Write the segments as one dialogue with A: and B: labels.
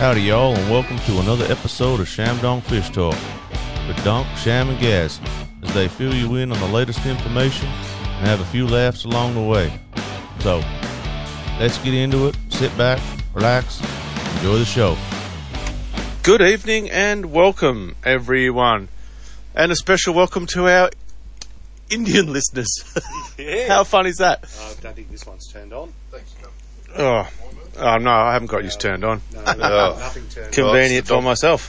A: Howdy, y'all, and welcome to another episode of Sham Dong Fish Talk with Donk, Sham, and Gaz as they fill you in on the latest information and have a few laughs along the way. So, let's get into it. Sit back, relax, enjoy the show.
B: Good evening and welcome, everyone. And a special welcome to our Indian listeners.
C: Yeah.
B: How fun is that?
C: I don't think this one's turned on.
B: Oh, oh no, I haven't got yours turned on. Oh,
C: No, no, no, nothing turned on.
B: Convenient for myself.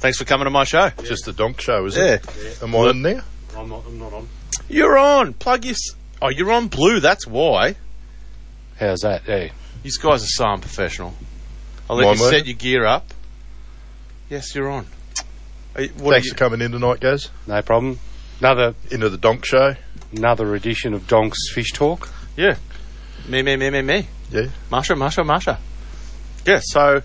B: Thanks for coming to my show.
D: Just the donk show, is
B: Yeah.
D: it? Am I in there?
C: I'm not, I'm not on.
B: You're on. Plug your. s- Oh, you're on blue, that's why.
C: How's that? Hey.
B: These guys are so unprofessional. I'll let
D: Why,
B: you
D: mate?
B: set your gear up. Yes, you're on. Are you- what are
D: Thanks
B: you-
D: for coming in tonight, guys.
C: No problem. Another
D: Into the donk show.
C: another edition of Donk's Fish Talk.
B: me, me, me, me, me.
D: Yeah. Oh.
B: Marsha, Marsha, Marsha. Yeah, so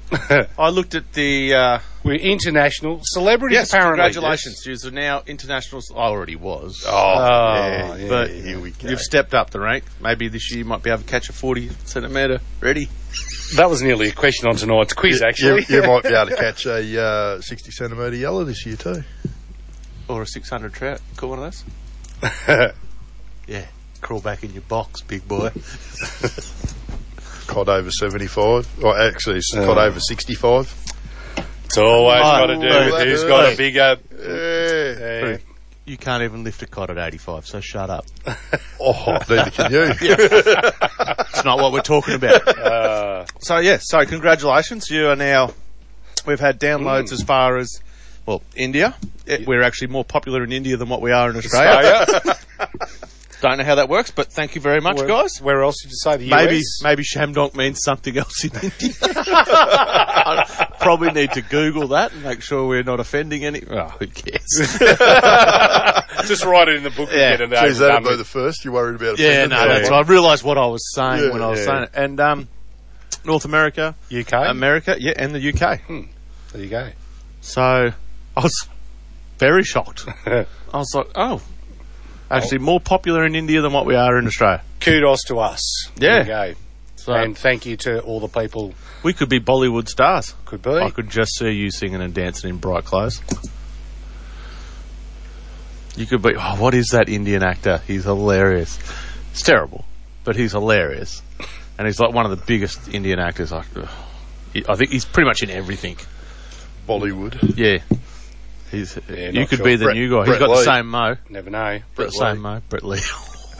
B: I looked at the. Uh,
C: We're international celebrities,
B: Yes,
C: apparently.
B: congratulations. You're now international. I already was. Uh,
D: Oh,
C: yeah,
D: but
B: Ah, yeah,
D: here we go.
B: You've stepped up the rank. Maybe this year you might be able to catch a 40 centimetre ready.
C: Yes. That was nearly a question on tonight's quiz,
D: You-
C: actually.
D: you, you might be able to catch a uh, 60 centimetre yellow this year, too.
B: Or a 600 trout. Caught one of those? yeah. Crawl back in your box, big boy.
D: Cod over 75. Or actually, it's cod
C: Oh.
D: over 65.
C: It's always
B: Oh,
C: got to do with who's got a bigger.
D: Yeah.
C: Yeah.
B: You can't even lift a cod at 85, so shut up.
D: Oh, neither can you.
B: It's not what we're talking about.
C: Uh,
B: So yeah, so congratulations, you are now. We've had downloads
C: Mm.
B: as far as well India. Eh, We're actually more popular in India than what we are in Australia.
C: Australia.
B: Don't know how that works, but thank you very much,
C: where,
B: guys.
C: Where else did you say the
B: Maybe
C: US?
B: maybe Shamdonk means something else in India. I probably need to Google that and make sure we're not offending any. Oh, who cares?
C: Just write it in the book
B: Yeah.
C: and get it
D: Jeez,
C: over done
D: that'd be
C: with.
D: the first you worried about.
B: yeah,
D: offending
B: no,
D: someone.
B: that's I realised what I was saying
D: Yeah,
B: when I was
C: yeah.
B: saying it. And um, North America,
C: UK.
B: America, yeah, and the UK.
C: Hmm. there you go.
B: So I was very shocked. I was like, oh, actually more popular in India than what we are in Australia.
C: Kudos to us.
B: Yeah.
C: There you go.
B: So
C: and thank you to all the people
B: we could be Bollywood stars.
C: could be.
B: I could just see you singing and dancing in bright clothes. You could be. Oh, what is that Indian actor? He's hilarious. It's terrible, but he's hilarious, and he's like one of the biggest Indian actors. I, ugh. He- I think he's pretty much in everything.
D: Bollywood.
B: Yeah, he's.
C: Yeah,
B: you
C: not
B: could
C: sure.
B: be the
D: Brett-
B: new guy. he's
D: Brett
B: got the
D: Lee.
B: same mo.
C: Never know.
B: Brett
D: Lee.
B: Same, mate. Brett Lee.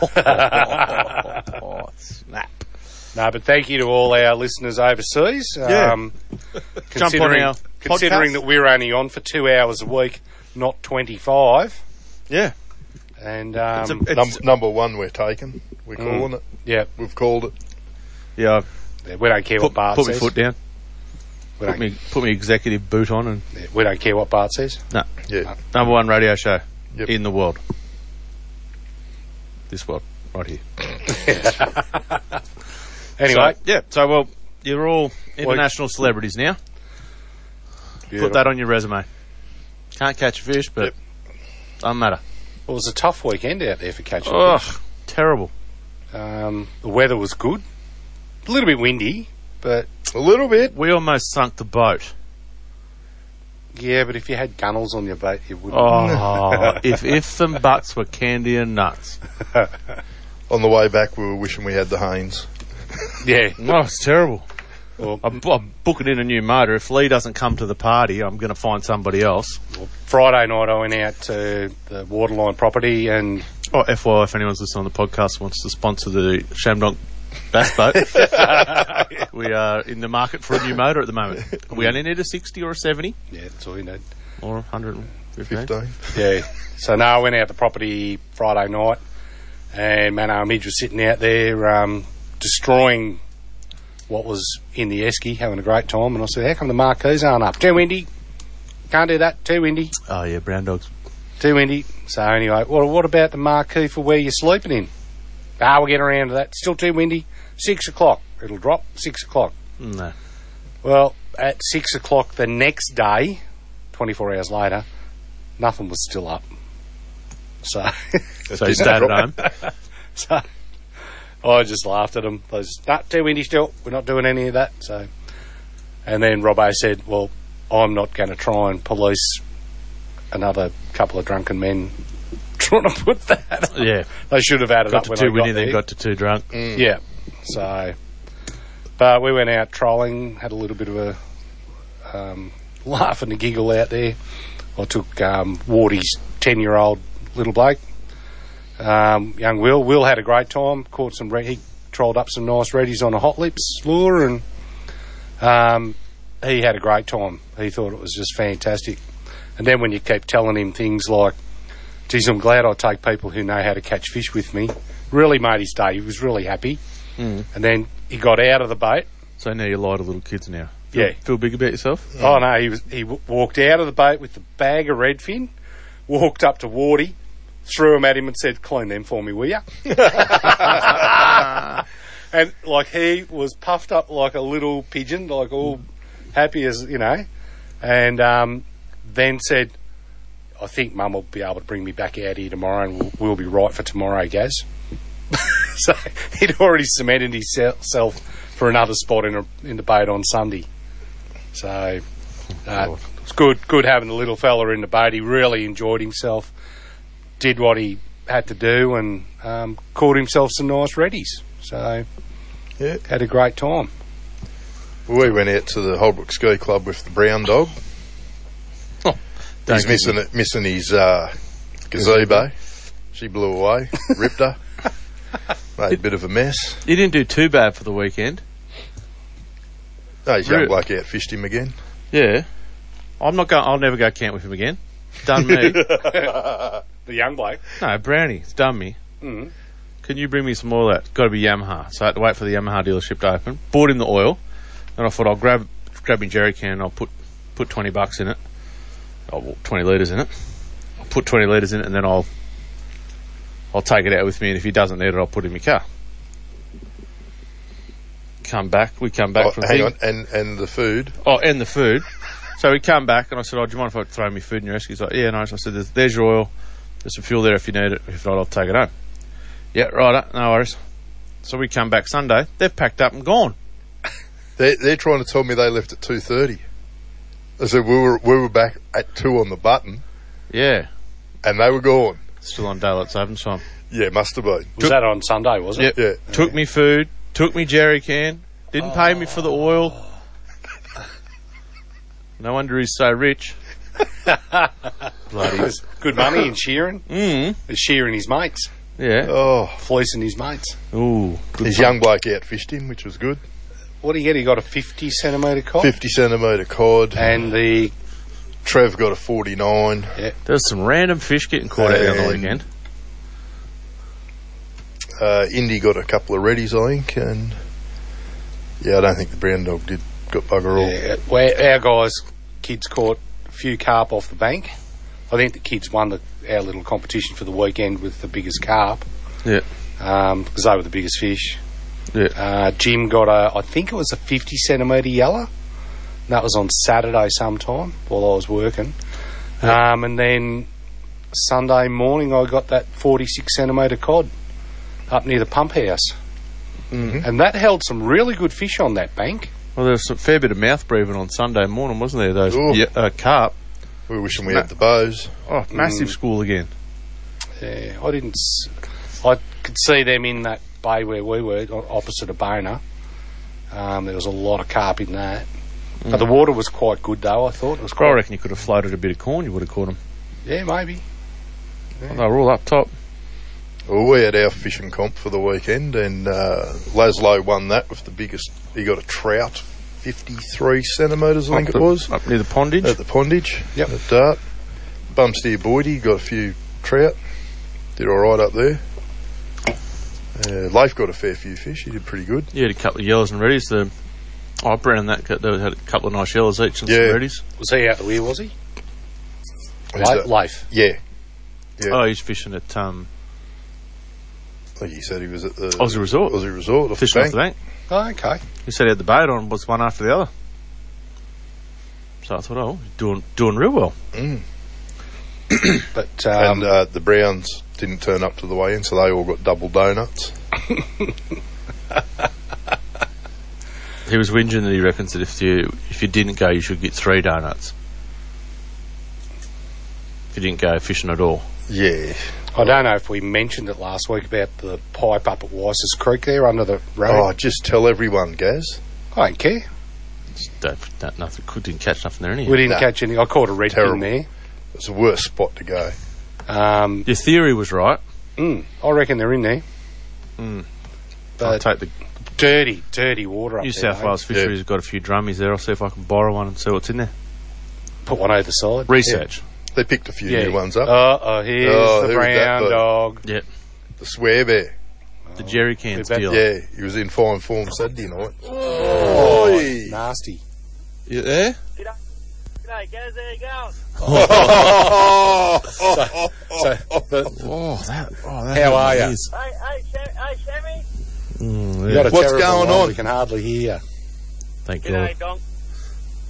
B: oh, snap.
C: No, but thank you to all our listeners overseas. um,
B: Yeah.
C: considering
B: our
C: considering
B: podcast.
C: that we're only on for two hours a week, not twenty five.
B: Yeah.
C: And um,
B: It's a- it's-
D: Num- number one we're taking. We're
C: Mm.
D: calling it.
C: yeah,
D: We've called it.
B: yeah, I've
C: we don't care
B: put,
C: what Bart
B: put my
C: says.
B: foot down.
C: we,
B: Put
C: don't,
B: me, put me executive boot on and
C: yeah, we don't care what Bart says.
D: Yeah.
B: number one radio show
D: Yep.
B: in the world. This world, right here.
C: Anyway,
B: So, yeah. So, well, you're all international celebrities now. Put that on your resume. Can't catch a fish, but
D: Yep.
B: doesn't matter.
C: it was a tough weekend out there for catching.
B: Ugh, terrible.
C: fish. Um, the weather was good, a little bit windy, but
D: A little bit.
B: We almost sunk the boat.
C: yeah. But if you had gunnels on your boat, it would.
B: Oh, if ifs and buts were candy and nuts.
D: On the way back, we were wishing we had the Haynes.
C: yeah.
B: No, it's terrible.
C: Well,
B: I'm, I'm booking in a new motor. If Lee doesn't come to the party, I'm going to find somebody else.
C: Friday night, I went out to the Waterline property and
B: Oh, FYI, if anyone's listening on the podcast wants to sponsor the Shamdonk bass boat, we are in the market for a new motor at the moment. We only need a 60 or a 70
C: yeah, that's all you need.
B: or a 115.
D: 15.
C: Yeah. So no, I went out the property Friday night, and Mano and Midge were sitting out there um, destroying what was in the esky, having a great time. And I said, "How come the marquees aren't up? Too windy. Can't do that. Too windy.
B: Oh, yeah, brown dogs.
C: Too windy." So anyway, well, what about the marquee for where you're sleeping in? Ah, we'll get around to that. Still too windy. Six o'clock. It'll drop. Six o'clock.
B: No.
C: Well, at six o'clock the next day, 24 hours later, nothing was still up. So,
B: So you stayed at home.
C: so I just laughed at them. Those, nah, too windy still. We're not doing any of that. So, And then Robbo said, Well, I'm not going to try and police another couple of drunken men trying to put that.
B: Yeah,
C: They should have added
B: got
C: up
B: to
C: when
B: too
C: I got
B: witty, then
C: there. Mm.
B: got to too drunk.
C: Yeah. So, but we went out trolling, had a little bit of a um, laugh and a giggle out there. I took um, Wardy's 10 year old little bloke, um, young Will. Will had a great time, caught some, red, he trolled up some nice reddies on a hot lips lure, and um, he had a great time. He thought it was just fantastic. And then when you keep telling him things like, geez, I'm glad I take people who know how to catch fish with me. Really made his day. He was really happy.
D: Mm.
C: And then he got out of the boat.
B: So now you lie to little kids now.
C: Yeah.
B: Feel big about yourself?
C: Oh no, he was he w- walked out of the boat with the bag of redfin, walked up to Wardy, threw him at him, and said, "Clean them for me, will ya?" and like he was puffed up like a little pigeon, like all happy as you know, and um, then said, "I think Mum will be able to bring me back out here tomorrow, and we'll, we'll be right for tomorrow, Gaz." so he'd already cemented himself for another spot in, a, in the boat on Sunday. So uh, it's good, good having the little fella in the boat. He really enjoyed himself, did what he had to do, and um, caught himself some nice reddies. So
D: Yeah.
C: had a great time.
D: We went out to the Holbrook Ski Club with the brown dog.
B: Don't
D: He's
B: give
D: missing it, missing his uh, gazebo. She blew away, ripped her, made a bit of a mess.
B: You didn't do too bad for the weekend.
D: No, his young
B: Really?
D: bloke outfished him again.
B: Yeah. I'm not going. I'll never go camp with him again. Done me.
C: The young bloke.
B: no, Brownie. It's done me.
C: Mm.
B: Can you bring me some oil out? Got to be Yamaha. So I had to wait for the Yamaha dealership to open. Bought him the oil, and I thought I'll grab grab my jerry can and I'll put put twenty bucks in it. Oh, well, twenty liters in it. I'll put twenty liters in it, and then I'll I'll take it out with me. And if he doesn't need it, I'll put it in my car. Come back. We come back
D: Oh,
B: from
D: hang
B: Big-
D: on, and and the food.
B: Oh, and the food. So we come back, and I said, "Oh, do you mind if I throw me food in your esky?" He's like, "Yeah, no." So I said, "There's, there's your oil. There's some fuel there if you need it. If not, I'll take it home." Yeah, right. No worries. So we come back Sunday. They've packed up and gone.
D: They're, they're trying to tell me they left at two thirty. I said we were we were back at two on the button,
B: Yeah,
D: and they were gone.
B: still on daylight savings time.
D: Yeah, must have been.
C: Was that on Sunday? Was it?
B: Yep.
D: Yeah,
B: Took me food. Took me jerry can. Didn't pay me for the oil. No wonder he's so rich.
C: Bloody was good money in shearing,
B: Mm.
C: shearing his mates,
B: Yeah.
D: Oh,
C: fleecing his mates.
B: Ooh.
D: his young bloke outfished him, which was good.
C: What do you get? He got a fifty centimetre cod,
D: Fifty centimetre cod.
C: and the
D: Trev got a forty nine.
B: There's some random fish getting caught out there on the
D: And-
B: weekend.
D: Uh, Indy got a couple of reddies, I think, and yeah, I don't think the brown dog did got bugger all.
C: yeah, where our guys, kids caught a few carp off the bank. I think the kids won the, our little competition for the weekend with the biggest carp. Um,
B: Yeah.
C: because they were the biggest fish.
B: Yeah.
C: Uh, Jim got a, I think it was a 50 centimetre yellow. And that was on Saturday sometime while I was working. Um, and then Sunday morning, I got that 46 centimetre cod up near the pump house.
D: Mhm.
C: And that held some really good fish on that bank.
B: Well, there was a fair bit of mouth breathing on Sunday morning, wasn't there? Those
D: Ooh.
B: yeah, uh, carp.
D: We were wishing we had the bows. Mm.
B: Oh, massive school again.
C: Yeah, Uh, I didn't. s- I could see them in that bay where we were, o- opposite a boner. Um, there was a lot of carp in that, but
B: Mm.
C: the water was quite good though. I thought it was
B: I
C: quite.
B: reckon you could have floated a bit of corn. You would have caught them.
C: Yeah, maybe.
B: They were all up top.
D: Well, we had our fishing comp for the weekend, and uh, Laszlo won that with the biggest. He got a trout, fifty-three centimetres, I think
B: up
D: it
B: the-
D: was,
B: up near the pondage.
D: at the pondage.
C: Yep.
D: At Dart, Bumsteer Boydie got a few trout. Did all right up there. Uh, Leif got a fair few fish. He did pretty good.
B: you had a couple of yellows and reddies. The oh, Brennan that got- they had a couple of nice yellows each and
D: Yeah.
B: some reddies.
C: Was he out the weir? Was he?
D: Who's
C: Life.
D: that? Yeah. Yeah.
B: Oh, he's fishing at um,
D: Like you said, he was at the
B: Aussie Resort,
D: Aussie Resort off the
B: fishing off
D: bank.
B: the bank.
C: Oh, okay.
B: He said he had the bait on, was one after the other. So I thought, oh, doing doing real well.
D: Mm.
C: But
D: and
C: um,
D: uh, the Browns didn't turn up to the weigh-in, so they all got double donuts.
B: he was whinging that he reckons that if you if you didn't go, you should get three donuts. If you didn't go fishing at all,
D: Yeah.
C: I don't know if we mentioned it last week about the pipe up at Weiss's Creek there under the
D: Oh,
C: road.
D: just tell everyone, Gaz.
C: I don't care.
B: Just don't, don't- nothing could didn't catch nothing there
C: We
B: anyhow.
C: didn't
D: No.
C: catch any. I caught a red
D: Terrible.
C: in there.
D: It's the worst spot to go.
C: Um,
B: Your theory was right.
C: mm, I reckon they're in there.
B: Mm. I'll
C: But
B: take the
C: dirty, dirty water up
B: New
C: there.
B: South
C: mate.
B: Wales Fisheries has got a few drummies there. I'll see if I can borrow one and see what's in there.
C: Put one over the side.
B: Research.
D: They picked a few new ones up.
C: Uh oh, here's
D: Oh,
C: the
D: who would that
C: brown
D: be?
C: dog.
B: Yeah,
D: the swear bear.
B: the jerry cans
C: We bet-
B: deal.
D: Yeah, he was in fine form Saturday night. Oi. eh?
C: Nasty.
B: You there?
E: G'day, guys. There you go.
D: Oh.
C: So, the,
B: Oh, that. Oh, that
C: How are ya?
B: is-
E: Hey, hey, Sha- hey, Shammy.
B: Mm,
C: we
B: yeah.
C: got a
D: What's
C: terrible
D: going
C: line,
D: on?
C: We can hardly hear.
B: Thank God.
E: G'day, Donk.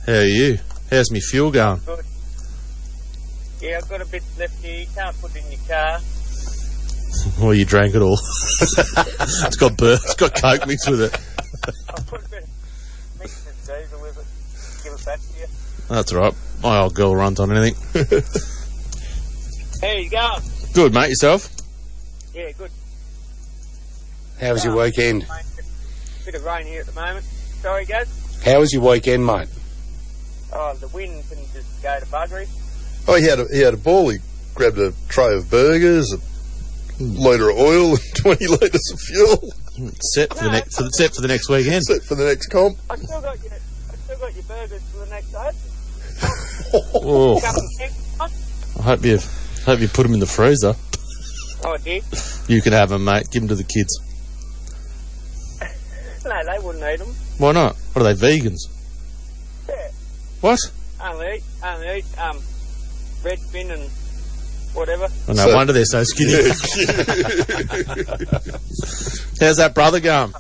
B: How are you? How's me fuel going?
E: Yeah, I've got a bit left here. You can't put it in your car.
B: Well, you drank it all. it's got bur- it's got coke mixed with it.
E: I'll put a bit of mix of diesel with it. Give it back to you.
B: That's all right. My old girl runs on anything.
E: How you going?
B: Good, mate. Yourself?
E: Yeah, good.
C: How was your weekend?
E: Mate. Bit of rain here at the moment. Sorry, guys.
C: How was your weekend, mate?
E: Oh, the wind can just go to buggery.
D: Oh, he had a, he had a ball. He grabbed a tray of burgers, a litre of oil, and 20 litres of fuel.
B: Set for the next for the, set for the next weekend.
D: Set for the next comp.
E: I still got your, I still got your burgers for the next day.
B: Oh,
E: Cup and kick.
B: I hope you hope you put them in the freezer.
E: Oh, I did.
B: You can have them, mate. Give them to the kids.
E: No, they wouldn't eat them.
B: Why not? What are they vegans?
E: Yeah.
B: What?
E: Only eat, only eat, um, red bin and whatever.
B: Oh, no
D: So-
B: wonder they're so skinny. How's that brother going?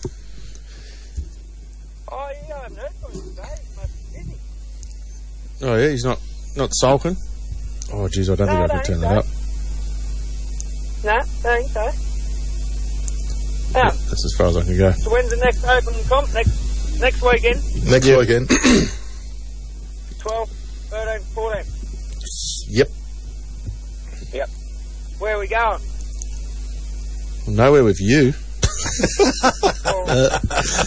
E: Oh, yeah, I haven't heard from him today. He must be busy.
B: Oh yeah, he's not not sulking. Oh jeez, I don't
E: No,
B: think I
E: no,
B: can turn
E: he's
B: that up.
E: No, don't think so. Um,
B: That's as far as I can go.
E: so when's the next open comp? Next next weekend?
D: Next
B: Yeah.
D: weekend.
E: 12, 13, 14.
D: Yep.
E: Where are we going?
B: Nowhere with you.
E: Well,
D: Uh,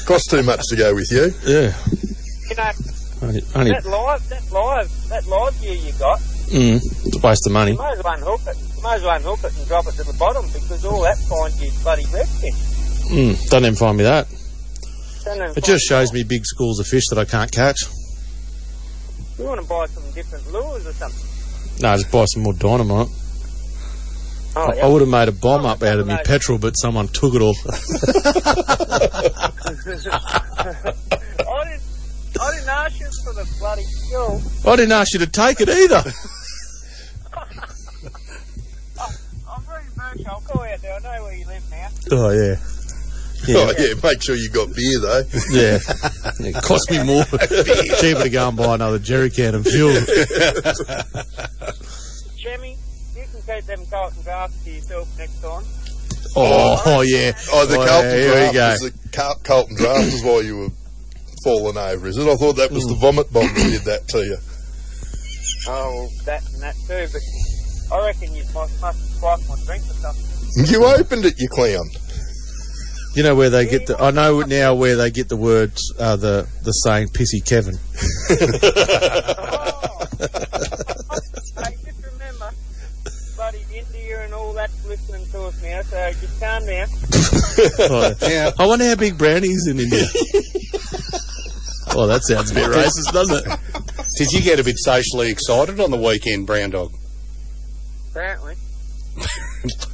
D: Cost too much to go with you.
B: Yeah.
E: you know,
B: Only, only
E: that live, that live, that live view you got,
B: mm, it's a waste of money.
E: you may as well unhook it. You may as well unhook it and drop it to the bottom because all that finds you bloody redfish.
B: Mm, don't even find me that.
E: Don't even
B: It just
E: find-
B: shows me big schools of fish that I can't catch.
E: You want to buy some different lures or something.
B: No, just buy some more dynamite.
E: Oh,
B: I
E: yeah.
B: would have made a bomb up out of me
E: Dynamite.
B: petrol, but someone took it all.
E: I didn't, I didn't ask you for the bloody skill.
B: I didn't ask you to take it either.
E: I'm very virtual. I'll call out there. I know where you live now.
B: Oh yeah,
D: Oh, yeah, make sure you got beer, though.
B: yeah. It cost me more, cheaper to go and buy another jerry can and fuel.
E: Jimmy, you can keep them Carlton grafts to yourself next time.
B: Oh, oh yeah.
D: Oh, the
B: Oh,
D: Carlton
B: yeah, here we go.
D: draft. Is the Car- Carlton draft is why you were falling over, is it? I thought that was the vomit bomb that did that to you.
E: Oh, that and that too, but I reckon you must, must swipe my drink or something.
D: You opened it, you clown.
B: You know where they get the. I know now where they get the words. Uh, the the saying "pissy Kevin."
E: Oh! hey, just remember, bloody India and all that's listening to us now, so just calm down.
B: Oh,
C: Yeah.
B: I wonder how big Brownie is in India. oh, that sounds a bit racist, doesn't it?
C: Did you get a bit socially excited on the weekend, brown dog?
E: Apparently.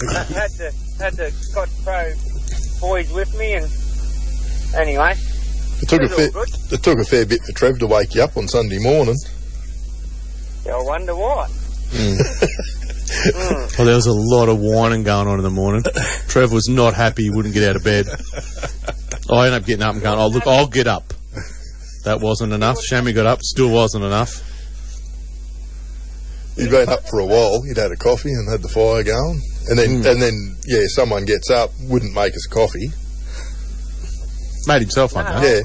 E: I had the, had the Scotch Pro boys with me, and anyway,
D: It took, a
E: it was
D: fair,
E: all good.
D: it took a fair bit for Trev to wake you up on Sunday morning.
E: Yeah, I wonder why.
B: Mm. Well, there was a lot of whining going on in the morning. Trev was not happy. He wouldn't get out of bed. I ended up getting up and going, "Oh, look, I'll get up." That wasn't enough. Shammy got up. Still wasn't enough.
D: He'd been up for a while. He'd had a coffee and had the fire going, and
B: Hmm.
D: then and then yeah, someone gets up, wouldn't make us coffee.
B: Made himself one.
E: No,
B: though.
D: Yeah.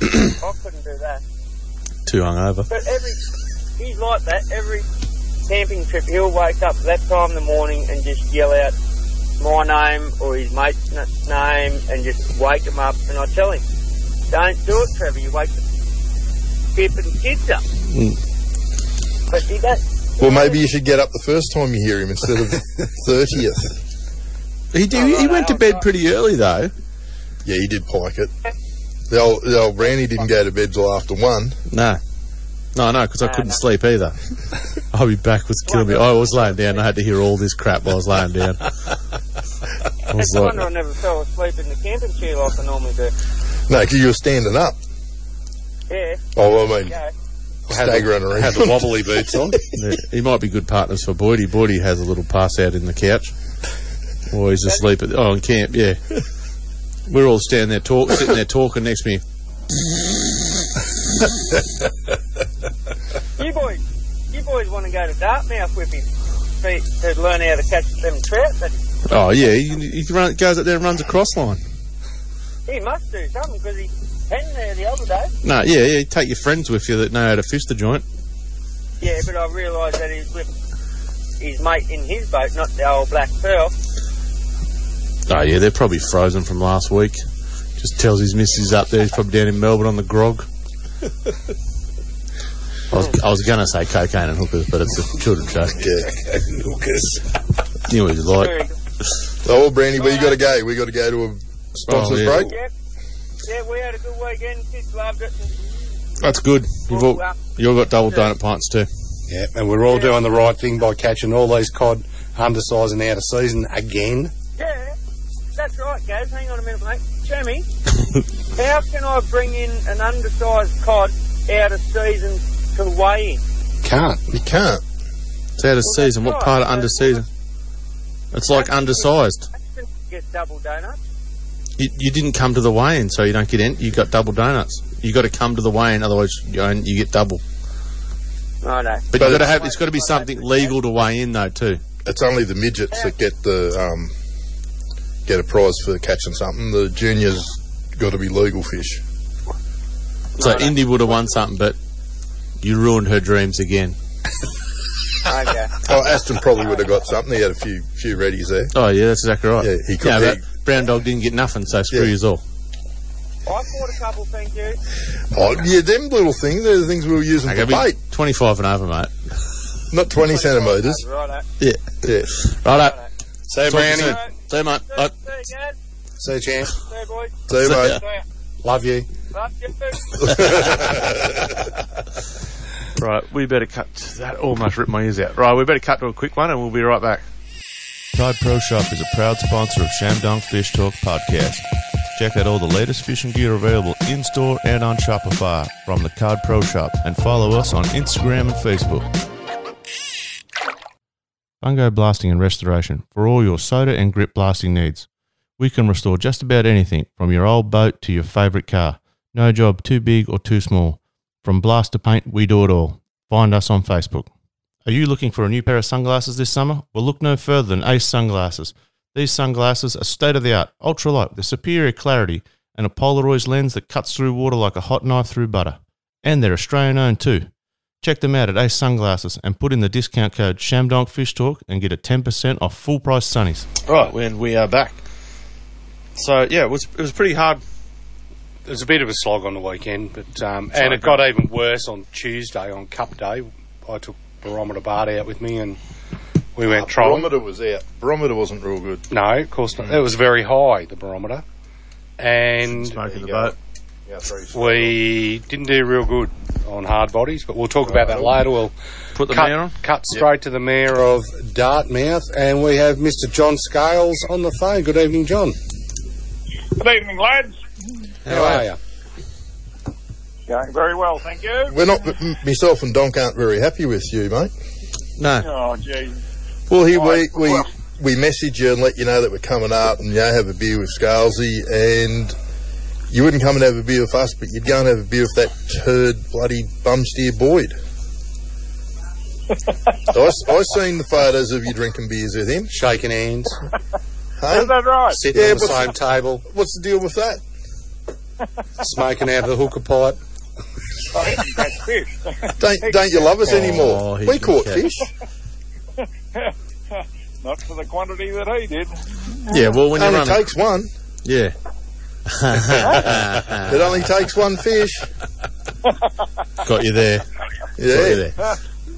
E: I couldn't do that.
F: Too hungover.
E: But every he's like that. Every camping trip, he'll wake up that time in the morning and just yell out my name or his mate's n- name and just wake him up. And I tell him, "Don't do it, Trevor. You wake the bipping kids up."
B: Hmm.
E: But he does.
D: Well, maybe you should get up the first time you hear him instead of 30th.
B: He, do, he went to bed pretty early though.
D: Yeah, he did pike it. The old, the old Brandy didn't go to bed till after one.
B: No. No, no, because I couldn't sleep either. I'll be back was killing me. I was laying down. I had to hear all this crap while I was laying down. I was
E: It's a
B: like,
E: wonder I never fell asleep in the camping chair like I normally do.
D: No, 'cause you were standing up.
E: Yeah,
D: Oh, I mean,
E: yeah.
D: staggering around.
B: had the wobbly boots on. he might be good partners for Boydie. Boydie has a little pass out in the couch. Or he's asleep at oh in camp, yeah. We're all standing there talk sitting there talking next to me.
E: You boys, you boys want to go to Dartmouth with him to, to learn how to catch them trout? But
B: Oh yeah, he, he run, goes up there and runs a cross line.
E: he must do something because he hung there the other day.
B: No, yeah, yeah, take your friends with you that know how to fish the joint.
E: Yeah, but I realised that he's with his mate in his boat, not the old black pearl.
B: Oh yeah, they're probably frozen from last week. Just tells his missus up there. He's probably down in Melbourne on the grog. I was, I was going to say cocaine and hookers, but it's a children's show.
D: Yeah.
B: Knew he was like.
E: Very good.
D: Oh, well, Brandy, where you got to go? We got to go to a sponsor's
B: Oh, yeah.
D: break.
E: Yep. Yeah, we had a good weekend. Kids loved it.
B: That's good. You've all, you all got double donut pints too.
C: Yeah, and we're all doing the right thing by catching all these cod undersized and out of season again.
E: Yeah, that's right, Gaz. Hang on a minute, mate. Jimmy, how can I bring in an undersized cod out of season to weigh in?
C: Can't.
D: You can't.
B: It's out of
E: Well,
B: season. What
E: that's
B: part of
E: right.
B: under season? It's like undersized.
E: Ashton gets double donuts.
B: You, you didn't come to the weigh-in, so you don't get in. You got double donuts. You got to come to the weigh-in, otherwise you, own- you get double.
E: I know.
B: But, you got to have. It's got to be something legal to weigh in though too.
D: It's only the midgets that get the um, get a prize for catching something. The juniors got to be legal fish.
B: So Indy would have won something, but you ruined her dreams again.
E: Okay.
D: Oh, Aston probably would have got something. He had a few few readies there.
B: Oh yeah, that's exactly right.
D: Yeah, he could-
B: but Brown Dog didn't get nothing, so screw
D: Yeah.
B: yous all.
E: I caught a couple, thank you.
D: Oh, yeah, them little things. They're the things we were using
B: Gotta
D: for
B: be
D: bait,
B: Twenty-five and over, mate.
D: not twenty centimeters.
E: Righto.
D: Yeah.
B: Right up.
C: So,
B: See
C: Brownie.
B: you, mate.
E: See,
B: Bye.
E: see
C: So,
E: you, Gaz.
C: champ.
E: See you, boys.
D: See you,
B: See
D: mate.
B: ya.
E: See ya.
C: Love you.
E: Love you.
F: Right, we better cut. That almost ripped my ears out. Right, we better cut to a quick one and we'll be right back.
A: Cod Pro Shop is a proud sponsor of Shamdong Fish Talk podcast. Check out all the latest fishing gear available in store and on Shopify from the Cod Pro Shop and follow us on Instagram and Facebook. Fungo Blasting and Restoration for all your soda and grip blasting needs. We can restore just about anything from your old boat to your favorite car. No job too big or too small. From blast to paint, we do it all. Find us on Facebook. Are you looking for a new pair of sunglasses this summer? Well, look no further than Ace Sunglasses. These sunglasses are state of the art, ultralight with superior clarity and a Polaroid lens that cuts through water like a hot knife through butter. And they're Australian owned too. Check them out at Ace Sunglasses and put in the discount code ShamDonkFishTalk and get a 10% off full price sunnies.
F: Right, when we are back. So yeah, it was it was pretty hard.
C: It was a bit of a slog on the weekend, but um, and it got even worse on Tuesday on Cup Day. I took Barometer Bart out with me, and we went trolling.
D: Barometer was out. Barometer wasn't real good.
C: No, of course not. It was very high the barometer, and
F: Smoking the
D: you go.
F: boat.
D: Yeah, three.
C: we didn't do real good on hard bodies. But we'll talk about that later. We'll
F: Put the
C: cut,
F: man on.
C: cut straight to the mayor of Dartmouth, and we have Mr. John Scales on the phone. Good evening, John.
G: Good evening, lads.
C: How are you?
G: Going very well, thank you.
D: We're not. m- Myself and Donk aren't very happy with you, mate.
B: No,
G: Oh, gee.
D: Well, here we we
G: Well-
D: we message you and let you know that we're coming up and you know, have a beer with Scalzi and. You wouldn't come and have a beer with us, but you'd go and have a beer with that turd bloody bumsteer Boyd. I, s- I seen the photos of you drinking beers with him.
C: Shaking hands,
D: Hey?
G: Is that right?
C: sitting
D: Yeah,
C: on the
D: but-
C: same table.
D: What's the deal with that?
C: smoking out of the hooker pipe.
G: I think you catch fish.
D: Don't don't you love us
B: Oh,
D: anymore?
B: he's
D: We
B: good
D: caught
B: catch.
D: fish.
G: Not for the quantity that he did.
B: Yeah, well, when
D: It
B: you're
D: only
B: running,
D: takes one.
B: yeah,
C: Uh.
D: It only takes one fish.
B: got you there. Got you
D: Yeah.
B: there.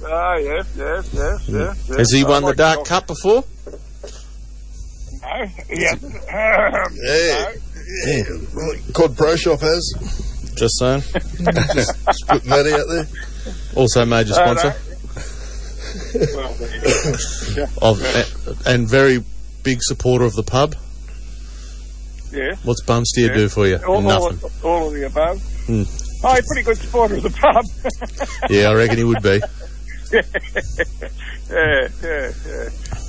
G: Oh, yes, yes, yes, yes. yes.
B: Has he
G: I
B: won the
G: like
B: Dark
G: your-
B: Cup before?
G: No, he hasn't.
D: Yeah. yeah. Cod Pro Shop has.
B: Just saying.
D: Just putting that out there.
B: Also, major
D: Uh,
G: Oh, no.
B: sponsor
G: well, there you go.
B: of and very big supporter of the pub.
G: yeah.
B: What's Bumsteer
G: Yeah. Oh,
B: do for you?
G: All, all,
B: Nothing. Hmm.
G: of, all of the above. Oh, he's a pretty good supporter of the pub.
B: Yeah, I reckon he would be.
G: yeah, yeah, yeah.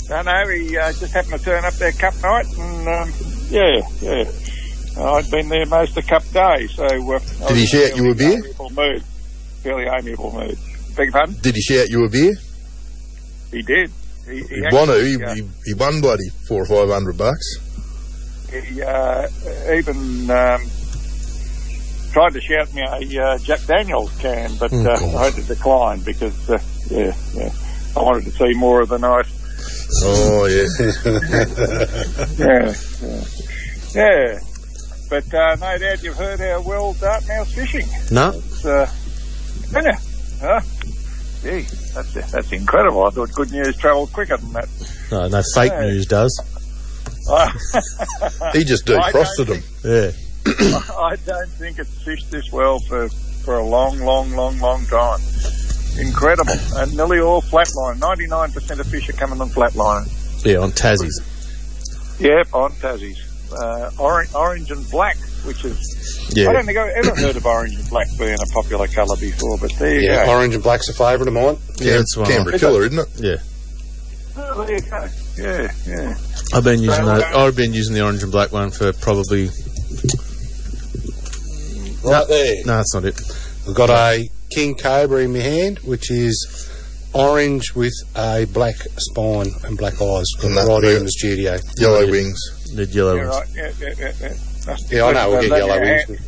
G: No, no, he uh, just happened to turn up there cup night, and um, yeah, yeah. I'd been there most of cup day, so. Uh, I
D: Did
G: was
D: he
G: in
D: shout you a
G: fairly
D: beer?
G: Amiable mood. Fairly amiable mood. Beg your pardon?
D: Did he shout you a beer?
G: He did. He, he
D: He won it.
G: actually,
D: He,
G: uh,
D: he, he won bloody four or five hundred bucks.
G: he uh, even um, tried to shout me a uh, Jack Daniels can, but
B: Oh,
G: uh, I had to decline because, uh, yeah, yeah, I wanted to see more of the night.
D: Oh yeah.
G: Yeah, yeah. yeah. But uh, no doubt you've heard how well Dartmouth's fishing.
B: No,
G: It's, uh, isn't it? Huh? Gee, that's, that's incredible. I thought good news travelled quicker than that.
B: no, no. Fake
G: Hey.
B: news does.
D: He just
G: I Uh, don't
D: defrosted him.
B: Yeah,
G: I don't think it's fished this well for, for a long, long, long, long time. Incredible. And nearly all flatline. 99% of fish are coming on flatline.
B: yeah, on Tassie's.
G: Yep, on Tassies. Uh, orange, orange and black, which is... I
B: Yeah,
G: don't think I've ever heard of orange and black being a popular colour before, but there you
C: Yeah,
G: go.
C: orange and black's a favourite of mine.
B: yeah, that's one.
D: Canberra killer, isn't it?
G: Oh, there you go. Yeah, yeah.
B: I've been using that. I've been using the orange and black one for probably.
C: Right there.
B: No, that's not it.
C: I've got a king cobra in my hand, which is orange with a black spine and black eyes. Got
D: And that
C: it right here
D: red.
C: in the studio.
D: Yellow
B: Yeah.
D: wings.
B: The yellow
G: You're
B: ones.
G: right. Yeah, yeah, yeah, yeah. That's-
C: Yeah, I know. We'll
G: that's
C: get
G: that
C: yellow
G: your
C: wings.
G: hand-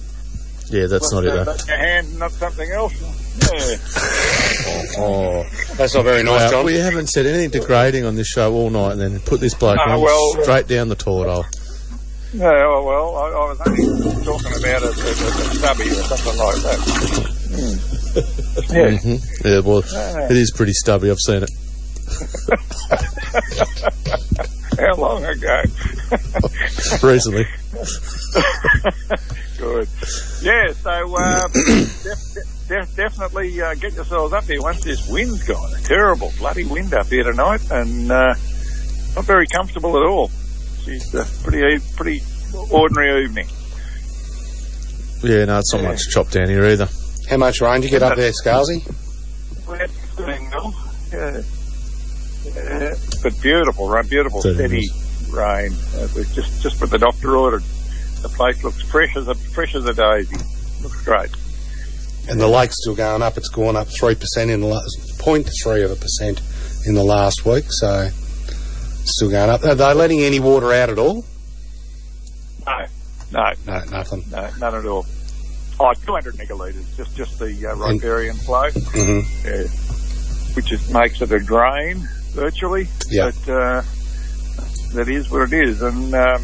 B: Yeah, that's not it though.
G: that's Your hand, not something else. Yeah.
B: Oh,
C: That's not very nice, John.
B: Uh, we haven't said anything degrading on this show all night, and then put this bloke
G: Ah,
B: on
G: well-
B: straight down the toilet hole.
G: Yeah, well, well I, I was only talking about a, a, a stubby or something like that.
B: hmm Yeah, well, it is pretty stubby. I've seen it.
G: How long ago?
B: recently.
G: Good. Yeah, so uh, def- def- definitely uh, get yourselves up here once this wind's gone. A terrible bloody wind up here tonight, and uh, not very comfortable at all. She's a pretty e- pretty ordinary evening.
B: Yeah, no, it's not much chopped down here either.
C: How much rain do you get up there, Scarsy?
G: We're doing well. Yeah. Yeah. But beautiful, right? Beautiful,
B: Thirty
G: steady rain. Uh, we just just what the doctor ordered. The place looks fresh as a fresh as a daisy. Looks great.
C: And the lake's still going up. It's gone up 3% in the last, 0.3 of a percent in the last week, so it's still going up. Are they letting any water out at all?
G: No, no,
C: No, nothing.
G: no, none at all. Oh, 200 megalitres, just just the uh, riparian flow,
C: Mhm.
G: yeah. which is, makes it a drain virtually.
C: Yeah.
G: But uh, that is what it is. And um,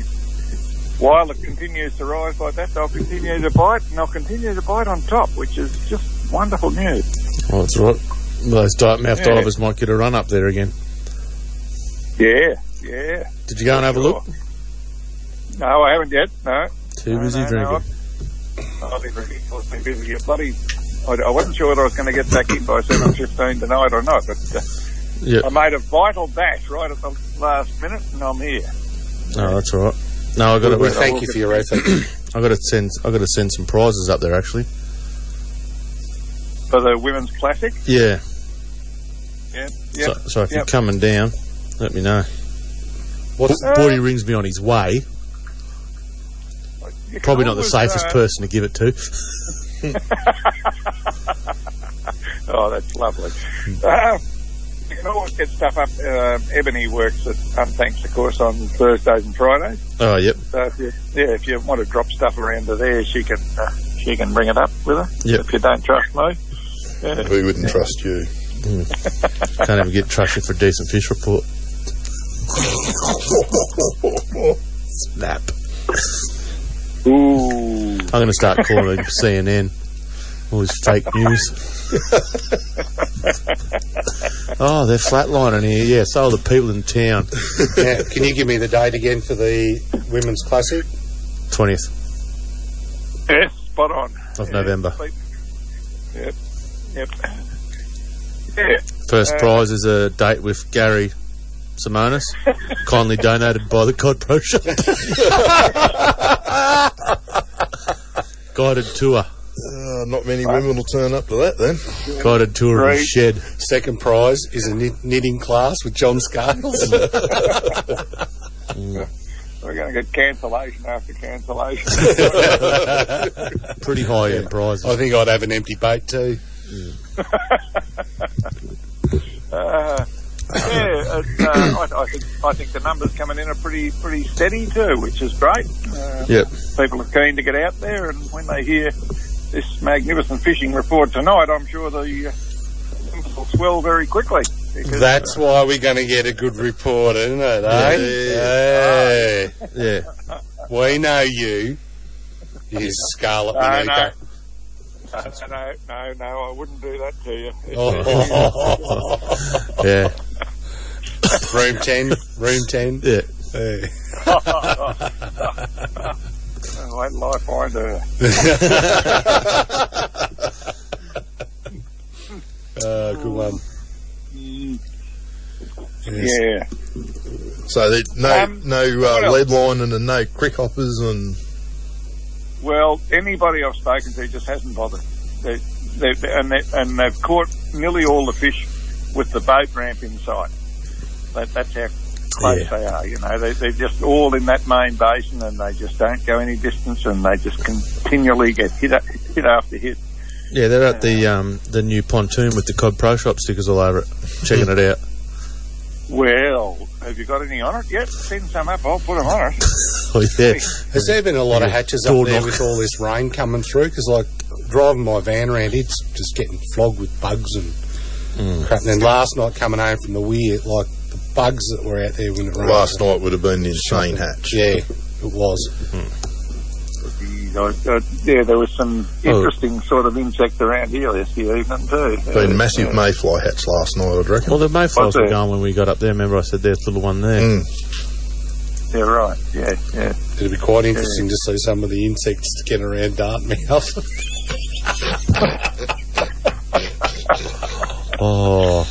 G: while it continues to rise like that, they'll continue to bite, and they'll continue to bite on top, which is just wonderful news.
B: Oh, that's right. Those diet mouth
G: Yeah.
B: divers might get a run up there again.
G: Yeah, yeah.
B: Did you go and have a look?
G: No, I haven't yet. No.
B: Too
G: No,
B: busy
G: no, no,
B: drinking.
G: I've- I've been drinking. I've been busy. Yeah, Bloody, I, I wasn't sure whether I was going to get back in by seven fifteen tonight or not, but uh,
B: Yeah.
G: I made a vital dash right at the last minute, and I'm here.
B: No, that's all right. No, I got
C: We
B: to.
C: thank you for your effort.
B: I got to send. I got to send some prizes up there actually.
G: For the women's classic,
B: Yeah.
G: yeah, yeah.
B: So, so if
G: Yep.
B: you're coming down, let me know.
C: What's,
B: Bo- Boydie rings me on his way.
G: You can
B: Probably not the
G: always,
B: safest
G: uh,
B: person to give it to. Hmm.
G: Oh, that's lovely. Uh, you can can always get stuff up. Um, Ebony works at Unthanks, of course, on Thursdays and Fridays.
B: Oh, yep.
G: So if you, yeah, if you want to drop stuff around to there, she can uh, she can bring it up with her.
B: Yep.
G: If you don't trust me, yeah.
D: We wouldn't trust you.
B: Can't even get trusted for a decent fish report. Snap.
G: Ooh,
B: I'm going to start calling it CNN. All this fake news. oh, they're flatlining here. Yeah, so are the people in town.
C: Now, can you give me the date again for the women's classic?
B: 20th
G: yes, spot on.
B: of November.
G: Yep, yep. Yeah,
B: First prize is a date with Gary Simonis, kindly donated by the Cod Pro Shop. guided tour,
D: Uh, not many women will turn up to that then.
B: guided tour of
G: Right.
B: his shed.
C: Second prize is a knit- knitting class with John Scales.
G: we're going to get cancellation after cancellation.
B: Pretty high end prizes.
C: I think I'd have an empty boat too.
G: Uh, yeah, it's, uh, I, I think I think the numbers coming in are pretty pretty steady too, which is great. Uh,
B: Yep.
G: People are keen to get out there, and when they hear this magnificent fishing report tonight, I'm sure the uh, numbers will swell very quickly. Because,
C: That's why we're going to get a good report, isn't it? eh? Hey,
B: Yeah.
C: we know you. You Scarlet
G: No,
C: Minooka.
G: uh, no, no, no, no, I wouldn't do that to you. Oh.
B: Oh. yeah.
C: Room 10, room 10.
B: Yeah.
C: Hey.
G: Oh, Wait till I find her.
C: Uh, good one.
G: Mm,
C: Yes.
G: yeah.
D: So there, no
G: Um,
D: no
G: what
D: uh, lead lining and no crick hoppers and
G: Well, anybody I've spoken to just hasn't bothered. They, they, they- and, they, and they've caught nearly all the fish with the boat ramp inside. That, that's how close
B: Yeah.
G: they are. You know, they, they're just all in that main basin, and they just don't go any distance, and they just continually get hit, a- hit after hit.
B: Yeah, they're at the um, the new pontoon with the Cod Pro Shop stickers all over it, checking it out.
G: Well, have you got any on it yet? Send some up. I'll put them on it.
B: Oh, yeah.
C: Has there been a lot of hatches up
B: Door
C: there
B: knock.
C: with all this rain coming through? Because, like, driving my van around, it's just getting flogged with bugs and
B: Mm.
C: crap. And then last night coming home from the weir, like, the bugs that were out there when it rained.
D: last night would have been the insane hatch.
C: Yeah, it was.
G: Geez, I- I- yeah, there was some
B: Oh.
G: interesting sort of insect around here yesterday evening too.
D: Been massive mayfly hats last night, I'd reckon.
B: Well, the Mayflies
G: What's
B: were
G: that?
B: gone when we got up there. Remember, I said there's a little one there.
D: Mm.
G: Yeah, right. Yeah, yeah.
C: It'd be quite interesting to see some of the insects get around Dartmouth.
B: Oh.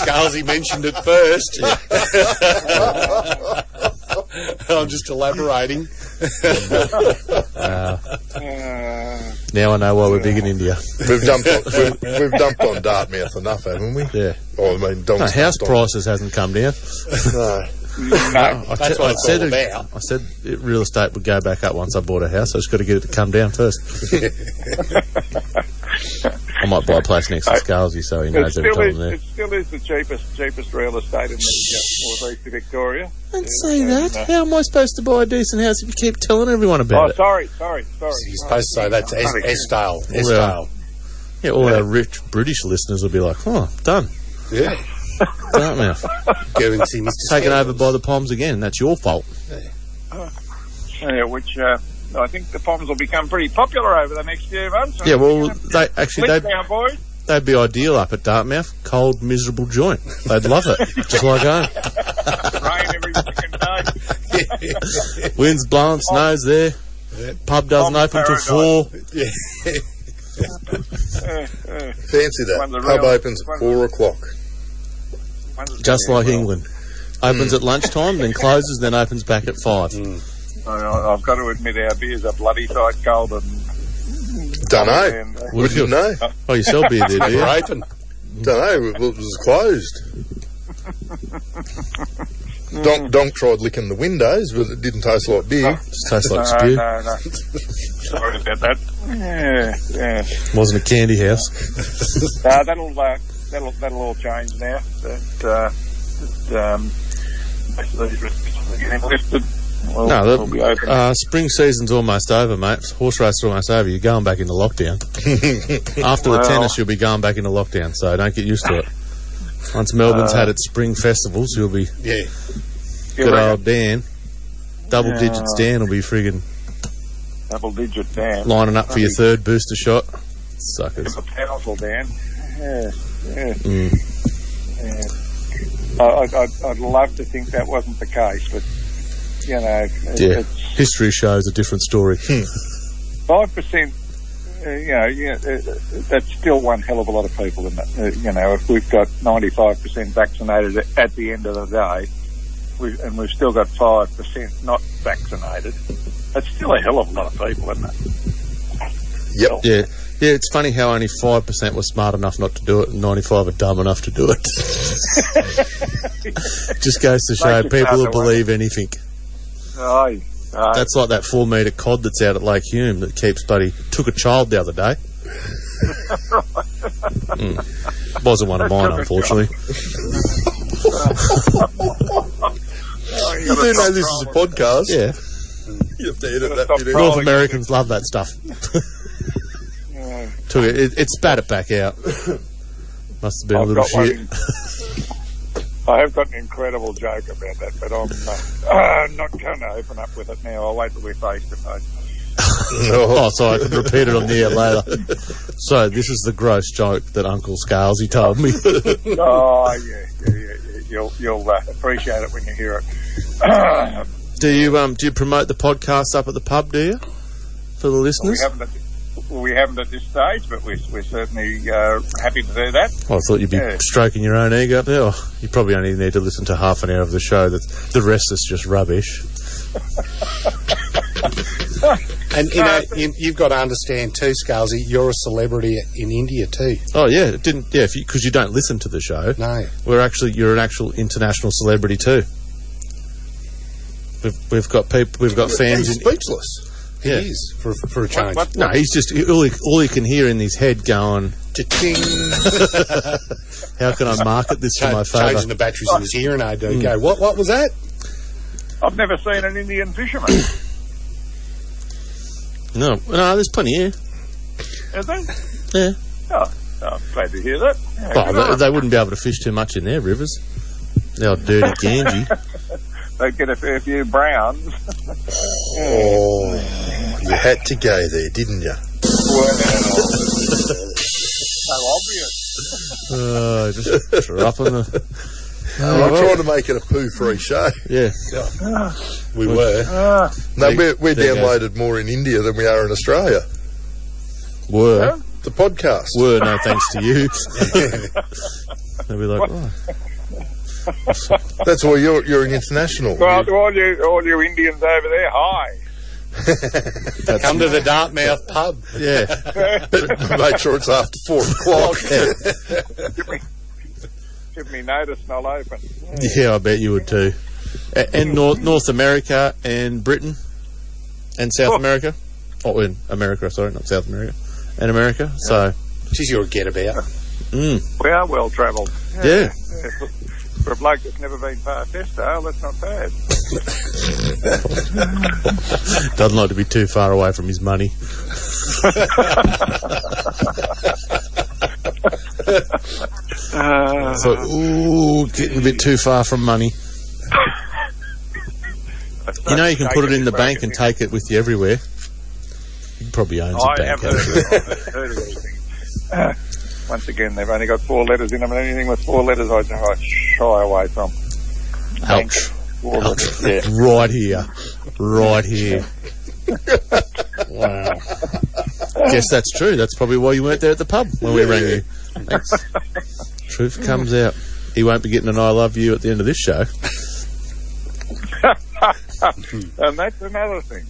C: Scalzi mentioned it first. I'm just elaborating.
G: Uh,
B: Now I know why we're big in India.
D: We've dumped on, we've, we've dumped on Dartmouth enough, haven't we?
B: Yeah.
D: Oh, I mean, Dom's
B: No, house
D: dumped on-
B: prices hasn't come down.
D: No.
G: no,
B: I
C: That's
B: said-
C: what
B: I
C: it's
B: said
C: all
B: it-
C: about.
B: I said it, real estate would go back up once I bought a house. I just got to get it to come down first. I might buy a place next to Scalzi so he
G: it
B: knows every time
G: still,
B: I'm
G: is,
B: there.
G: it still is the cheapest cheapest real estate in the uh, northeast of Victoria.
B: Don't
G: say that.
B: How am I supposed to buy a decent house if you keep telling everyone
G: Oh,
B: about it?
G: sorry, sorry, sorry.
C: He's supposed to say that's Es-
G: Sorry.
C: Estale.
B: Well,
C: Estale.
B: Yeah, all our rich British listeners will be like, "Huh, done."
C: Yeah.
B: Dartmouth
C: Go and see Mr.
B: taken over by the Poms again. That's your fault.
G: Yeah, which uh, I think the Poms will become pretty popular over the next few months.
B: Yeah, well, they actually
G: Click
B: they
G: now, boys.
B: they'd be ideal up at Dartmouth. Cold, miserable joint. They'd love it, just like home.
G: Rain every second day.
B: Wind's blowing, snow's there. Pub doesn't
G: Palm
B: open till
G: paradise.
B: four.
G: Uh, uh,
D: Fancy that.
G: One of the
D: Pub
G: real-
D: opens at
G: one-
D: 4 o'clock.
G: one's-
B: Just
G: yeah,
B: like
G: well, Hmm.
B: England. Opens at lunchtime, then closes, then opens back at five.
G: I- I, I've got to admit, our beers are bloody tight, cold, and,
D: Dunno.
G: and uh,
B: Would
D: Wouldn't know.
B: Oh, you sell beer there, do you?
C: We're open.
D: Dunno. It was closed.
G: Hmm.
D: Donk, Donk tried licking the windows, but it didn't taste like beer.
B: Just tastes like
G: no,
B: spew.
G: no, no. Sorry about that. Yeah, yeah.
B: Wasn't a candy house.
G: Uh, that'll uh, that'll that'll all change now. That uh, that um, most of these restrictions are getting lifted. We'll,
B: No, that-
G: we'll be open.
B: Uh, spring season's almost over, mate. Horse race is almost over. You're going back into lockdown. After the
G: Well.
B: tennis, you'll be going back into lockdown, so don't get used to it. Once Melbourne's had its spring festivals, you'll be
D: Yeah.
G: Uh. You
B: good
G: reckon?
B: old Dan. Double digits Dan will be friggin'
G: double digit down.
B: lining up for your third booster shot. Suckers. Hmm.
G: It's a powerful Dan. Yeah, yeah. yeah. I, I'd, I'd, I'd love to think that wasn't the case, but you know, it,
B: Yeah.
G: it's
B: History shows a different story.
G: Hmm. five percent. Uh, you know, yeah, uh, uh, that's still one hell of a lot of people, isn't it? Uh, you know, if we've got ninety-five percent vaccinated at the end of the day, we, and we've still got five percent not vaccinated, that's still a hell of a lot of people, isn't it?
D: Yep.
B: Yeah. Yeah, it's funny how only 5% were smart enough not to do it and 95 are dumb enough to do it. Just goes to show
G: Like your
B: people will
G: father, wasn't
B: believe anything.
G: Aye, aye.
B: That's like that four metre cod that's out at Lake Hume that keeps buddy took a child the other day. Mm. Wasn't one of mine, unfortunately.
D: You do know this is a podcast.
B: Yeah,
D: You have to edit
G: Gotta
D: that
G: stop
D: bit out.
B: North Americans love that stuff. Took it, it, it spat it back out. Must have been a
G: I've
B: little
G: got one
B: shit.
G: in- I have got an incredible joke about that, but I'm uh, not going to open up with it now. I'll wait till we're face to face.
B: Oh, so I could repeat it on the air later. So this is the gross joke that Uncle Scales he told me.
G: Oh, yeah, yeah, yeah, yeah. You'll, you'll uh, appreciate it when you hear it.
B: do you um do you promote the podcast up at the pub? Do you for the
G: we,
B: listeners?
G: haven't at, we haven't at this stage, but we're, we're certainly uh, happy to do that.
B: Well, Oh, I thought you'd be
G: Yeah.
B: stroking your own ego up there. Oh, you probably only need to listen to half an hour of the show. That the rest is just rubbish.
C: And you know, you, you've got to understand too, Scalzi, you're a celebrity in India too.
B: Oh yeah, it didn't yeah because you, 'cause you don't listen to the show.
C: No.
B: We're actually you're an actual international celebrity too. We've, we've got people. We've got fans.
D: He's
B: In,
D: speechless.
C: He
B: Yeah.
C: is, for, for a change.
G: What,
B: no, he's just all he, all he can hear in his head going.
D: Cha-ching.
B: How can I market this to
C: Cha-
B: my
C: changing
B: favour?
C: the batteries in his hearing aid. Don't go, what, what was that?
G: I've never seen an Indian fisherman,
B: No, no, there's plenty here.
G: is there?
B: Yeah.
G: Oh, I'm glad to hear that. Yeah,
B: Well, Oh,
G: good
B: they,
G: on 'em.
B: they wouldn't be able to fish too much in their rivers. They are dirty Ganges.
G: they get a fair few browns.
D: Oh, you had to go there, didn't you?
G: Well, so obvious.
B: Uh, just dropping the
D: I'm trying to make it a poo-free show.
B: yeah. Oh,
D: We were.
G: Ah,
D: No,
B: There-
D: we're, we're
B: there you go.
D: downloaded more in India than we are in Australia.
B: Were
D: The podcast.
B: were no thanks to you. They'd be like, oh,
D: That's why you're you're an international.
G: well, to all you, all you Indians over there, hi.
C: Come to the Dartmouth pub.
B: yeah,
D: Make sure it's after four o'clock.
G: Give me notice and I'll open.
B: yeah. I bet you would too. A- And North North America and Britain and South
G: Oh.
B: America. Oh, in America, sorry, not South America. And America. So mm,
C: Geez, you're a get about.
G: We are well travelled.
B: yeah,
G: For a bloke that's never been far Testale, that's not bad.
B: doesn't like to be too far away from his money.
G: Uh,
B: So ooh, getting a bit too far from money. You know, you can put it in the bank and take it with you everywhere. He probably owns a
G: I have
B: bank.
G: heard,
B: actually.
G: of- I've heard of these things. Uh, once again, they've only got four letters in them, and anything with four letters I, I shy away from. Bank.
B: Ouch.
G: Four letters.
B: Ouch. Right here. Right here. wow. Guess that's true. That's probably why you weren't there at the pub when we rang you. Thanks. Truth comes out. He won't be getting an I love you at the end of this show.
G: And Um, that's another thing.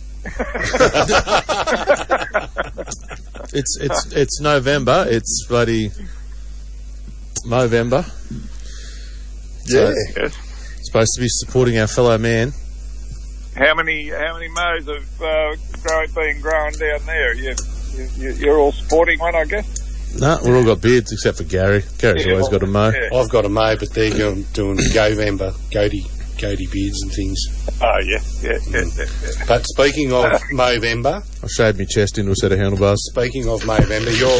B: It's it's it's November. It's bloody November.
D: yeah.
B: Supposed to be supporting our fellow man.
G: How many how many mows of uh, grow, being grown down there? You You, you, you're all sporting one, I guess.
B: No, we've all got beards except for Gary. Gary's
G: Yeah,
B: always got a mo.
G: yeah.
C: I've got a mow, but they're going, doing Govember, goatee, goatee beards and things. Mm.
G: Oh yeah, yeah, yeah, yeah. yeah. Uh,
C: But speaking of Movember,
B: I shaved my chest into a set of handlebars.
C: speaking of Movember, your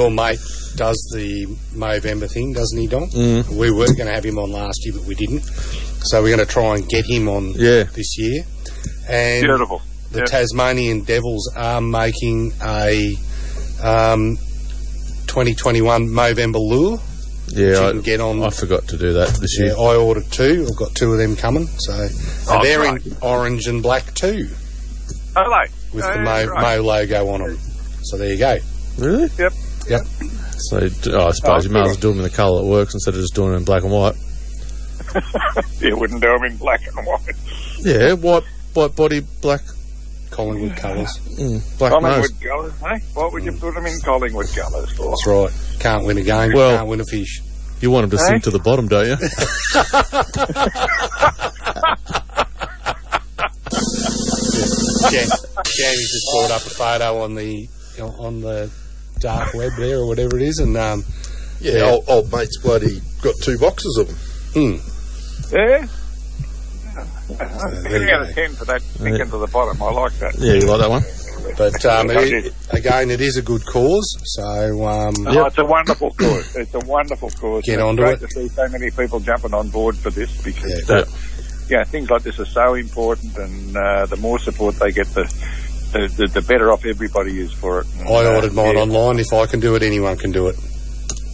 C: your mate does the Movember thing, doesn't he, Don?
B: Mm.
C: We were going to have him on last year, but we didn't. So we're going to try and get him on
B: Yeah.
C: this year. And
G: Beautiful.
C: the
G: Yeah.
C: Tasmanian Devils are making a um, 2021 Movember lure.
B: Yeah,
C: you
B: I,
C: can get on.
B: I forgot to do that this
C: Yeah,
B: year.
C: I ordered two. I've got two of them coming. So and
G: Oh,
C: they're
G: right.
C: in orange and black too,
G: Hello.
C: with
G: Oh,
C: the Mo,
G: right.
C: Mo logo on them. So there you go.
B: Really?
G: Yep.
C: Yep.
B: So d- oh, I
G: Oh,
B: suppose you might as well do them in the colour that works instead of just doing it in black and white.
G: You wouldn't do them in black and white.
B: Yeah, white, white body, black,
C: Collingwood colours.
B: mm, black nose.
G: Collingwood colours, eh? What would you put them in Collingwood colours for?
C: That's right. Can't win a game.
B: Well-
C: can't win a fish.
B: You want them to
G: Eh?
B: sink to the bottom, don't you?
C: Jan, Jan has just brought up a photo on the on the dark web there or whatever it is, and um,
D: Yeah,
C: Yeah. Hmm.
D: Old, old mate's bloody got two boxes of them.
G: Yeah.
C: there
G: Three
C: you
G: out of Eh? ten for that sinking to the bottom. I like that.
B: yeah, you like that one?
C: but um,
G: I
C: it,
G: did.
C: again, it is a good cause. So um,
G: Oh, it's a wonderful cause. It's a wonderful cause.
C: Get
G: It's
C: onto
G: great
C: it.
G: to see so many people jumping on board for this because
C: Yeah.
G: yeah, yeah things like this are so important, and uh, the more support they get, the the, the, the better off everybody is for it. And,
C: I
G: uh,
C: ordered mine
G: yeah.
C: online. If I can do it, anyone can do it.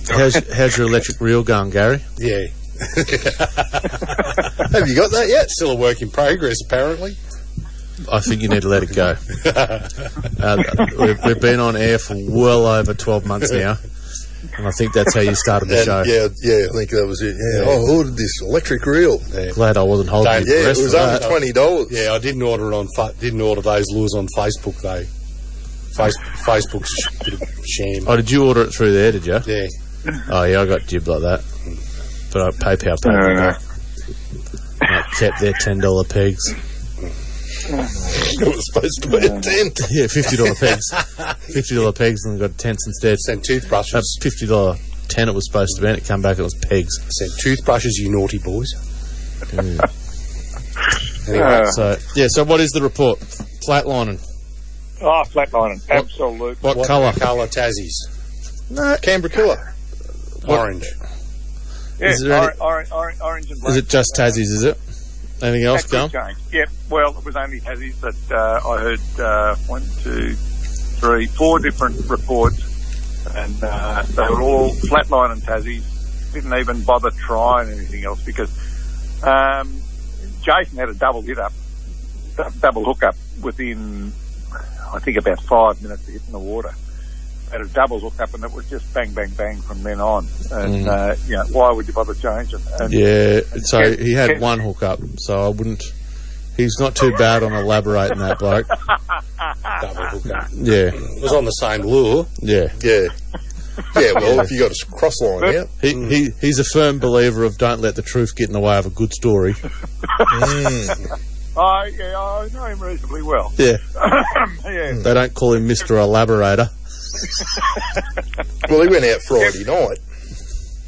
B: How's, how's your electric reel going, Gary?
C: Yeah,
D: Have you got that yet?
C: still a work in progress, apparently.
B: I think you need to let it go. Uh, we've, we've been on air for well over 12 months now, and I think that's how you started the
D: And,
B: show.
D: Yeah, yeah, I think that was it. Yeah, I ordered this electric reel.
B: Glad I wasn't holding
C: Don't-
B: you
D: Yeah,
B: breath
D: it
B: for
D: was
B: that.
D: only twenty dollars.
C: Yeah, I didn't order it on fa- didn't order those lures on Facebook though. Face- Facebook's a bit of a sham.
B: Oh, did you order it through there, did you?
C: yeah,
B: Oh, yeah, I got jib like that. But I PayPal paid
G: No,
B: me
G: no, no.
B: back. And I kept their $10 pegs.
D: It was supposed to be a ten.
B: Yeah, $50 pegs. $50 pegs, and I got tents instead.
C: sent
B: That
C: toothbrushes.
B: $50 tent it was supposed to be, and it came back, it was pegs.
C: Sent toothbrushes, you naughty boys. anyway,
G: Uh,
B: So, yeah, so what is the report? Flatlining.
G: oh, flatlining, absolute.
B: What,
C: what
B: colour?
C: Colour Tassies.
D: No, Canberra killer.
C: Orange.
G: Yeah,
B: Is there any-
G: or- or- or- orange and black.
B: Is it just Tassie's, is it? Anything else,
G: That
B: Gum?
G: could change. Yep. Well, it was only Tassie's that uh, I heard uh, one, two, three, four different reports, and uh, they were all flatline and Tassie's. Didn't even bother trying anything else because um, Jason had a double hit up, d- double hook up within, I think, about five minutes of hitting the water. Had a double hook up, and it was just bang, bang, bang from then on. And uh, you know, why would you bother changing?
B: Mm.
G: And
B: Yeah, so
G: Yeah,
B: he had
G: yeah.
B: one hookup, so I wouldn't. He's not too bad on elaborating that bloke.
C: Double hooker.
B: Yeah,
C: It was on the same lure.
B: yeah.
D: Yeah. Yeah, well, if you got a s- cross line out,
B: He, he he's a firm believer of don't let the truth get in the way of a good story. Hmm.
G: I, yeah, I know him reasonably well.
B: Yeah,
D: Mm.
G: yeah.
B: they don't call him Mister Elaborator.
D: well, he went out Friday night.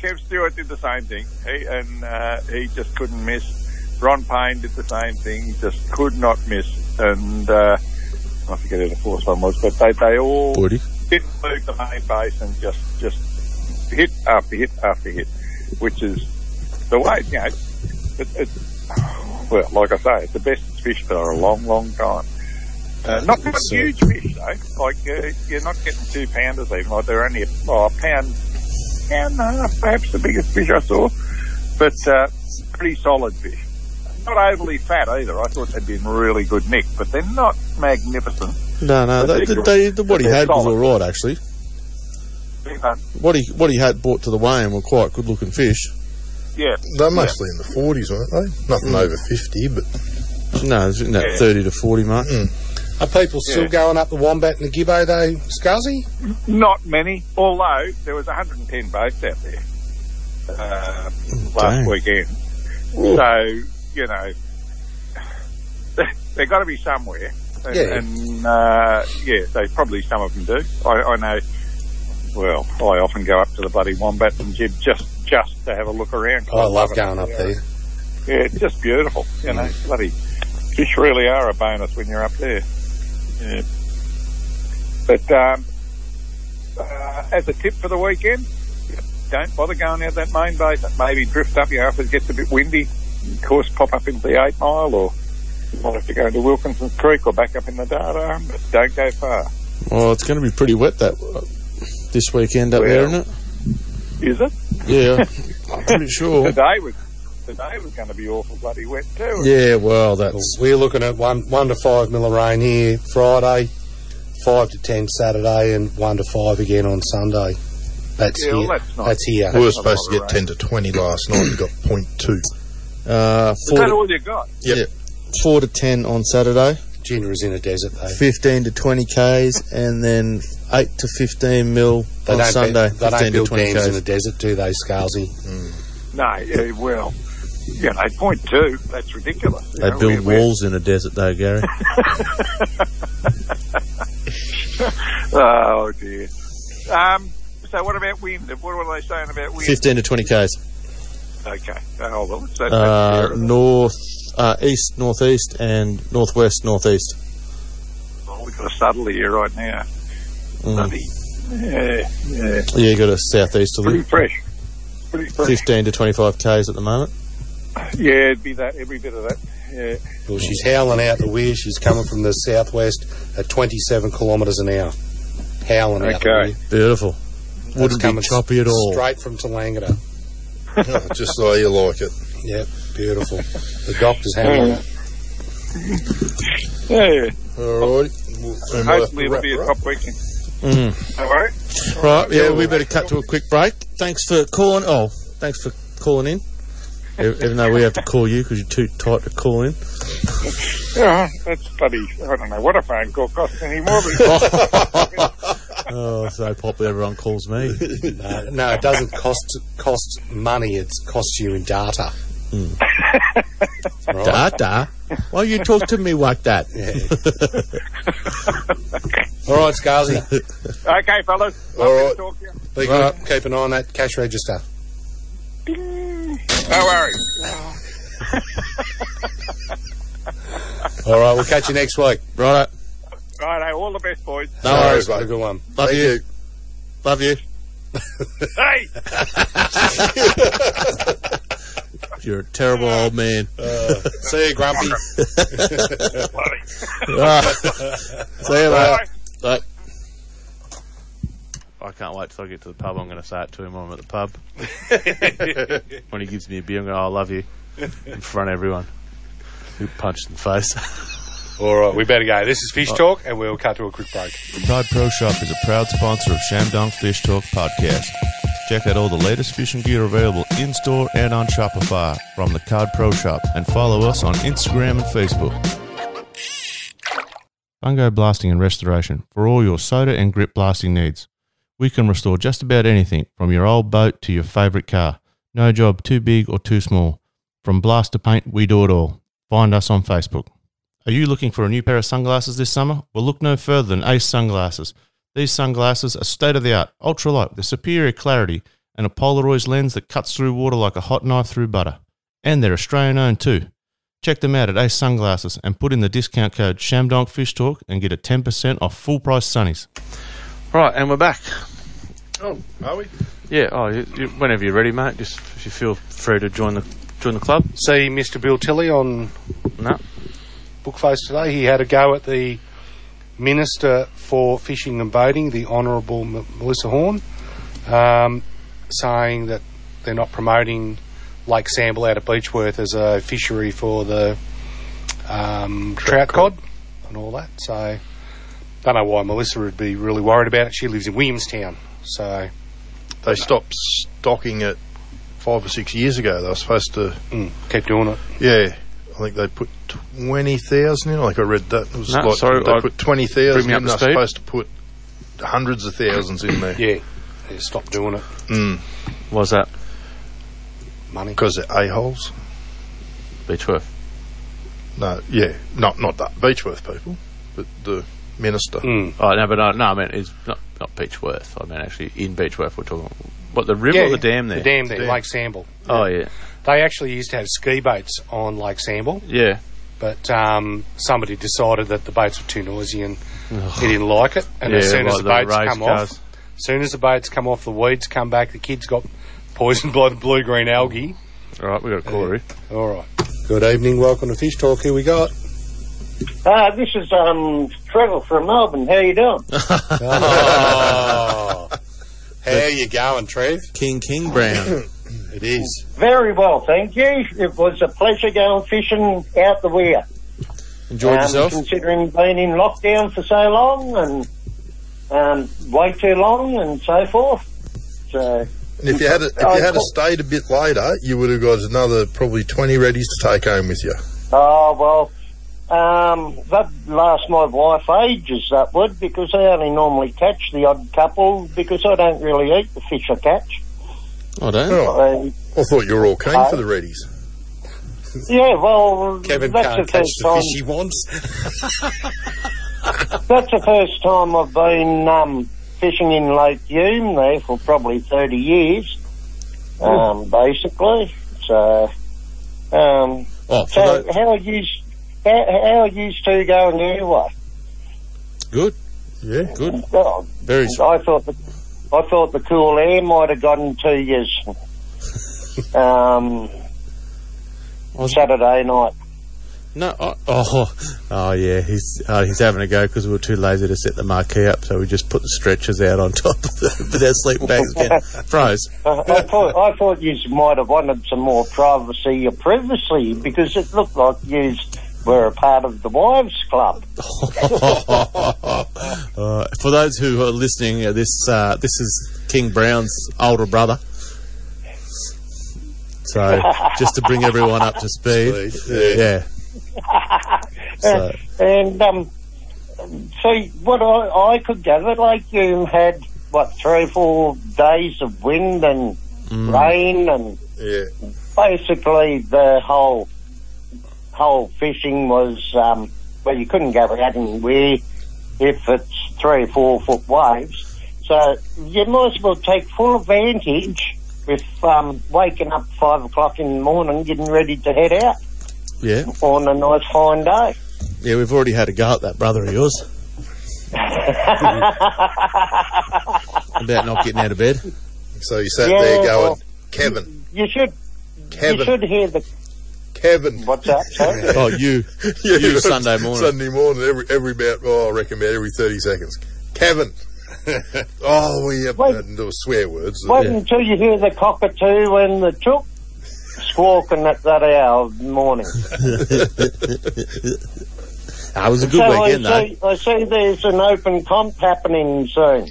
G: Kev Stewart did the same thing. He and uh, he just couldn't miss. Ron Payne did the same thing. Just could not miss. And uh, I forget who the fourth one was, but they, they all
B: Woody.
G: didn't move the main base and just just hit after hit after hit, which is the way. You know, it, it, well, like I say, it's the best it's fished for a long, long time. Uh, not not huge fish though. Like uh, you're not getting two pounders even. Like they're only a, oh, a pound, pound and a half, perhaps the biggest fish I saw. But uh, pretty solid fish. Not overly fat either. I thought they'd been really good nick, but they're not magnificent.
B: No, no. They, they, they, the, what he had was all right actually.
G: They're not-
B: What he what he had brought to the weigh-in were quite good looking fish.
G: Yeah,
D: They're mostly in the forties, weren't they? Nothing
B: Mm.
D: over fifty, but
B: Hmm. No, it's in that
G: Yeah.
B: thirty to forty mark.
C: Are people still
G: Yeah.
C: going up the Wombat and the Gibbo though, Scuzzy?
G: Not many, although there was 110 boats out there uh, last
B: Dang.
G: weekend. So you know, they have got to be somewhere. And,
D: Yeah.
G: and uh, yeah, they probably some of them do. I, I know. Well, I often go up to the bloody Wombat and Jib just just to have a look around. 'cause
C: Oh, I love
G: it.
C: going up there. Mm.
G: Yeah, it's just beautiful. You know, bloody fish really are a bonus when you're up there. Yeah. But um, uh, as a tip for the weekend, don't bother going out that main basin. Maybe drift up, you know, if it gets a bit windy. Of course, pop up into the Eight Mile, or you might have to go into Wilkinson's Creek, or back up in the Data. But don't go far.
B: Well, it's going to be pretty wet that uh, this weekend up there, isn't it?
G: Is it?
B: Yeah, I'm pretty sure.
G: Today was today was going to be awful bloody wet too.
B: Yeah, well, that's
C: We're looking at one one to five mil of rain here Friday, five to ten Saturday, and one to five again on Sunday. That's
G: Yeah, well,
C: here.
G: that's nice.
C: here.
D: We were
G: That's a lot
D: supposed to
G: of
D: get 10 to 20 last night and got 0.2.
B: uh,
G: Is
B: four,
G: that
B: to,
G: all you got?
B: four to ten on Saturday,
C: Jinder is in a desert though.
B: fifteen to twenty k's, and then eight to fifteen mil
C: They
B: on
C: don't
B: Sunday,
C: build, they
B: fifteen
C: don't
B: to
C: build
B: twenty
C: dams in the
B: k's.
C: desert, do they, Scarsy?
D: Mm.
G: No, yeah, well, you know, point two, that's ridiculous. You
B: They
G: know,
B: build
G: we're-
B: walls in the desert, though, Gary.
G: we're- Oh, dear. Um, so what about wind? What are they saying about wind?
B: Fifteen to twenty k's,
G: Okay. Oh, well, it's that,
B: uh,
G: that's
B: north, uh, east, northeast, and northwest, northeast.
G: terrible. We've got a subtle here right now.
B: Mm.
G: Bloody- Yeah, yeah.
B: Yeah, you got a southeasterly.
G: Pretty fresh. Pretty fresh.
B: Fifteen to twenty-five k's at the moment.
G: Yeah, it'd be that, every bit of that. Yeah.
C: Well, she's howling out the weir. She's coming from the southwest at 27 kilometres an hour. Howling out the
G: Okay.
C: weir.
B: Beautiful. Wouldn't be
C: coming s-
B: choppy at all.
C: Straight from Tolangata.
D: Oh, just the way you like it.
C: Yep, beautiful. The doctor's hanging out.
G: Yeah.
D: All right. We'll- we might have to
G: Hopefully it'll
D: wrap
G: be
D: her
G: a
D: up.
G: top weekend. All right.
B: Mm. Right, yeah, we better cut to a quick break. Thanks for calling. Oh, thanks for calling in. E- Even though we have to call you because you're too tight to call in.
G: Yeah, that's bloody, I don't know what a phone call costs anymore, but
B: Oh, so popular, everyone calls me.
C: No, no, it doesn't cost cost money. It costs you in data. Right.
B: Da da. Hmm. Why you talk to me like that?
C: All right, Scarsy.
G: okay, fellas.
D: All
G: lovely to
D: right.
G: talk to you.
C: Be good. Keep an eye on that cash register.
G: No worries.
C: All right, we'll catch you next week.
B: Right,
G: Righto, all the best, boys.
B: no
D: Sorry,
B: worries.
D: mate.
C: Have a good one.
B: Love
D: Thank
B: you.
D: you.
B: Love you.
G: Hey!
B: You're a terrible old man.
C: See you, Grumpy.
B: Right. See you later. Bye.
F: I can't wait till I get to the pub. I'm going to say it to him when I'm at the pub. when he gives me a beer, I'm going to, I love you. In front of everyone. Who punched in the face.
C: All right, we better go. This is Fish Talk, and we'll cut to a quick break.
A: Cod Pro Shop is a proud sponsor of Shamdong Fish Talk podcast. Check out all the latest fishing gear available in store and on Shopify from the Cod Pro Shop and follow us on Instagram and Facebook. Fungo Blasting and Restoration for all your soda and grip blasting needs. We can restore just about anything from your old boat to your favorite car. No job too big or too small. From blast to paint, we do it all. Find us on Facebook. Are you looking for a new pair of sunglasses this summer? Well, look no further than Ace Sunglasses. These sunglasses are state of the art, ultralight with superior clarity and a Polaroid lens that cuts through water like a hot knife through butter. And they're Australian owned too. Check them out at Ace Sunglasses and put in the discount code ShamDonkFishTalk and get a 10% off full price sunnies.
F: Right, and we're back.
D: Oh, are we?
F: Yeah, oh, you, you, whenever you're ready, mate, just if you feel free to join the join the club.
C: See Mr. Bill Tilley on
F: No.
C: Bookface today. He had a go at the Minister for Fishing and Boating, the Honourable M- Melissa Horn, um, saying that they're not promoting Lake Sample out at Beechworth as a fishery for the um, trout cod and all that. So, don't know why Melissa would be really worried about it. She lives in Williamstown, so
D: They stopped stocking it five or six years ago. They were supposed to,
C: mm, keep doing it.
D: yeah. I think they put 20,000 in. Like I read that. It was
F: No,
D: like
F: sorry,
D: they
F: I-
D: put
F: bring
D: 20,000
F: me up to
D: in. They're
F: speed.
D: supposed to put hundreds of thousands in there
C: Yeah, yeah stop doing it.
D: Hmm.
F: Was that
C: Money.
D: because they're a-holes.
F: Beechworth?
D: No, yeah. Not, not that. Beechworth people. but the minister.
C: Mm.
F: Oh no, but no, no, I mean it's not not Beechworth. I mean actually in Beechworth we're talking. What the river or the dam there?
C: The dam there, Lake Samble.
F: Oh yeah,
C: They actually used to have ski boats on Lake Samble,
F: yeah.
C: but um, somebody decided that the boats were too noisy and he didn't like it. And as
F: Yeah,
C: soon
F: like
C: as the
F: the
C: boats
F: race
C: come
F: cars.
C: off, soon as the boats come off, the weeds come back. The kids got poisoned by the blue green algae.
F: All right, we got a caller. here.
C: All right. Good evening. Welcome to Fish Talk. Here we got.
H: Uh, this is um, Trevor from Melbourne. How you doing?
C: Oh. How you going, Trev?
B: King King Brown.
C: It is.
H: Very well, thank you. It was a pleasure going fishing out the weir.
B: Enjoyed
H: um,
B: yourself?
H: Considering being in lockdown for so long and um, way too long and so forth. So
D: And if you had a, if you had a
H: Oh,
D: stayed a bit later, you would have got another probably twenty readies to take home with you.
H: Oh, well, um, that lasts my wife ages, that would, because I only normally catch the odd couple because I don't really eat the fish I catch.
B: I don't.
D: Oh,
H: I,
D: I thought you were all keen for the readies.
H: yeah, well,
C: Kevin
H: that's
C: can't
H: the
C: catch
H: first
C: the
H: time,
C: fish he wants.
H: that's the first time I've been um, fishing in Lake Hume there for probably 30 years, um, basically. So, um,
B: Oh, for
H: so
B: tho-
H: how are you, how, how are you two going anyway?
B: good.
D: Yeah.
B: Good.
H: Well,
B: Very. s-
H: I thought the I thought the cool air might have gotten to you um,
B: I was-
H: Saturday night.
B: No. I, oh. Oh yeah. He's oh, he's having a go because we were too lazy to set the marquee up, so we just put the stretchers out on top of the, with our sleep bags down. Froze.
H: I, I thought I thought you might have wanted some more privacy or privacy because it looked like you were a part of the wives' club.
B: Uh, for those who are listening, uh, this uh, this is King Brown's older brother. So just to bring everyone up to speed, yeah. So,
H: And um, see what I, I could gather, like you had what three or four days of wind and
D: Hmm.
B: Mm.
H: rain and
D: Yeah.
H: basically the whole whole fishing was um, well you couldn't go out anywhere if it's three or four foot waves. So you might as well take full advantage with um, waking up five o'clock in the morning, getting ready to head out
B: yeah,
H: on a nice fine day.
B: yeah. We've already had a go at that brother of yours about not getting out of bed.
D: So you sat
H: Yeah,
D: there going,
H: well-
D: Kevin,
H: you should you
D: Kevin,
H: should hear the
D: Kevin.
H: what's that? sorry?
B: Oh, you,
D: Yeah,
B: you Sunday morning.
D: Sunday morning, every every about oh, I reckon about every thirty seconds. Kevin. oh, we have
H: Wait.
D: uh, there were swear words.
H: Wait until you hear the cockatoo and the chook squawking at that hour of the morning.
B: That Ah, was a good
H: so
B: weekend
H: I
B: though.
H: see, I see there's an open comp happening soon.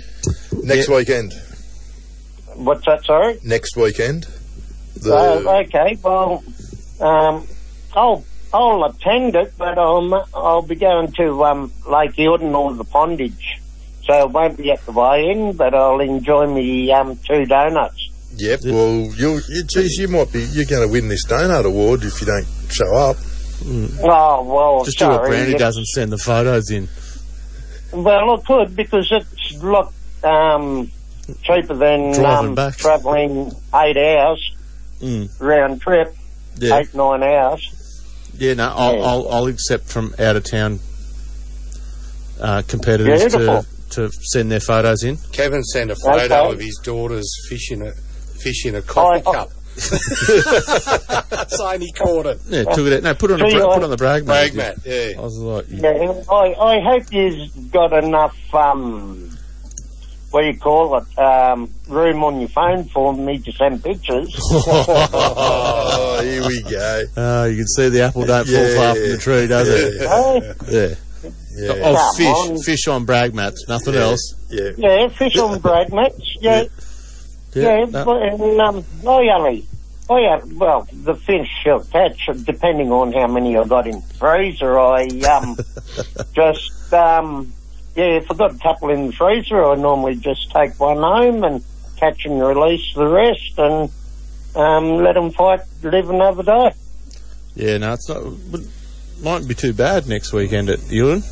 D: Next weekend.
H: What's that, sorry?
D: Next weekend. The,
H: Uh, okay, well, um, I'll, I'll attend it, but um, I'll be going to um, Lake Eildon or the Pondage. So I won't be at the weigh in, but I'll enjoy me um, two donuts.
D: Yep. Well, you, you, geez, you might be. You're going to win this donut award if you don't show up.
H: Oh, well,
B: Mm. Just do what
H: sorry.
B: Brandy doesn't send the photos in.
H: Well, I could because it's a lot um, cheaper than
B: Driving
H: um,
B: back.
H: travelling eight hours
B: Mm.
H: round trip,
B: Yeah,
H: eight, nine hours.
B: yeah. No, I'll, I'll, I'll accept from out of town uh, competitors to
H: Beautiful.
B: to send their photos in.
C: Kevin sent a photo
H: Okay.
C: of his daughter's fish in a fish in a coffee
H: Oh, I-
C: cup. Saying he caught it.
B: Yeah, took it out. No, put it on, a
H: Tell you
B: bra-
H: what.
B: put it on the brag, mate.
C: Bragmat,
B: I
C: yeah.
B: was like, you-
H: Yeah, I, I hope you've got enough, um, what do you call it, um, room on your phone for me to send pictures.
D: Oh, here we go.
B: Ah, you can see the apple don't
D: Yeah.
B: fall far from the tree, does it?
H: eh?
B: Yeah.
D: Yeah.
B: Oh,
H: Come
B: fish,
H: on.
B: fish on brag mats, nothing else.
D: Yeah.
H: Yeah, fish on bread, match. Yeah, yeah.
B: no.
H: but, and, um, I only, I, only- well, the fish I'll catch, depending on how many I got in the freezer, I, um, just, um, yeah, if I got a couple in the freezer, I normally just take one home and catch and release the rest and, um, let them fight, live another day.
B: Yeah, no, it's not. But mightn't be too bad next weekend at Ewan.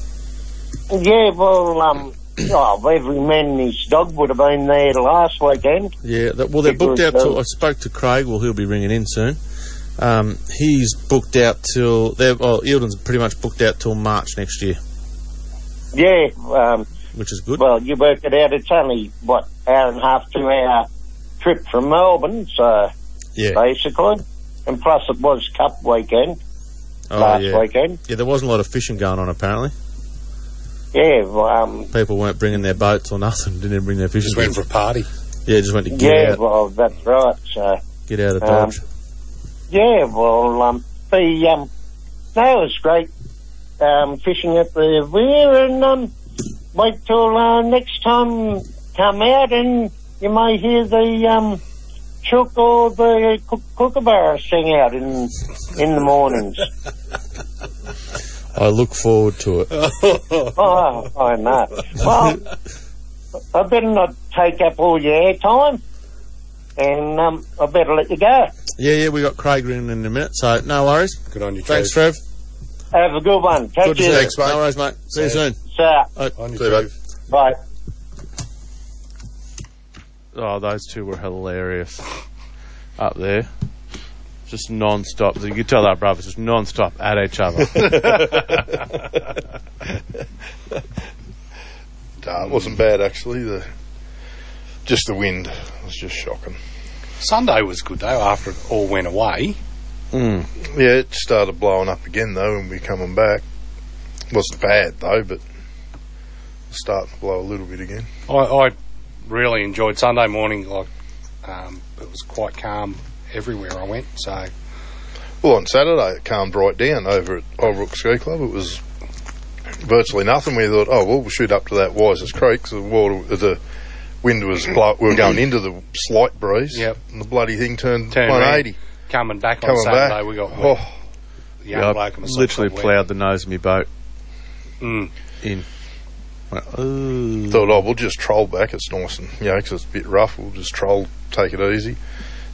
H: Yeah, well, um, oh, every man and his dog would have been there last weekend.
I: Yeah, that, well, they're booked out
H: Because,
I: till.
H: um,
I: I spoke to Craig. Well, he'll be ringing in soon. Um, he's booked out till. They're, oh, Eildon's pretty much booked out till March next year,
H: Yeah, um,
I: which is good.
H: well, you work it out. It's only, what, hour and a half, two hour trip from Melbourne, so
I: yeah.
H: basically. And plus, it was Cup weekend,
I: Oh,
H: last
I: yeah.
H: weekend.
I: Yeah, there wasn't a lot of fishing going on apparently.
H: Yeah, well, um,
I: People weren't bringing their boats or nothing. Didn't even bring their fishing.
C: Just went for a party.
I: yeah, just went to get
H: yeah,
I: out,
H: well, that's right, so.
I: get out of
H: um,
I: Dodge.
H: Yeah, well, um, the um, no, it was great um, fishing at the weir, and um, wait till uh, next time come out, and you may hear the um, chook or the cook- kookaburra sing out in in the mornings.
I: I look forward to it.
H: oh, I know. Well, I better not take up all your airtime, and um, I better let you go.
I: Yeah, yeah, we got Craig ringing in a minute, so no worries.
C: Good on you,
I: Thanks,
C: Trev.
I: Trev.
H: Have a good one. Take
I: Good to see you.
H: care.
D: Thanks, mate.
I: No worries, mate. See you soon.
H: So,
C: On you,
D: See you,
C: Trev.
D: bud.
H: bye.
B: Oh, those two were hilarious up there. Just non-stop. You could tell that brothers just non-stop at each other.
D: Nah, it wasn't bad actually. The just the wind was just shocking.
C: Sunday was good though. After it all went away,
B: Hmm.
D: Yeah, it started blowing up again though, and we coming back. wasn't bad though, but it's starting to blow a little bit again.
C: I, I really enjoyed Sunday morning. Like um, it was quite calm everywhere I went. So
D: Well, on Saturday it calmed right down over at Old Rook Ski Club. It was virtually nothing. We thought, oh well, we'll shoot up to that Wises Creek. So the water, the wind was blow, we were going into the slight breeze.
C: Yep.
D: And the bloody thing turned,
C: Turned round.
D: 180
C: coming back
D: coming
C: on Saturday,
D: back.
C: we got wet.
D: oh,
C: The young
B: I
C: bloke and myself
B: literally
C: got wet.
B: ploughed the nose of my boat
C: Mm.
B: in. Went, "Ooh."
D: thought, oh, we'll just troll back. It's nice and you know, 'cause it's a bit rough. We'll just troll, take it easy.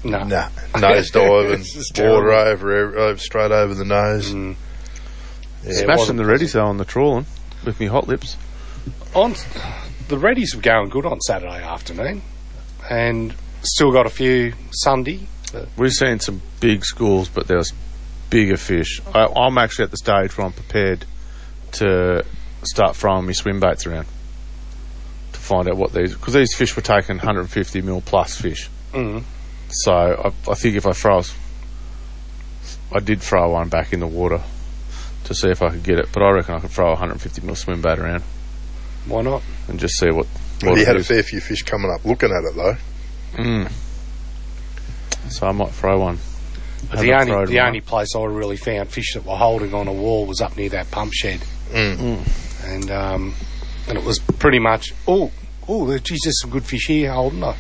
C: No.
D: Nah, nose dive and
C: This is
D: water
C: terrible.
D: over, over straight over the nose.
C: Mm.
D: Yeah,
B: Smashing the ready cell on the trawling with me hot lips.
C: on the Reddies were going good on Saturday afternoon, and still got a few Sunday.
B: We've seen some big schools, but there was bigger fish. I, I'm actually at the stage where I'm prepared to start throwing my swim baits around to find out what these because these fish were taking 150 mil plus fish.
J: Mm-hmm.
C: Mm.
B: So I, I think if I throw, a s- I did throw one back in the water to see if I could get it, but I reckon I could throw a 150 mil swim bait around
C: Why not?
B: and just see what.
D: Well,
B: what
D: you
B: it
D: had a
B: is.
D: fair few fish coming up looking at it though.
B: Mm. So I might throw one.
C: But
B: Have
C: the
B: a
C: only
B: throw
C: the
B: tomorrow.
C: only place I really found fish that were holding on a wall was up near that pump shed,
D: Mm.
C: and um, and it was pretty much oh oh geez, there's some good fish here holding. I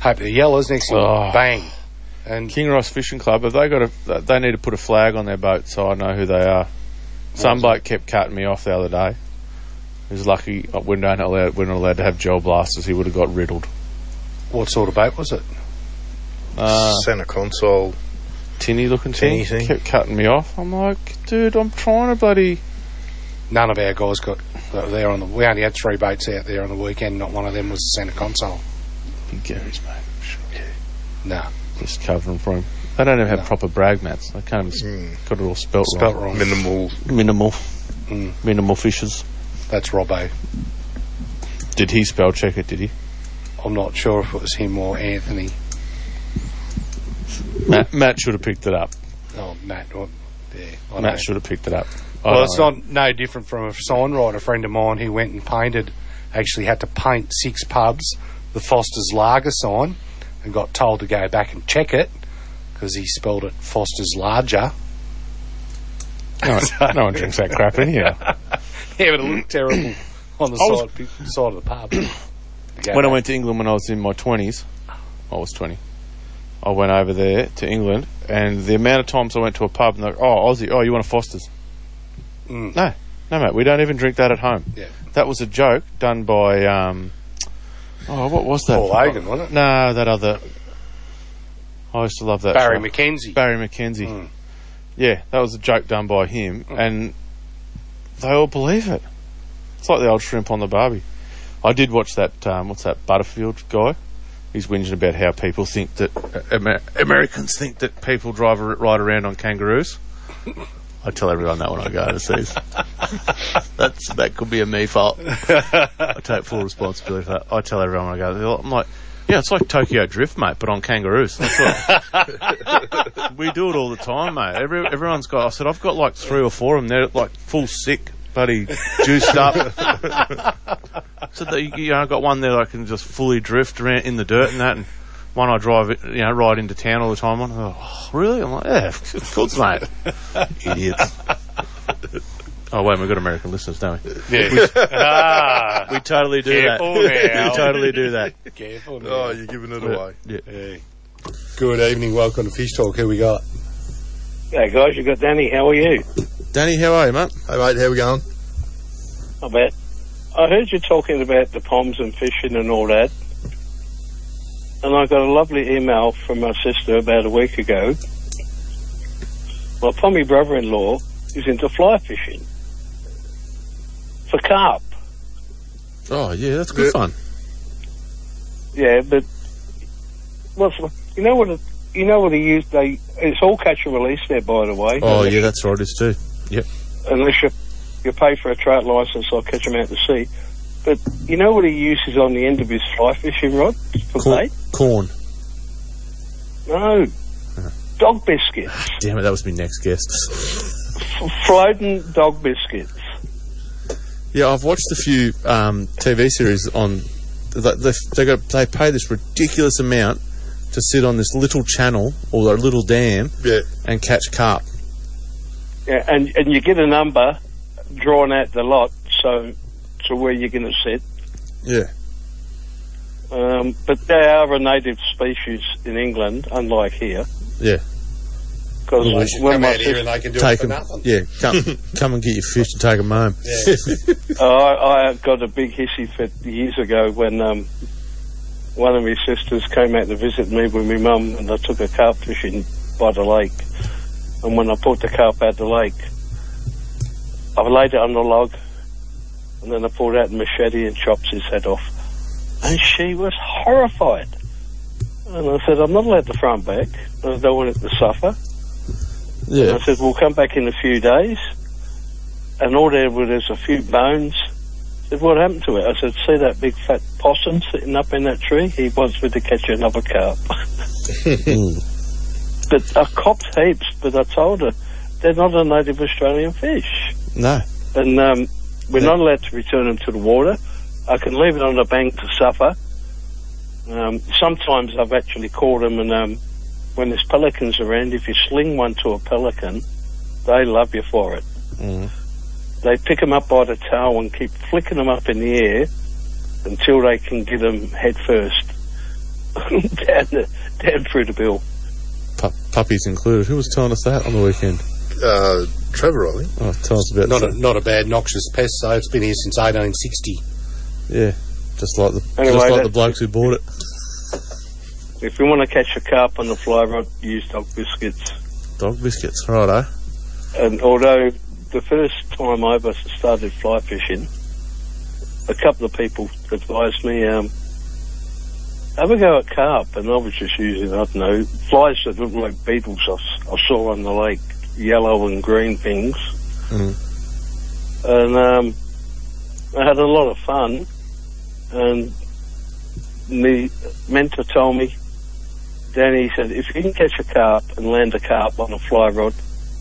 C: hope they're yellows next thing
B: Oh.
C: bang, and
B: King Ross Fishing Club, have they got a? They need to put a flag on their boat so I know who they are. Some bloke kept cutting me off the other day. He was lucky uh, we're not allowed, we're not allowed to have gel blasters. He would have got riddled.
C: what sort of boat was it?
B: Uh,
D: Santa console.
B: tinny looking thing,
D: Tinny thing.
B: kept cutting me off. I'm like, dude, I'm trying to bloody.
C: None of our guys got that were there on the. We only had three boats out there on the weekend. Not one of them was the Santa console.
B: Big Gary's mate. I'm sure.
C: No,
B: Just covering for him. They don't even have proper brag mats. They can't even s-
D: Mm.
B: got it all spelt,
C: Hmm. spelt
B: right.
C: wrong.
D: Minimal.
B: Minimal,
C: Mm.
B: minimal fishes.
C: That's Robbo.
B: Did he spell check it? Did he?
C: I'm not sure if it was him or Anthony.
B: Matt, Matt should have picked it up.
C: Oh, Matt. Or, yeah, I know.
B: Matt should have picked it up. I
C: Well,
B: don't
C: it's
B: know.
C: not no different from a signwriter. A friend of mine who went and painted, actually had to paint six pubs, the Foster's Lager sign, and got told to go back and check it because he spelled it Foster's Larger.
B: No, one- no one drinks that crap in here.
C: Yeah, but it looked terrible on the
B: I was-
C: side, pi- side of the pub. Go
B: When I
C: back.
B: went to England when I was in my 20s, I was 20, I went over there to England, and the amount of times I went to a pub and they're like, oh, Aussie, oh, you want a Foster's?
C: Mm.
B: No, no, mate, we don't even drink that at home.
C: Yeah.
B: That was a joke done by, um, oh, what was that?
C: Paul Hogan, wasn't it?
B: No, that other. I used to love that.
C: Barry
B: show.
C: McKenzie.
B: Barry McKenzie.
C: Mm. Hmm.
B: Yeah, that was a joke done by him, and they all believe it. It's like the old shrimp on the barbie. I did watch that. Um, what's that Butterfield guy? He's whinging about how people think that uh, Amer- Americans think that people drive ar- ride around on kangaroos. I tell everyone that when I go overseas. That's that could be a me fault. I take full responsibility for that. I tell everyone when I go. there, I'm like, yeah, it's like Tokyo Drift, mate, but on kangaroos. That's what- we do it all the time, mate. Every, everyone's got. I said I've got like three or four of them. They're like full sick, buddy, juiced up. So that you know, I got one there that I can just fully drift around in the dirt and that, and one I drive, it, you know, ride into town all the time. on. I'm like, oh, really? I'm like, yeah, of course, mate. Idiots. Oh wait, we've got American listeners, don't we?
C: Yeah. ah,
B: We totally do
C: Careful
B: that.
C: now.
B: We totally do that.
C: careful. now.
D: Oh, you're giving it away.
B: Yeah.
C: Yeah. Good evening. Welcome to Fish Talk. Who we got?
J: Hey guys, you got Danny. How are you?
K: Danny, how are you, mate?
D: Hey, mate, how we going?
J: I bet. I heard you talking about the ponds and fishing and all that. And I got a lovely email from my sister about a week ago. My pommy brother in law is into fly fishing for carp.
K: Oh, yeah, that's good
D: Yeah.
K: fun.
J: Yeah, but what's you know what it, you know what they use they it's all catch and release there by the way.
K: Oh, yeah, that's right, it's too.
J: unless you you pay for a trout license or catch them out to sea. But you know what he uses on the end of his fly fishing rod for
K: Corn.
J: bait?
K: Corn.
J: No. Dog biscuits.
K: Damn it, that was my next guest.
J: F- floating dog biscuits.
K: Yeah, I've watched a few um, TV series on. They, they, they, got, they pay this ridiculous amount to sit on this little channel or a little dam
D: Yeah.
K: and catch carp.
J: Yeah, and and you get a number drawn out the lot, so to where you're going to sit.
K: Yeah.
J: Um, but they are a native species in England, unlike here.
K: Yeah.
J: Because
K: Well, they
J: when my
C: here and they can do
K: Take 'em- Yeah, come, come and get your fish and take them home.
J: Oh, I, I got a big hissy fit years ago when um, one of my sisters came out to visit me with my mum, and I took her carp fishing by the lake. And when I pulled the carp out the lake, I laid it on the log, and then I pulled out the machete and chopped his head off. And she was horrified. And I said, I'm not allowed to throw him back. I don't want it to suffer.
K: Yeah.
J: I said, we'll come back in a few days. And all there were, there's a few bones. I said, what happened to it? I said, see that big fat possum sitting up in that tree? He wants me to catch another carp.
K: Mm.
J: but I copped heaps, but I told her, they're not a native Australian fish.
K: No.
J: And um, we're
K: Yeah.
J: not allowed to return them to the water. I can leave it on the bank to suffer. Um, sometimes I've actually caught them, and um, when there's pelicans around, if you sling one to a pelican, they love you for it.
K: Mm.
J: They pick them up by the tail and keep flicking them up in the air until they can get them head first down, the, down through the bill.
K: Pu- puppies included. Who was telling us that on the weekend?
D: Uh, Trevor, I think.
K: Oh, tell us about
C: Not a, not a bad noxious pest, so it's been here since 1860.
K: Yeah. Just like the
J: Anyway,
K: just like
J: that-
K: the blokes who bought it.
J: If you want to catch a carp on the fly rod, use dog biscuits.
K: Dog biscuits. Righto.
J: and although the first time I ever started fly fishing, a couple of people advised me, um, have a go at carp, and I was just using, I don't know, flies that look like beetles I, s- I saw on the lake, yellow and green things.
K: Mm.
J: And um, I had a lot of fun, and the mentor told me, then he said, if you can catch a carp and land a carp on a fly rod,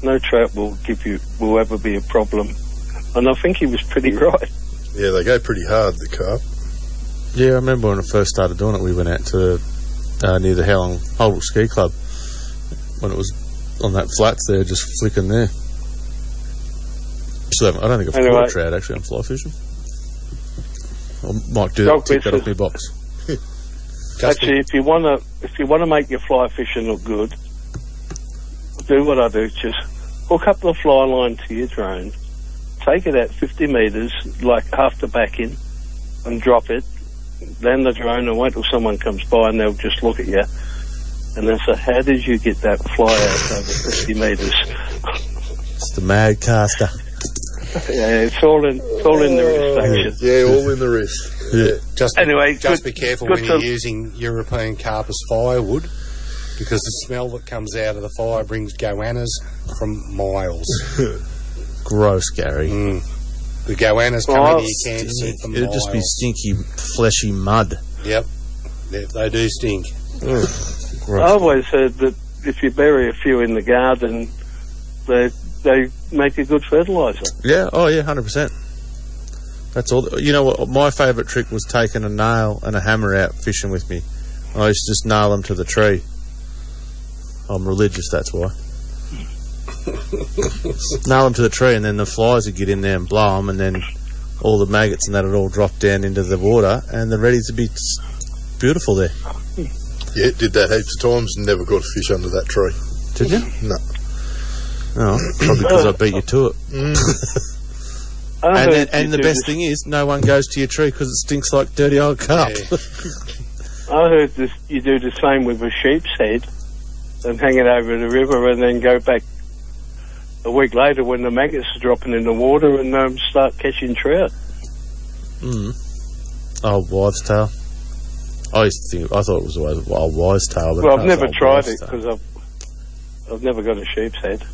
J: no trout will give you will ever be a problem. And I think he was pretty right.
D: Yeah, they go pretty hard, the car.
K: Yeah, I remember when I first started doing it, we went out to uh, near the Howling Holbrook Ski Club when it was on that flats there, just flicking there. So I don't think I've
J: Anyway.
K: caught a trout actually on fly fishing. I might do
J: Dog
K: that. Tick that off
J: biscuits.
K: my box.
J: Actually, if you want to if you want to make your fly fishing look good, do what I do. Just hook up the fly line to your drone, take it out 50 meters, like half the back in, and drop it. Land the drone and wait till someone comes by and they'll just look at you. And they'll say, how did you get that fly out over 50 meters?
K: It's the Mad Caster.
J: Yeah, it's all in, it's all in the reflection.
D: Oh, Yeah, all in the wrist.
C: Just
J: Anyway,
C: just
J: good-
C: be careful
J: good
C: when you're
J: to-
C: using European carpus firewood because the smell that comes out of the fire brings goannas from miles.
B: Gross, Gary.
C: Mm. The goannas come
J: Well,
C: into your camp
B: Stinky-
C: soup for
B: It'd
C: miles.
B: just be stinky, fleshy mud.
C: Yep, they, they do stink.
J: Mm. I always heard that if you bury a few in the garden, they they make a good fertilizer.
B: Yeah. Oh, yeah. Hundred percent. That's all. You know what? My favourite trick was taking a nail and a hammer out fishing with me. I used to just nail them to the tree. I'm religious, that's why. nail them to the tree, and then the flies would get in there and blow them, and then all the maggots and that would all drop down into the water, and they're ready to be s- beautiful there.
D: Yeah, did that heaps of times and never got a fish under that tree.
B: Did you?
D: No.
B: No, probably because I beat you to it.
J: I
B: And,
J: heard
B: then, and
J: you
B: the
J: do
B: best
J: this-
B: thing is, no one goes to your tree because it stinks like dirty old carp.
C: Yeah.
J: I heard this, you do the same with a sheep's head and hang it over the river and then go back a week later when the maggots are dropping in the water and um, start catching trout.
B: Mm. Oh, wives' tale. I used to think I thought it was always a old wives' tale, but
J: Well, I've
B: no, it's
J: never
B: old
J: tried
B: wives'
J: it
B: tale.
J: because I've, I've never got a sheep's head.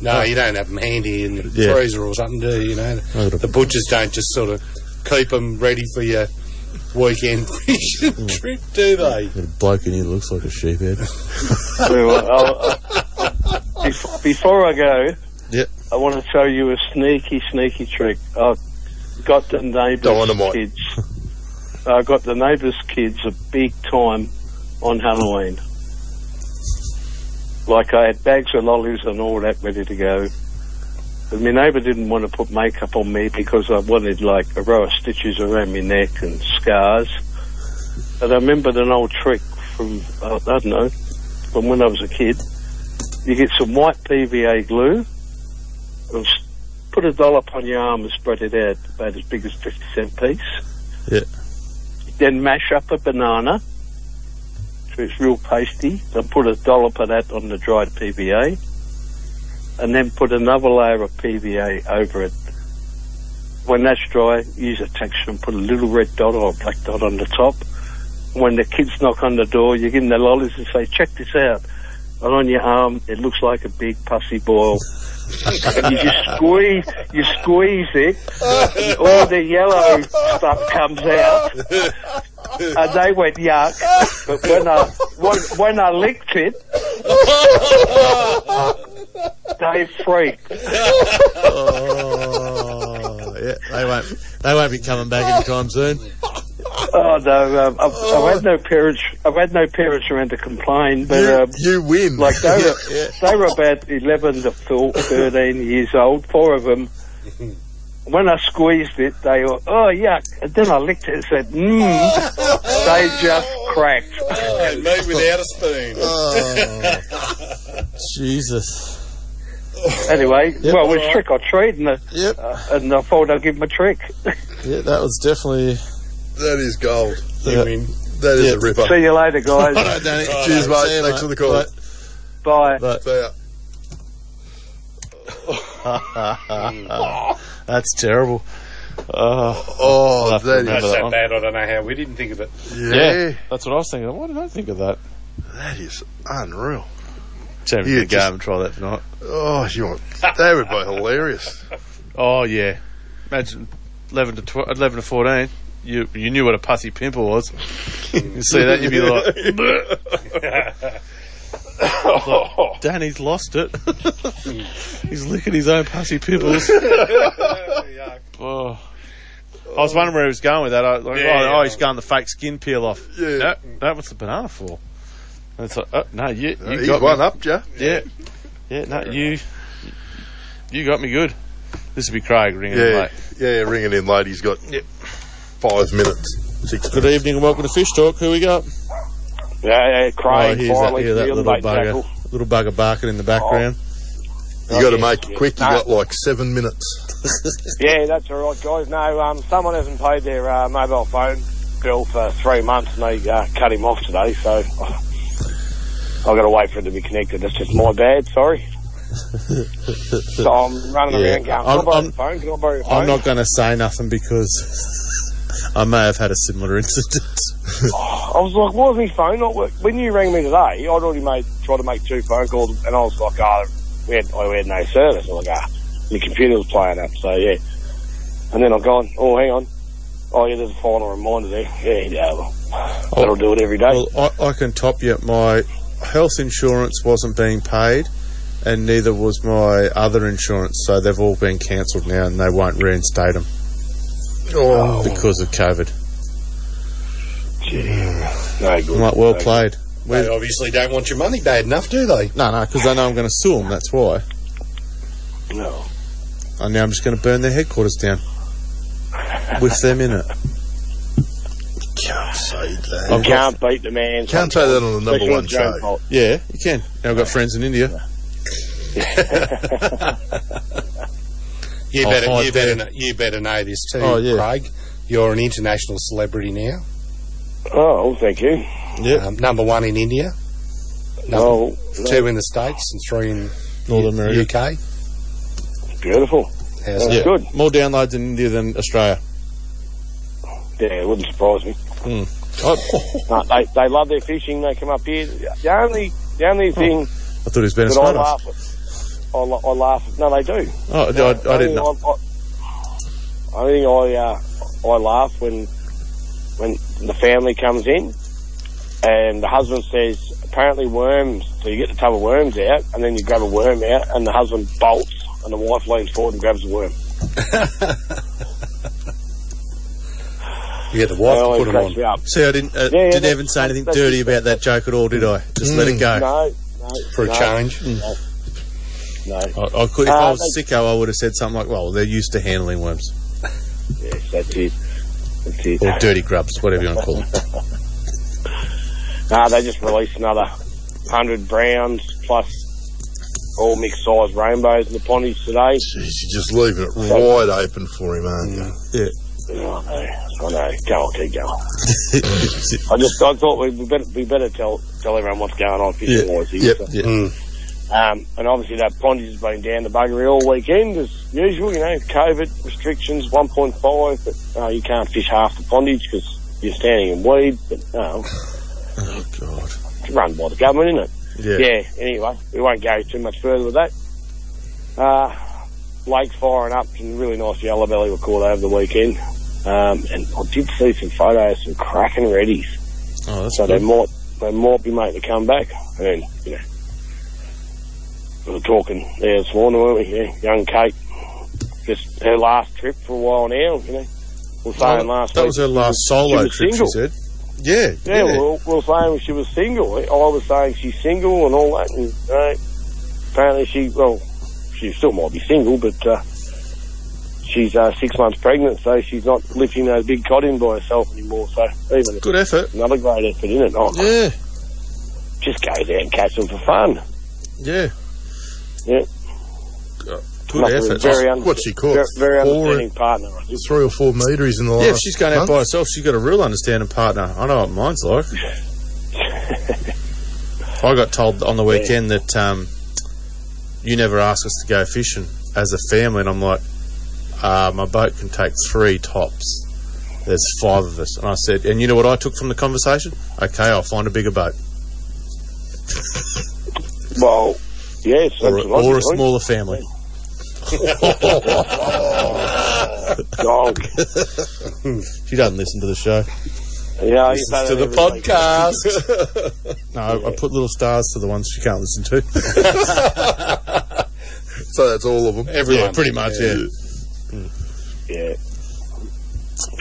C: No, you don't have them handy in the
B: Yeah.
C: freezer or something, do you? You know,
B: I would've-
C: the butchers don't just sort of keep them ready for your weekend fishing
D: Mm.
C: trip, do they?
B: The bloke in here looks like a sheephead.
J: Well, I'll- I'll- bef- before I go,
B: Yep.
J: I want to show you a sneaky, sneaky trick. I've got the neighbours'
D: Dynamite.
J: kids. I got the neighbours' kids a big time on Halloween. Like I had bags of lollies and all that ready to go. But my neighbour didn't want to put makeup on me because I wanted like a row of stitches around my neck and scars. But I remembered an old trick from, uh, I don't know, from when I was a kid. You get some white PVA glue and s- put a dollop on your arm and spread it out about as big as 50 cent piece.
B: Yeah.
J: Then mash up a banana so it's real pasty. Then put a dollop of that on the dried PVA and then put another layer of PVA over it. When that's dry, use a texture and put a little red dot or a black dot on the top. When the kids knock on the door, you give them the lollies and say, check this out. And on your arm, it looks like a big pussy boil. and you just squeeze, you squeeze it, and all the yellow stuff comes out. And they went yuck. But when I when, when I licked it, they freaked.
B: oh, yeah, they won't. They won't be coming back anytime soon.
J: Oh no, um, I've, I've had no parents. I've had no parents around to complain, but um,
D: You win.
J: like they were, they were about eleven to thir- thirteen years old. Four of them. When I squeezed it, they were oh yuck. And then I licked it and said mmm. they just cracked.
C: And me without a spoon.
B: Oh, Jesus.
J: Anyway,
B: Yep.
J: well, it was trick or treat, and, I-
B: Yep.
J: and I thought I'd give them a trick.
B: Yeah, that was definitely.
D: that is gold.
B: Yeah.
C: You mean
D: That is
B: Yeah.
D: a ripper.
J: See you later, guys.
B: Danny,
D: Cheers, mate. Thanks for the call.
J: Bye.
D: See ya. Oh,
B: That's terrible. Oh,
D: Oh,
B: I'll have to
D: that
B: remember
D: is.
C: that's
B: that
C: so
B: one.
C: bad? I don't know how we didn't think of it.
D: Yeah,
B: yeah. that's what I was thinking. Why did I think of that?
D: That is unreal.
B: Jamie,
D: You
B: you go
D: just-
B: and try that tonight.
D: Oh, you want. They would be hilarious.
F: Oh yeah, imagine eleven to tw- eleven to fourteen. You you knew what a pussy pimple was. you see that you'd be like,
B: Danny's lost it. He's licking his own pussy pimples. oh. I was wondering where he was going with that. I was like,
F: Yeah,
B: oh,
F: yeah.
B: oh, he's going the fake skin peel off.
D: Yeah.
B: No, no, what's the banana for? And it's like, oh, no, you, you
D: He's
B: got
D: one
B: me.
D: up, yeah.
B: Yeah, yeah, no, you, you got me good. This would be Craig ringing in
D: Yeah,
B: late.
D: yeah, ring it in, lady. He's got five minutes. Six
B: Good evening and welcome to Fish Talk. Who we got?
J: Yeah, yeah,
B: Oh,
J: Craig,
B: here's that,
J: finally,
B: hear that
J: the
B: little
J: late
B: bugger,
J: tackle.
B: little bugger barking in the background.
D: You got to make it quick. You
E: Nah.
D: got like seven minutes.
E: Yeah, that's all right, guys. No, um, someone hasn't paid their uh, mobile phone bill for three months, and they uh, cut him off today. So I've got to wait for it to be connected. That's just my bad. Sorry.
L: So I'm running
B: Yeah,
L: around going, can
B: I'm-
L: I borrow your
B: I'm-
L: phone? Can I borrow your phone?
B: I'm not going to say nothing because I may have had a similar incident.
L: I was like, why is my phone not work? When you rang me today, I'd already made tried to make two phone calls, and I was like, ah, we had, I had no service. I was like, ah, my computer was playing up, so yeah. And then I've gone, oh, hang on. Oh, yeah, there's a final reminder there. Yeah, yeah, well, that'll do it every day.
B: Well, I, I can top you. My health insurance wasn't being paid, and neither was my other insurance. So they've all been cancelled now, and they won't reinstate them
D: Oh,
B: because of COVID.
L: no good.
B: I'm like, well played.
C: They obviously don't want your money bad enough, do they?
B: No, no, because they know I'm going to sue them. That's why.
L: No.
B: And now I'm just going to burn their headquarters down with them in it.
D: can't say that.
B: I've got,
L: Can't beat the man.
D: Can't say that on the number one show.
B: yeah, you can. Now I've got friends in India.
C: You
B: Oh,
C: better,
B: hi,
C: you
B: Dan.
C: better, kn- you better know this too,
B: Oh, yeah.
C: Craig. You're an international celebrity now.
L: Oh, thank you.
B: Yep.
C: Um, number one in India, number
L: No,
C: two in the States, and three in
B: Northern
C: U-
B: America.
C: UK.
L: beautiful.
C: How's
B: Yeah.
C: that?
L: Good.
B: More downloads in India than Australia.
L: Yeah, it wouldn't surprise me.
B: Oh,
L: No, they, they love their fishing. They come up here. The only, the only thing
B: I thought it was Ben
L: that I
B: Scott.
L: laugh at, I, la- I laugh at, no, they do.
B: Oh, I, I, I didn't know.
L: I, I, I think I, uh, I laugh when when the family comes in and the husband says, apparently worms. So you get the tub of worms out and then you grab a worm out and the husband bolts and the wife leans forward and grabs the worm.
C: Yeah, the
L: That
C: wife to
L: always
C: put them
L: cracks
C: on.
L: me up.
B: See, I didn't, uh,
L: Yeah, yeah,
B: didn't
L: that-
B: even say anything
L: that's-
B: dirty about that joke at all, did I? Just let it go.
L: Mm. No, no.
C: For a
L: no,
C: change,
L: No.
B: I, I could,
L: Uh,
B: if I was a sicko, I would have said something like, "Well, they're used to handling worms
L: Yes, that's it. That's it.
B: or dirty grubs, whatever you want to call them."
L: No, they just released another 100 browns plus all mixed size rainbows in the pondies today.
D: Jeez, you're just leaving it wide open for him, aren't you?
B: Mm.
L: I know, I know. Go on, keep going. I just I thought we we better we better tell tell everyone what's going on fishing wise here.
B: yep,
L: so.
B: yep.
L: Um, and obviously that Pondi's has been down the buggery all weekend as usual. You know, COVID restrictions, 1.5, but uh, you can't fish half the Pondi's because you're standing in weed. But no,
B: Oh God.
L: it's run by the government, isn't it?
B: Yeah.
L: yeah, anyway, we won't go too much further with that. Uh, lake firing up, some really nice yellow belly were caught over the weekend. Um, and I did see some photos of some cracking reddies,
B: Oh, that's
L: so they
B: good.
L: might they might be making a comeback. And you know, we were talking there this morning, weren't we? Yeah, young Kate, just her last trip for a while now. You know, we we're saying
B: Oh,
L: last
B: that
L: week
B: was her last
L: she
B: solo
L: was
B: trip.
L: single.
B: She said. Yeah.
L: yeah, we We're, we we're saying she was single. I was saying she's single and all that, and uh, apparently she, well, she still might be single, but uh, she's uh, six months pregnant, so she's not lifting those big cod in by herself anymore. So even
B: Good effort.
L: another great effort in it. Oh,
B: Yeah.
L: Just go there and catch them for fun.
B: Yeah.
L: Yeah.
B: Good
L: Must have been
B: effort. Oh,
L: Very, un-
D: What's she caught?
L: very, very
D: Four-
L: understanding partner. I think.
D: Three or four metres in the last
B: yeah, if she's going out
D: month?
B: by herself, she's got a real understanding partner. I know what mine's like. I got told on the weekend that um, you never ask us to go fishing as a family, and I'm like, uh, my boat can take three tops. There's five of us, and I said, and you know what I took from the conversation? Okay, I'll find a bigger boat
L: Well, yes,
B: or, a- or a
L: absolutely.
B: smaller family.
L: Dog.
B: She doesn't listen to the show.
L: Yeah, you say
B: Listens to
L: that
B: the
L: every week.
B: podcast. no, I put little stars to the ones she can't listen to.
D: So that's all of them.
B: Everyone, pretty much. Yeah.
L: Yeah.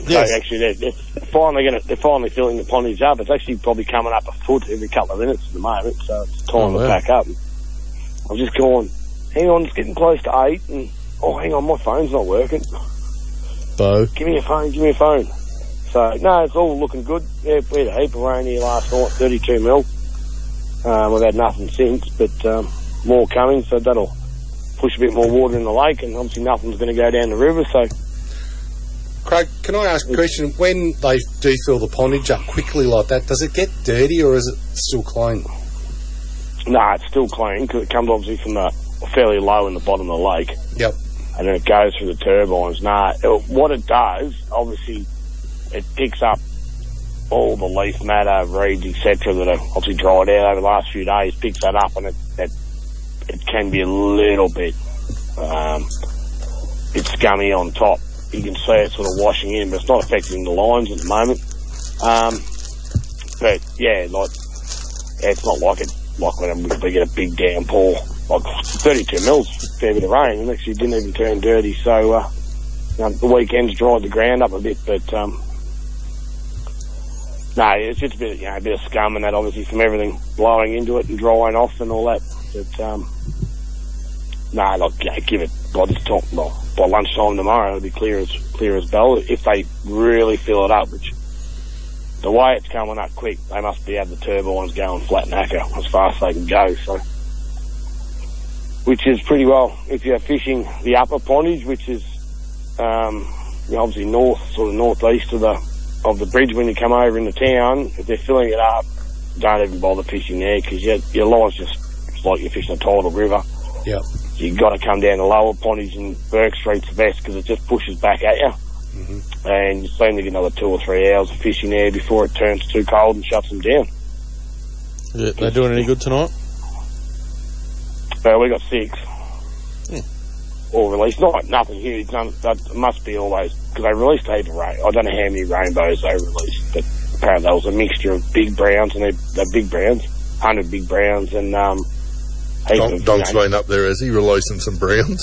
B: Yes.
L: So actually, they're, they're finally going to they're finally filling the pondies up. It's actually probably coming up a foot every couple of minutes at the moment, so it's time
B: Oh,
L: to
B: wow.
L: pack up. I'm just going. Hang on, it's getting close to eight, and oh, hang on, my phone's not working.
B: Bo.
L: Give me a phone. Give me a phone. So no, it's all looking good. Yeah, we had a heap of rain here last night, 32 mil. Um, we've had nothing since, but um, more coming, so that'll push a bit more water in the lake, and obviously nothing's going to go down the river. So
C: Craig, can I ask a question? When they do fill the pondage up quickly like that, does it get dirty or is it still clean?
L: No, it's still clean because it comes obviously from the fairly low in the bottom of the lake.
C: Yep.
L: And then it goes through the turbines. Nah, it, what it does, obviously, it picks up all the leaf matter, reeds, etc., that have obviously dried out over the last few days. Picks that up, and it it, it can be a little bit um, it's scummy on top. You can see it sort of washing in, but it's not affecting the lines at the moment. Um, but yeah, like yeah, it's not like it like when we get a big downpour, like 32 mils, fair bit of rain, and actually didn't even turn dirty. So uh, you know, the weekend's dried the ground up a bit, but um, no, it's just a bit, you know, a bit of scum and that obviously from everything blowing into it and drying off and all that. But um, no, look, yeah, give it by this time, well, by lunchtime tomorrow, it'll be clear as clear as bell. If they really fill it up, which the way it's coming up quick, they must be had the turbines going flat knacker as fast as they can go. So, which is pretty well if you're fishing the upper pondage, which is um, you know, obviously north, sort of northeast of the of the bridge when you come over into town. If they're filling it up, don't even bother fishing there because your your line's just it's like you're fishing a tidal river.
C: Yep.
L: You've got to come down to lower pondage and Burke Street's the best because it just pushes back at you and you seem to get another two or three hours of fishing there before it turns too cold and shuts them down.
B: Yeah, they doing any good tonight?
L: So we got six. All released, not nothing huge. None, that must be always because they released a heap of rain. I don't know how many rainbows they released, but apparently that was a mixture of big browns and the big browns, hundred big browns, and um. heap
D: Don,
L: of,
D: Donk's
L: you know,
D: been up there, has he? Releasing some browns.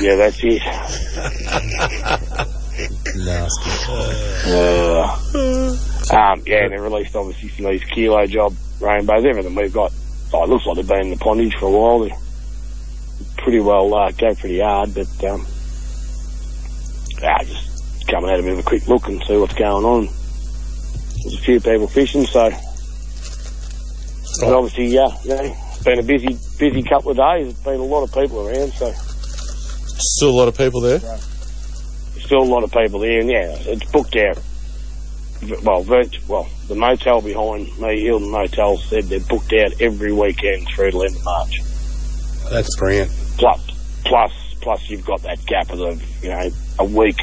L: Yeah, that's it. Uh, um, yeah, and they released obviously some of these kilo job rainbows, everything we've got. Oh, it looks like they've been in the pondage for a while. They pretty well uh, go pretty hard, but um, ah, just come and have a bit of a quick look and see what's going on. There's a few people fishing, so but obviously, yeah, yeah, it's been a busy, busy couple of days. There's been a lot of people around, so.
B: Still a lot of people there.
L: still a lot of people there, and yeah, it's booked out. V- Well, virt- well, the motel behind me, Hilton Motel, said they're booked out every weekend through the end of March.
C: That's brilliant.
L: Plus, plus, plus, you've got that gap of the, you know a week,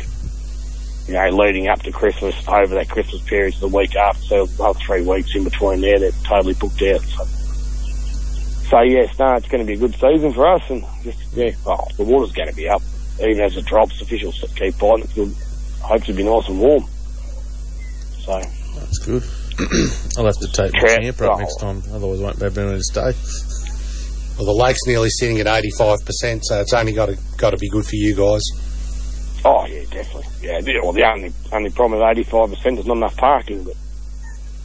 L: you know, leading up to Christmas, over that Christmas period to the week after, so about three weeks in between there, they're totally booked out. So, so yes, no, it's going to be a good season for us, and just yeah, oh, the water's going to be up, even as it drops. The fish will s- keep biting. It's good. Hopes it'll be nice and warm. So
B: That's good. I'll have to take my
L: Trout
B: camper up
L: roll.
B: next time, otherwise I won't be able to stay.
C: Well, the lake's nearly sitting at 85%, so it's only got to got to be good for you guys.
L: Oh yeah, definitely. Yeah, the- well, the only only problem with eighty five percent is not enough parking. But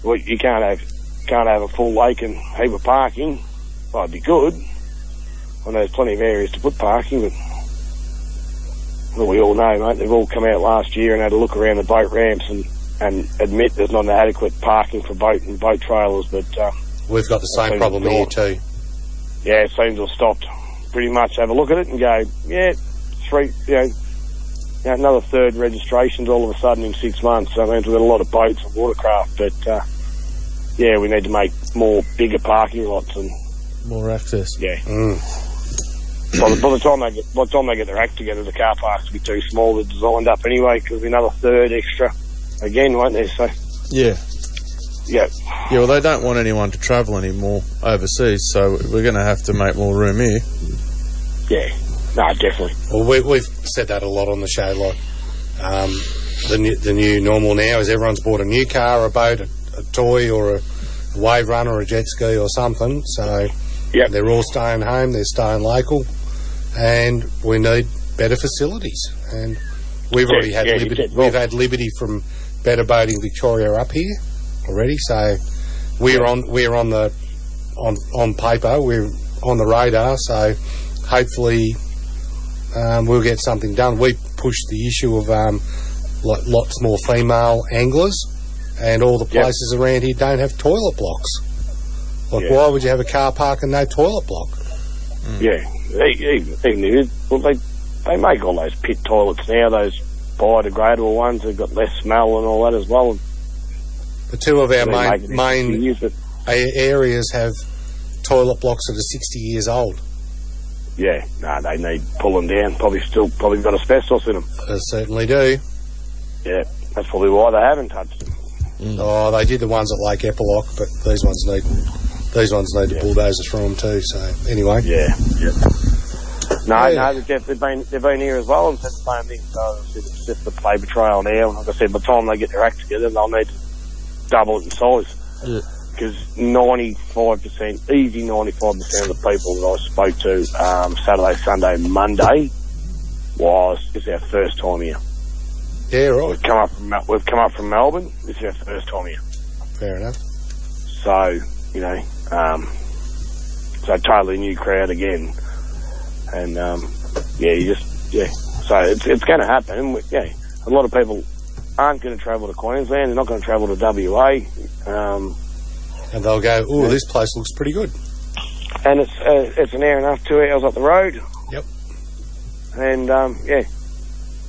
L: well, you can't have can't have a full lake and heap of parking. Well, it'd be good. I know there's plenty of areas to put parking, but well, we all know, mate. They've all come out last year and had a look around the boat ramps and and admit there's not adequate parking for boat and boat trailers. But uh,
C: We've got the same
L: Okay,
C: problem
L: go
C: here
L: on.
C: too.
L: yeah, it seems to have stopped. Pretty much have a look at it and go, yeah, three, you know, you know, another third registrations all of a sudden in six months. That means we've got a lot of boats and watercraft, but uh, yeah, we need to make more bigger parking lots and
B: More access.
L: yeah. Mm. By the, by the time they get by the time they get their act together, the car parks will be too small. They're designed up anyway because another third extra again, won't there? So
B: Yeah.
L: yeah,
B: Yeah, well, they don't want anyone to travel anymore overseas, so we're going to have to make more room here.
L: yeah, no, definitely.
C: Well, we, we've said that a lot on the show. Like um, the new, the new normal now is everyone's bought a new car, a boat, a, a toy, or a wave runner, or a jet ski, or something. So
L: Yep.
C: they're all staying home. They're staying local, and we need better facilities. And we've already had
L: yeah, you
C: liberty.
L: did well.
C: We've had liberty from Better Boating Victoria up here already. So we're on we're on the on on paper. We're on the radar. So hopefully um, we'll get something done. We pushed the issue of um, like lots more female anglers, and all the
L: Yep.
C: places around here don't have toilet blocks. Like,
L: Yeah.
C: why would you have a car park and no toilet block? Mm.
L: Yeah, e- even, even if it- well, they they make all those pit toilets now, those biodegradable ones that got less smell and all that as well.
C: The two of our
L: They make it
C: main
L: easy
C: main
L: to use, but
C: a- areas have toilet blocks that are 60 years old.
L: yeah, no, they need pulling down. Probably still probably got asbestos in them.
C: They certainly do.
L: Yeah, that's probably why they haven't touched them.
C: Oh, they did the ones at Lake Epilock, but these ones need these ones need the bulldozers from them too. So anyway,
L: yeah, yeah. No,
C: Yeah.
L: no, they've, they've been they've been here as well and said the same thing. So it's just the play betrayal now. Like I said, by the time they get their act together, they'll need to double it in size.
B: Yeah.
L: Because ninety five percent, easy ninety five percent of the people that I spoke to um, Saturday, Sunday, Monday was it's our first time here.
C: yeah, right,
L: We've come up from Mel- we've come up from Melbourne. This is our first time here.
C: fair enough.
L: So, you know, um, so totally new crowd again. And, um, yeah, you just, yeah. So it's, it's going to happen. And we, yeah, a lot of people aren't going to travel to Queensland. They're not going to travel to WA. Um,
C: And they'll go, oh, this place looks pretty good.
L: and it's, uh, it's an hour and a half, two hours up the road.
C: Yep.
L: And, um, yeah,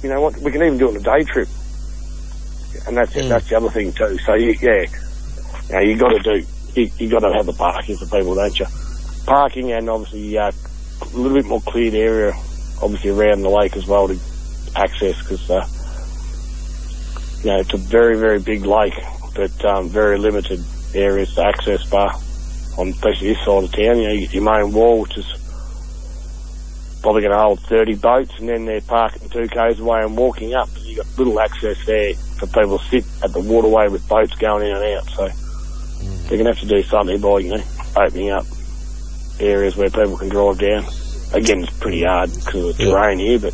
L: you know what? We can even do it on a day trip. And that's it. That's the other thing too. So you, yeah, you know, you got to do. You, you got to have the parking for people, don't you? Parking and obviously uh, a little bit more cleared area, obviously around the lake as well to access because uh, you know it's a very very big lake, but um, very limited areas to access. Bar on especially this side of town, you know, you get your main wall, which is probably going to hold 30 boats, and then they're parking two k's away and walking up. So you've got little access there for people to sit at the waterway with boats going in and out. So they're going to have to do something by you know opening up areas where people can drive down. Again, it's pretty hard because of the
B: Yeah.
L: terrain here, but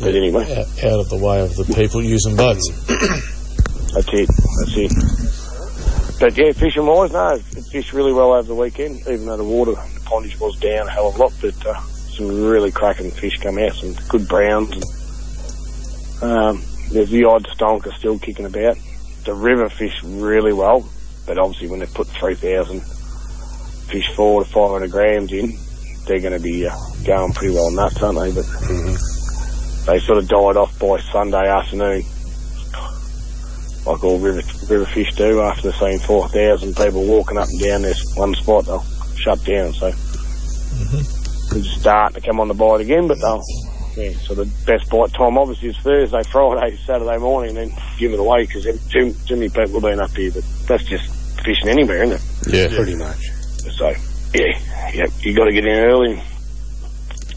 L: but anyway,
B: Out, out of the way of the people using boats.
L: that's it. That's it. But yeah, fishing wise, no, it fished really well over the weekend, even though the water the pondage was down a hell of a lot. But uh, some really cracking fish come out, some good browns. And, um, there's the odd stonker still kicking about. The river fished really well, but obviously when they put 3,000 fish, four to 500 grams in, they're going to be uh, going pretty well nuts, aren't they? But they sort of died off by Sunday afternoon like all river, river fish do after seeing 4,000 people walking up and down this one spot, they'll shut down. So
B: Mm-hmm.
L: they're just starting to come on the bite again, but they'll. Yeah, so the best bite time obviously is Thursday, Friday, Saturday morning, and then give it away because too, too many people have been up here. But that's just fishing anywhere, isn't it?
B: Yeah.
C: Pretty much.
L: So, yeah, yeah you got to get in early and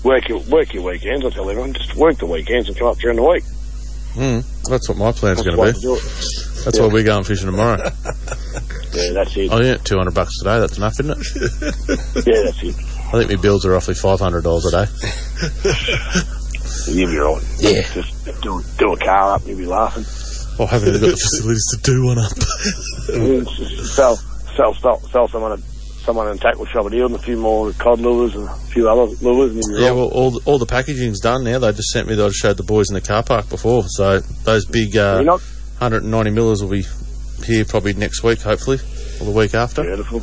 L: work your, work your weekends. I tell everyone, just work the weekends and come up during the week.
B: Mm, that's what my plan's
L: That's
B: going
L: the way
B: to
L: to
B: be.
L: do it.
B: That's why we're going fishing tomorrow. Oh,
L: Yeah, that's it.
B: I earned 200 bucks today. That's enough, isn't it?
L: Yeah, that's it.
B: I think my bills are roughly $500 a day.
L: You'll be right. Yeah. Just do, do a car up and you'll be laughing.
B: I haven't even got the facilities to do one up. Mm.
L: sell, sell, sell, sell someone a, someone in a tackle shop at Eildon, a few more cod lures and a few other lures and you'll be
B: Yeah,
L: right.
B: well, all the, all the packaging's done now. They just sent me. that I showed the boys in the car park before. So those big uh,
L: You're not
B: 190 millers will be here probably next week, hopefully, or the week after.
L: beautiful.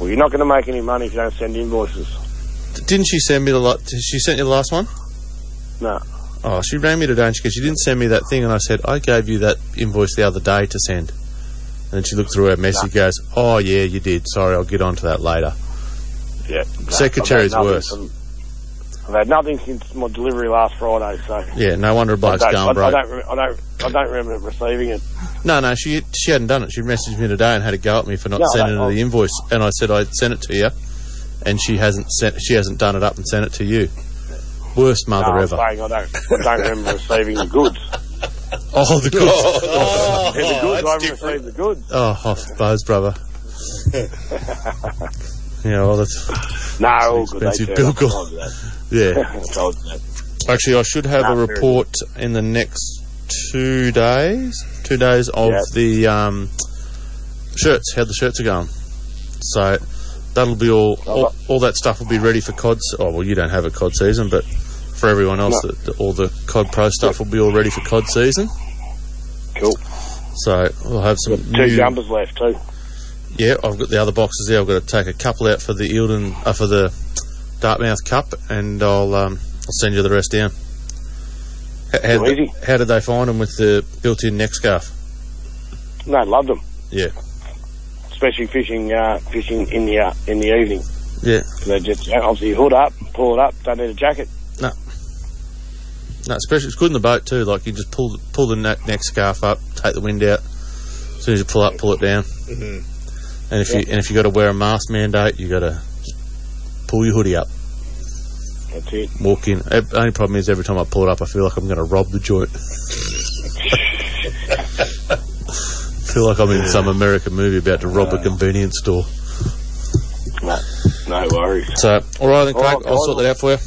L: Well, you're not going to make any money if you don't send invoices.
B: D- Didn't she send me the? la- Did she sent you the last one?
L: No.
B: Oh, she rang me today and she goes, "You didn't send me that thing." And I said, "I gave you that invoice the other day to send." And then she looked through her message, goes, "Oh yeah, you did. Sorry, I'll get onto that later."
L: Yeah.
B: Secretary's
L: I've had nothing
B: worse.
L: from- I've had nothing since my delivery last Friday, so
B: Yeah, no wonder a
L: I
B: bloke's
L: don't, I,
B: going
L: I
B: broke.
L: don't, re- I don't, I don't remember receiving it.
B: No, no, she she hadn't done it. She messaged me today and had a go at me for not
L: No, I
B: sending
L: don't-
B: her the invoice, and I said I'd sent it to you, and she hasn't sent. She hasn't done it up and sent it to you. Worst
L: No,
B: mother
L: I'm
B: ever.
L: saying I don't, I don't remember receiving the goods.
B: Oh, the good.
L: Oh, the goods, I haven't received the goods.
B: oh, oh, Buzz, brother. yeah, well, that's
L: No, all good.
B: expensive
L: they
B: bill
L: turned up.
B: got-
L: Told you that.
B: yeah.
L: Told you that.
B: Actually, I should have
L: Nah,
B: a
L: fair
B: report in the next two days. Two days of
L: Yeah.
B: the um, shirts, how the shirts are going. So that'll be all, all. All that stuff will be ready for cod. se- Oh well, you don't have a cod season, but for everyone else, that the, all the cod pro stuff will be all ready for cod season.
L: Cool.
B: So we'll have some
L: Two
B: new.
L: jumpers left too.
B: Yeah, I've got the other boxes there. I've got to take a couple out for the Eildon, uh, for the Dartmouth Cup, and I'll um, I'll send you the rest down. H- How,
L: Oh, easy.
B: how did they find them with the built-in neck scarf?
L: No, loved them.
B: Yeah.
L: Especially fishing, uh, fishing in the uh, in the evening.
D: Yeah.
L: So they just obviously hood up, pull it up, don't need a jacket.
D: No. No, especially it's good in the boat too. Like you just pull the, pull the neck, neck scarf up, take the wind out. As soon as you pull up, pull it down.
K: Mhm.
D: And if you and if you got to wear a mask mandate, you got to pull your hoodie up,
L: That's it.
D: walk in. Eh, Only problem is every time I pull it up, I feel like I'm going to rob the joint. feel like I'm in some American movie about to rob a convenience store.
L: No, no worries.
D: So, all right then,
L: All
D: Craig,
L: right,
D: I'll sort that out for you.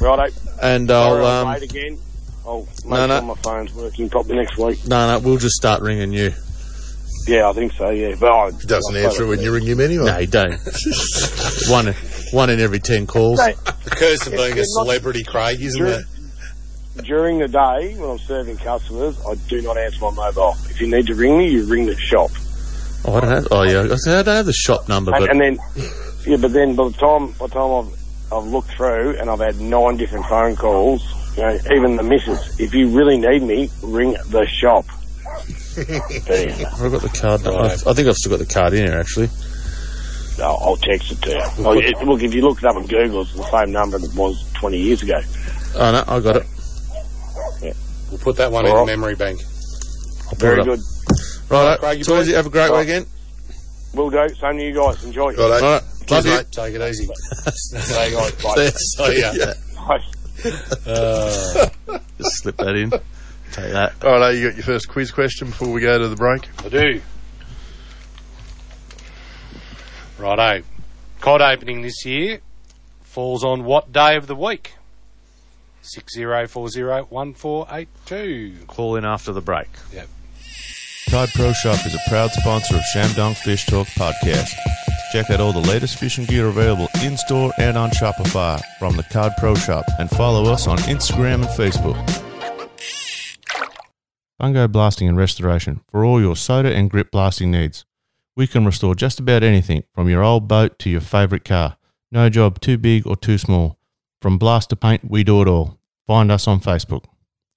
L: Righto.
D: And
L: Sorry
D: I'll
L: I'm
D: um,
L: late again. I'll make
D: No,
L: sure
D: no.
L: my phone's working properly next week.
D: no, no, we'll just start ringing you.
L: Yeah, I think so. Yeah, but I,
K: He doesn't answer it when you ring him anyway.
D: No, you don't. one, one in every ten calls.
L: Mate,
C: The curse of being a
L: not-
C: celebrity, Craig, isn't
L: Sure.
C: it?
L: during the day when I'm serving customers, I do not answer my mobile. If you need to ring me, you ring the shop.
D: Oh, I don't have. Oh, yeah. I said, I don't have the shop number,
L: And,
D: but
L: and then, yeah, but then by the time by the time I've I've looked through and I've had nine different phone calls, you know, even the missus. If you really need me, ring the shop. There you go.
D: I've got the card. number. I've- I think I've still got the card in here actually.
L: I'll, I'll text it to you. Oh, it, look, if you look it up on Google, it's the same number that it was 20 years ago.
D: Oh no, I got it.
C: We'll put that one in the
L: Alright.
C: memory bank.
D: I'll pull
L: Very
D: it up.
L: good.
D: Right,
C: Craig, you
D: Toys, you have a great
L: Right.
D: weekend.
L: Will do. Same to you guys. Enjoy.
K: Righto.
D: All right, love
C: Cheers,
D: you.
C: mate. Take it easy.
L: Hey, guys. Bye.
C: See ya.
L: Bye.
B: Uh,
D: Just slip that in. Take that.
K: All right, you got your first quiz question before we go to the break.
C: I do. Righto. Cod opening this year falls on what day of the week? 60401482.
M: Call in after the break.
B: Cod Pro Shop is a proud sponsor of Shamdong Fish Talk podcast. Check out all the latest fishing gear available in store and on Shopify from the Cod Pro Shop and follow us on Instagram and Facebook. Fungo Blasting and Restoration for all your soda and grip blasting needs. We can restore just about anything from your old boat to your favorite car. No job too big or too small. From blast to paint, we do it all. Find us on Facebook.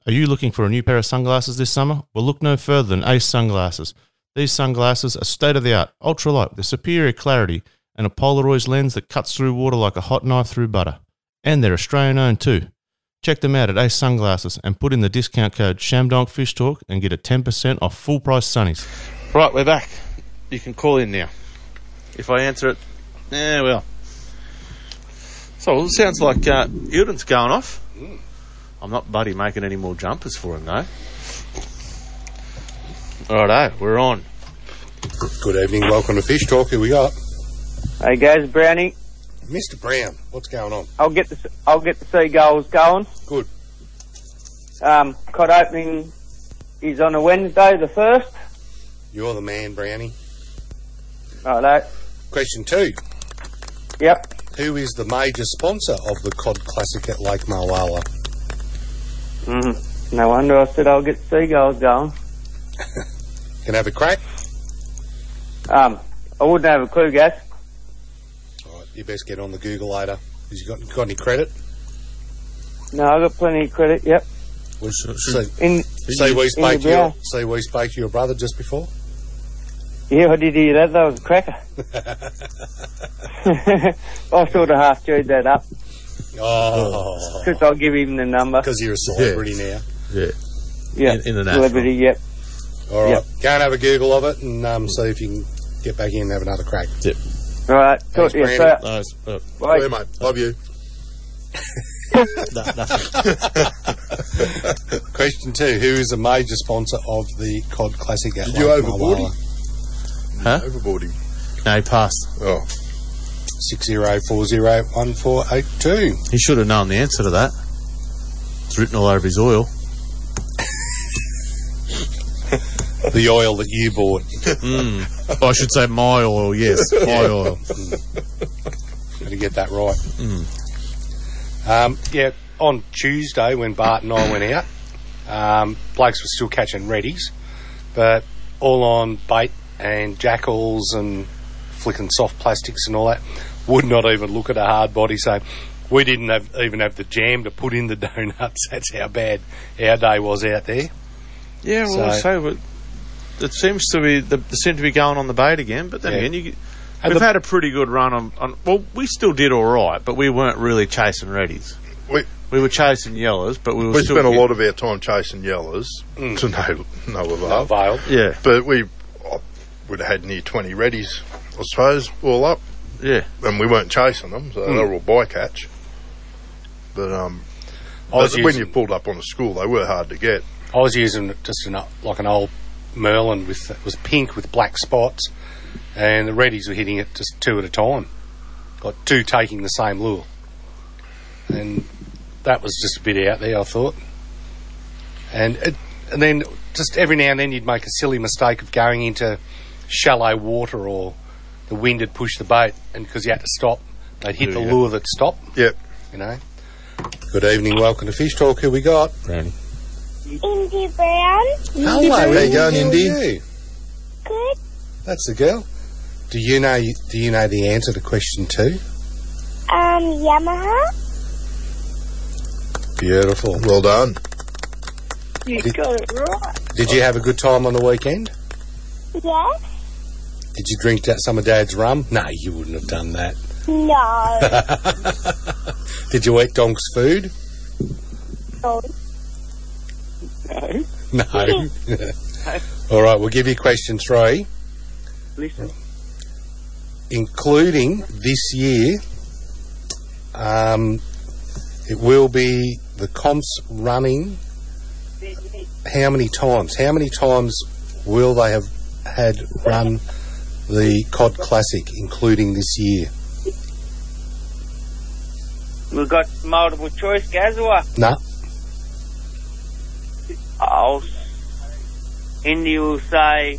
B: Are you looking for a new pair of sunglasses this summer? Well, look no further than Ace Sunglasses. These sunglasses are state of the art, ultralight with superior clarity and a Polaroid lens that cuts through water like a hot knife through butter. And they're Australian owned too. Check them out at Ace Sunglasses and put in the discount code ShamDonkFishTalk and get a 10% off full price sunnies.
M: Right, we're back. You can call in now. If I answer it, yeah, well. So it sounds like uh, Ilden's going off.
C: Mm.
M: I'm not buddy making any more jumpers for him though. Righto, we're on.
C: Good evening. Welcome to Fish Talk. Who we got?
E: Hey guys, Brownie,
C: Mr. Brown. What's going on?
E: I'll get the I'll get the seagulls going.
C: Good.
E: Um, cod opening is on a Wednesday, the first.
C: You're the man, Brownie.
E: Right, that.
C: Question two.
E: Yep.
C: Who is the major sponsor of the Cod Classic at Lake Malala? Mm-hmm.
E: No wonder I said I'll get the seagulls going.
C: Can I have a crack?
E: Um, I wouldn't have a clue, guys.
C: All right, you best get on the Google later. Has you got, got any credit?
E: No, I got plenty of credit. Yep.
C: We should, see,
E: In
C: see we
E: in your
C: spoke to your,
E: brow.
C: see we spoke to your brother just before.
E: yeah, I did hear that. That was a cracker. I sort of half chewed that up
C: Oh,
E: since I'll give him the number.
C: because Oh. you're a celebrity
E: Yeah,
D: in- international.
E: celebrity. Yep.
C: now. All right, go and have a Google of it and um, see if you can get back in and have another crack.
E: All right. Talk
C: Thanks,
E: to you.
C: Brownie.
E: See ya.
D: No, it's- uh,
E: Bye.
C: Yeah, mate. Love you.
D: no, nothing.
C: Question two: Who is a major sponsor of the Cod Classic at
K: Did you
C: Lake
K: overboard
C: Malala?
K: Overboarding.
D: no, he passed.
K: Oh,
C: Six zero four zero one four eight two.
D: He should have known the answer to that. It's written all over his oil.
C: The oil that you bought. Hmm.
D: I should say my oil. Yes, my oil. Mm.
C: to get that right. Um, yeah, on Tuesday when Bart and I went out, um, blokes were still catching reddies, but all on bait and jackals and flicking soft plastics and all that. Would not even look at a hard body, so we didn't have, even have the jam to put in the donuts. That's how bad our day was out there.
M: Yeah, well,
C: So-
M: I say, but it seems to be the, they seem to be going on the bait again. But then
C: Yeah.
M: again, you
N: We've had a pretty good run on, on. Well, we still did all right, but we weren't really chasing reddies.
D: We,
N: we were chasing yellows, but we were
D: We
N: still
D: spent a
N: getting-
D: lot of our time chasing yellows
C: Mm.
D: to no no avail.
N: No avail. Yeah.
D: but we oh, would have had near twenty readies, I suppose, all up.
N: Yeah,
D: and we weren't chasing them, so they
N: Mm.
D: were all bycatch. But um,
C: I was
D: but when
C: using-
D: you pulled up on a school, they were hard to get.
C: I was using just an, like an old Merlin with it was pink with black spots, and the Reddies were hitting it just two at a time. Got two taking the same lure, and that was just a bit out there. I thought, and it, and then just every now and then you'd make a silly mistake of going into shallow water or the wind had pushed the bait, and because you had to stop, they'd hit
D: Yeah,
C: the
D: yeah.
C: lure that stopped.
D: Yep.
C: You know. Good evening, welcome to Fish Talk. Who we got? Brownie.
K: Indy Brown.
C: Hello,
K: Indy.
C: how are
K: How
C: Indy?
K: are you? Good.
C: That's the girl. Do you know? Do you know the answer to question two?
K: Um, Yamaha.
C: Beautiful.
D: Well done.
K: You
C: Did-
K: got it right.
C: Did you have a good time on the weekend?
K: Yes.
C: Did you drink that some of Dad's rum? No, you wouldn't have done that.
K: No.
C: Did you eat Donk's food?
K: no.
C: No. All right, we'll give you question three,
K: Listen.
C: including this year. Um, it will be the comps running. How many times? How many times will they have had run the Cod Classic, including this year?
E: We've got multiple choice, Gazwa.
C: No.
E: I'll. Indy will say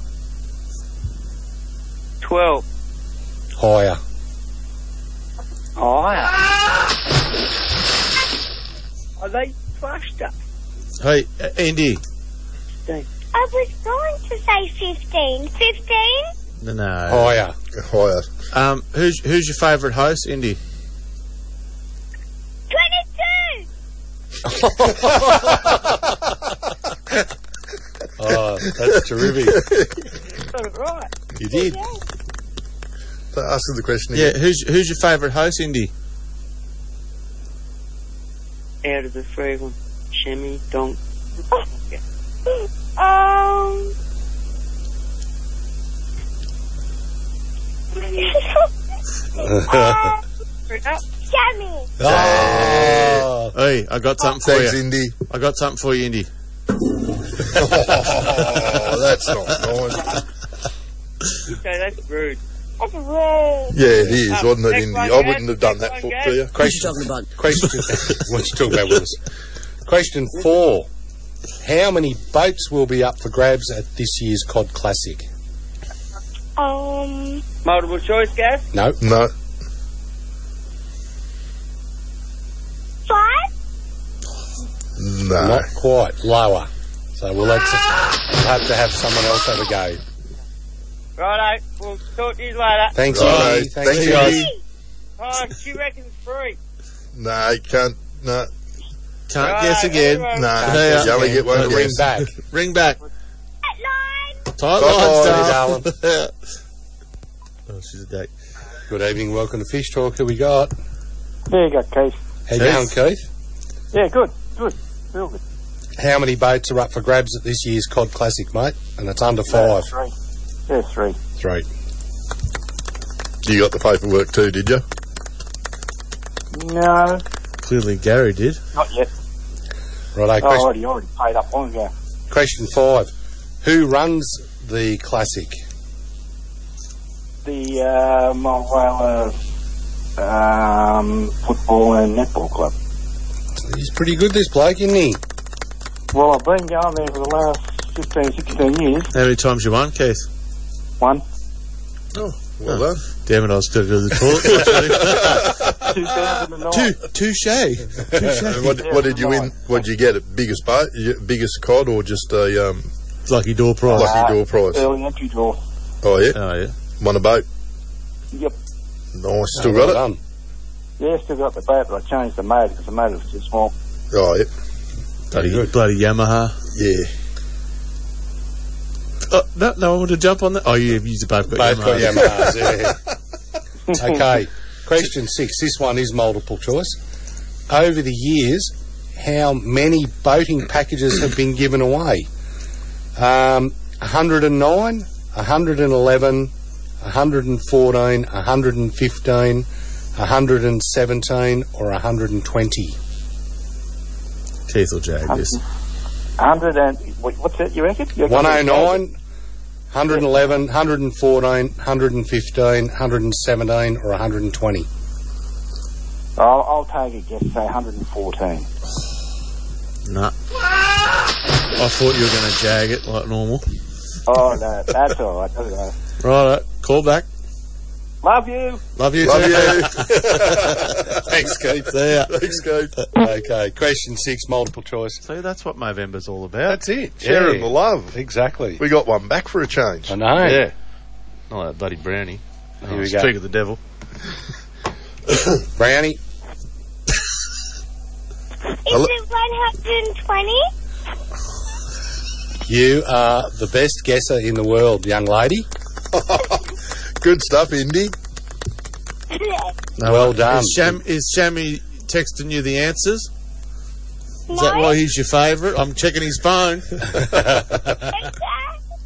E: 12.
C: Higher.
E: Oh, Are they crushed up?
B: Hey, uh, Andy.
K: I was going to say 15. 15?
B: No, no.
C: Higher.
D: Higher.
B: Um, who's who's your favourite host, Indy?
K: 22!
C: Oh, that's terrific.
K: got it right.
C: You did.
D: Asking the question
B: Yeah, who's who's your favourite host, Indy?
E: Out of the three of them. Shemmy, Donk.
K: Um. Jammy.
B: Oh. Hey, I got something for
D: Thanks,
B: you.
D: Indy.
B: I got something for you, Indy.
D: oh, that's not nice.
E: Okay, that's rude.
K: That's rude.
D: Yeah, it is, wasn't it,
E: Next
D: Indy?
E: one,
D: I
E: Gaz.
D: wouldn't have done
E: Next
D: that
E: one,
D: for
E: Gaz.
D: to you.
C: Question. Question. what you talking about with us? Question four. How many boats will be up for grabs at this year's Cod Classic?
K: Um.
E: Multiple choice, Gaz?
C: No.
D: No,
K: Five?
D: no.
C: Not quite. Lower. So we'll, have to, we'll have to have someone else have a go.
E: Righto, we'll talk to you later.
C: Thanks,
D: Righto.
C: Andy. Thanks,
D: Thank you,
C: guys.
D: Andy.
E: Time, she reckons three.
D: No, you can't. No,
B: Can't
E: Right,
B: guess again.
E: everyone.
D: no.
B: Hey, uh,
D: you only get one
C: Ring
D: guess.
C: back.
B: Ring back.
K: At nine?
B: Tight
D: Bye-bye,
B: lines, darling. oh, she's a date.
C: Good evening. Welcome to Fish Talk. Who we got?
E: There you go, Keith.
C: How you going, Keith?
E: Yeah, good, good, real good.
C: How many boats are up for grabs at this year's Cod Classic, mate? And it's under five.
E: Three. Yeah, three.
C: Three.
D: You got the paperwork too, did you?
E: No,
B: Clearly, Gary did.
E: not yet.
C: Right, eh,
E: I
C: question,
E: Oh, already, already paid up long ago.
C: question five. Who runs the Classic?
E: The uh, Mulwala um, football and netball club.
C: He's pretty good, this bloke, isn't he?
E: Well, I've been going there for the last 15, 16 years.
B: How many times you won, Keith? Oh.
E: One,
C: Oh,
D: Well done.
B: Damn it, I was going to do the toilet.
E: 2009.
B: Two, touche.
D: And what, what did you win? What did you get? At biggest boat, You- biggest cod, or just a um,
B: Lucky door prize.
D: lucky door prize?
E: Early entry draw.
D: Oh yeah,
B: Oh, yeah.
D: won a boat.
E: Yep.
D: Nice, Oh, still
C: Well
D: got it.
C: done.
E: Yeah, still got the boat, but I changed the motor because the motor was too small.
D: Oh yeah,
B: Bloody, bloody Yamaha.
D: yeah.
B: Oh, no, no one want to jump on that. Oh, you have used a both got
C: Both
B: Yamaha.
C: got Yamahas, yeah. okay. Question six. This one is multiple choice. Over the years, how many boating packages have been given away? Um, 109, 111, 114, 115, 117, or 120.
B: Keith will jag this.
E: 100 and... wait, What's it, you reckon? You reckon
C: 109, 111, 114, 115, 117, or 120.
E: I'll, I'll take a guess, say 114.
B: Nah. I thought you were going to jag it like normal.
E: Oh, no, that's all right. That's all right.
B: Right, call back.
E: Love you.
B: Love you.
D: Love
B: too.
D: you.
C: Thanks, Keith.
B: See ya.
D: Thanks, Gabe.
C: okay, question six, multiple choice.
O: See, that's what Movember's all about.
C: That's it.
D: Sharing the love.
C: Exactly.
D: We got one back for a change.
C: I know.
O: Yeah. Not that bloody brownie. Oh,
C: Here we
O: it's
C: go.
O: Trick of the devil.
C: Brownie.
K: Is it 120?
C: You are the best guesser in the world, young lady.
D: Good stuff, Indy.
B: No,
C: well
B: wait.
C: done.
B: Is, Sham, is Shammy texting you the answers? Is that
K: no,
B: why he's your favourite? I'm checking his phone.
K: it's that.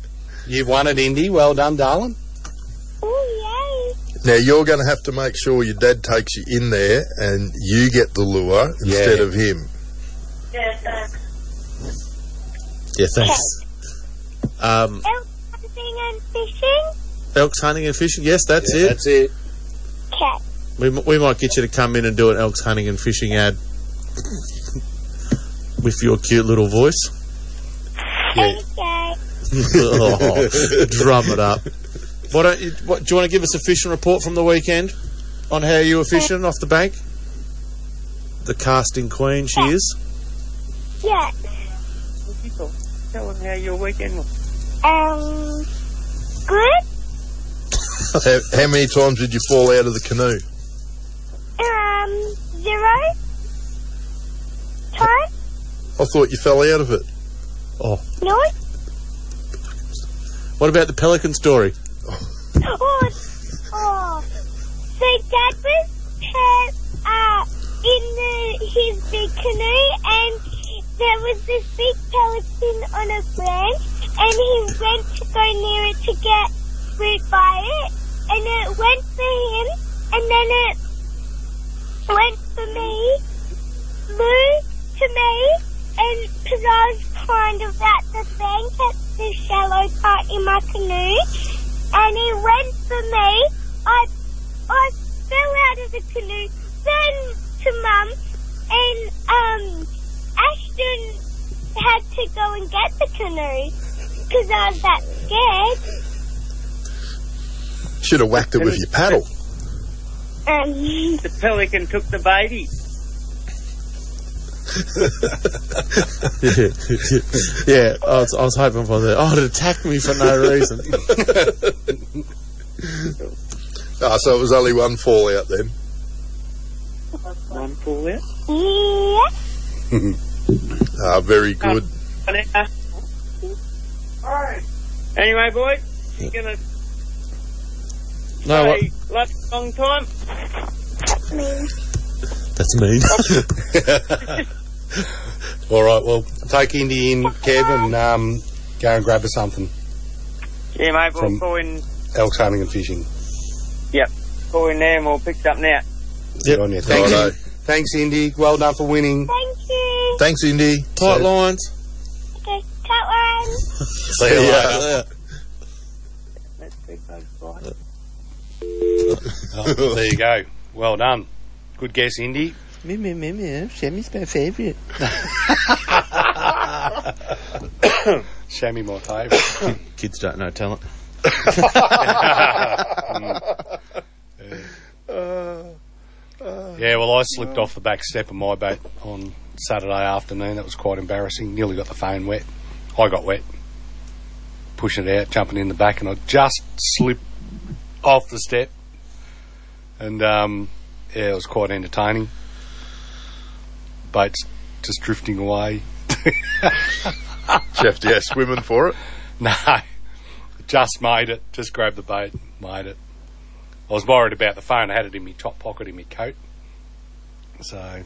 C: You've won it, Indy. Well done, darling.
K: Oh,
D: Now you're going to have to make sure your dad takes you in there and you get the lure instead of him.
K: yay.
B: Yeah, thanks. Um,
K: Elk hunting and fishing?
B: elks hunting and fishing. Yes, that's it.
C: That's it.
K: Cat.
B: We, m- we might get you to come in and do an elks hunting and fishing ad with your cute little voice.
K: Okay.
B: oh, drum it up. Why don't you, what, do you want to give us a fishing report from the weekend on how you were fishing off the bank? The casting queen she is.
K: Yeah.
E: Tell them how your weekend was.
K: Um, good.
D: How, how many times did you fall out of the canoe?
K: Um, zero. Time?
D: I thought you fell out of it.
K: No.
B: What about the pelican story?
K: Oh, oh. So Dad was uh, uh, in the, his big canoe, and there was this big pelican on a branch, and he went to go near it to get food by it, and it went for him, and then it went for me, flew to me, and because I was kind of at the bank at the shallow part in my canoe, and he went for me. I I fell out of the canoe, then to mum, and um, Ashton had to go and get the canoe because I was that scared.
D: Should have whacked it with your paddle.
K: Um,
E: The pelican took the baby.
B: yeah, I was, I was hoping for that. Oh, it attacked me for no reason.
D: Ah, so it was only one fall out then.
E: One pull out.
K: yeah.
D: Ah, very good.
E: Anyway, boys, you're gonna
B: No, Oh, what?
E: stay lots of long time.
B: That's mean.
C: All right, well, take Indy in, Kev, and um, go and grab us something.
E: Yeah, mate, we'll
C: From-
E: call in,
C: Elks hunting and fishing.
E: call in there and we'll pick it up now.
C: Good on you. Thanks,
D: Righto.
C: Indy. Thanks, Indy. Well done for winning.
K: Thank you.
D: Thanks, Indy.
B: Tight lines.
K: Okay, that one.
C: See you later.
E: That's big, mate. Bye.
C: Oh, there you go. Well done. Good guess, Indy.
E: Me, me, me, me. Shammy's my favourite.
C: Shammy my favourite.
O: Kids don't know talent.
C: Mm. Yeah, well, I slipped off the back step of my boat on Saturday afternoon. That was quite embarrassing. Nearly got the phone wet. I got wet. Pushing it out, jumping in the back, and I just slipped off the step. And um, yeah, it was quite entertaining. Boat's just drifting away.
D: Jeff, yeah, swimming for it.
C: No, just made it. Just grabbed the bait, made it. I was worried about the phone. I had it in my top pocket in my coat. So.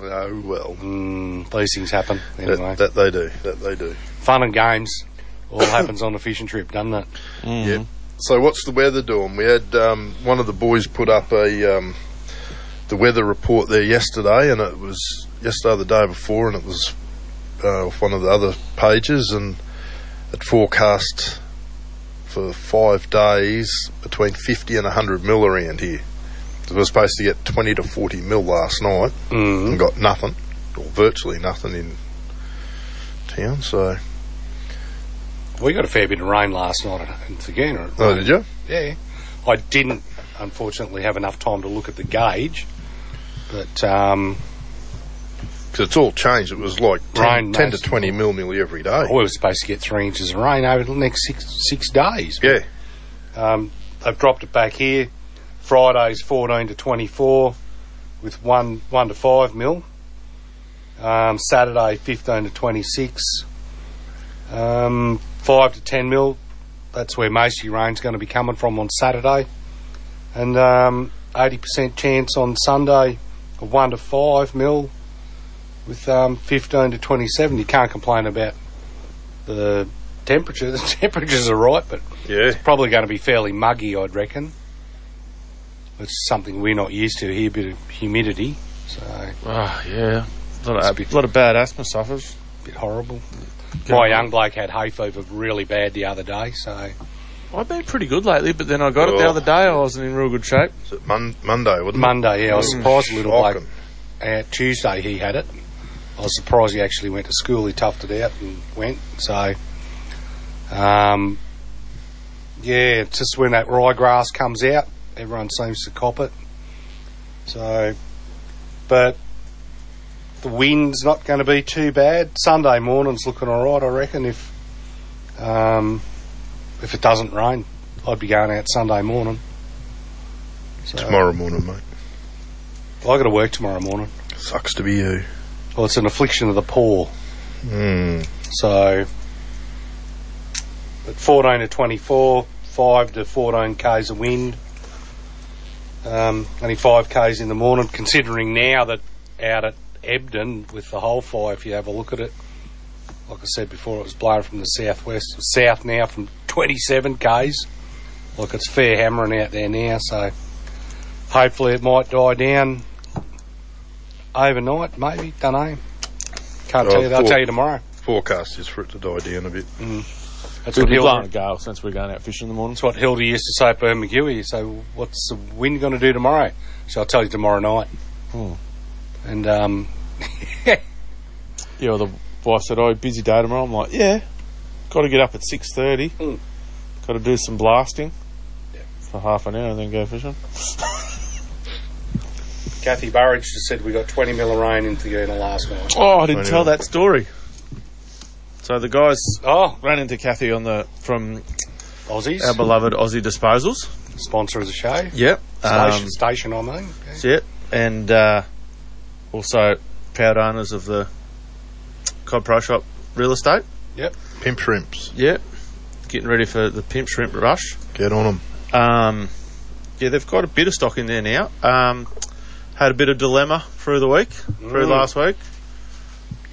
D: Oh well.
C: Mm, these things happen anyway.
D: That, that they do. That they do.
C: Fun and games all happens on a fishing trip, doesn't it?
D: Yeah. So what's the weather doing? We had um, one of the boys put up a um, the weather report there yesterday, and it was yesterday or the day before, and it was uh, off one of the other pages, and it forecast for five days between 50 and 100 mil around here. So we were supposed to get 20 to 40 mil last night, and got nothing, or virtually nothing in town. So
C: We got a fair bit of rain last night at- in Thagina. It
D: Oh,
C: rained.
D: did you?
C: Yeah. I didn't, unfortunately, have enough time to look at the gauge, but um,
D: Because it's all changed. It was like 10, 10
C: Rain
D: to
C: most-
D: 20 mil nearly every day.
C: we were supposed to get three inches of rain over the next six six days.
D: Yeah.
C: Um, they've dropped it back here. Fridays fourteen to twenty four, with one one to five mil. Um, Saturday fifteen to twenty six, um, five to ten mil. That's where most of your rain's going to be coming from on Saturday, and um, eighty percent chance on Sunday of one to five mil, with um, fifteen to twenty seven. You can't complain about the temperature. The temperatures are right, but
D: Yeah.
C: probably going to be fairly muggy, I'd reckon. It's something we're not used to here, a bit of humidity. So,
B: Ah, yeah. A lot,
C: It's a
B: of, a lot of bad asthma sufferers.
C: bit horrible. My young bloke had hay fever really bad the other day, so
B: I've been pretty good lately, but then I got it the
D: Oh.
B: other day. I wasn't in real good shape.
D: Was it Mon- Monday, wasn't
C: Monday, yeah, I was
D: Mm,
C: surprised the little bloke.
D: shocking.
C: Uh, Tuesday he had it. I was surprised he actually went to school. He toughed it out and went. So, um, yeah, it's just when that ryegrass comes out, everyone seems to cop it. So, but the wind's not going to be too bad. Sunday morning's looking all right, I reckon. If um, if it doesn't rain, I'd be going out Sunday morning. So-
D: it? Tomorrow morning, mate.
C: I got to work tomorrow morning.
D: Sucks to be you.
C: Well, it's an affliction of the poor.
B: Hmm.
D: Mm.
C: So, but 14 to 24, 5 to 14 k's of wind. Um, only 5 k's in the morning, considering now that out at Ebden with the whole fire, if you have a look at it, like I said before, it was blowing from the southwest, south now from 27 k's. Like it's fair hammering out there now, so hopefully it might die down overnight, maybe. Don't know. Can't tell you. that. I'll tell you tomorrow.
D: Forecast is for it to die down a bit.
B: Mm.
C: That's
B: We've
C: what,
B: been
C: Hilda,
B: blowing a gale since we we're going out fishing in the morning.
C: that's what Hilda used to say at Burn McGuey. So, what's the wind going to do tomorrow? So, I'll tell you tomorrow night. Oh.
B: Hmm.
C: And, um,
B: Yeah, well, the wife said, "Oh, busy day tomorrow." I'm like, "Yeah, got to get up at six thirty.
C: Mm.
B: Got to do some blasting for half an hour and then go fishing."
C: Kathy Burridge just said we got 20 mil of rain in Thagina last night.
B: Oh, I didn't
D: Bloody hell.
B: tell that story. So the guys
C: Oh,
B: ran into Kathy on the from
C: Aussies.
B: our beloved Aussie Disposals.
C: Sponsor of the show.
B: Yep. Um,
C: Station, station, I mean. Yeah.
B: That's it. And uh, also proud owners of the Cod Pro Shop real estate.
D: Pimp shrimps.
B: Yep. Getting ready for the pimp shrimp rush.
D: Get on them.
B: Um, yeah, they've got a bit of stock in there now. Um, had a bit of dilemma through the week, through
C: Mm.
B: last week.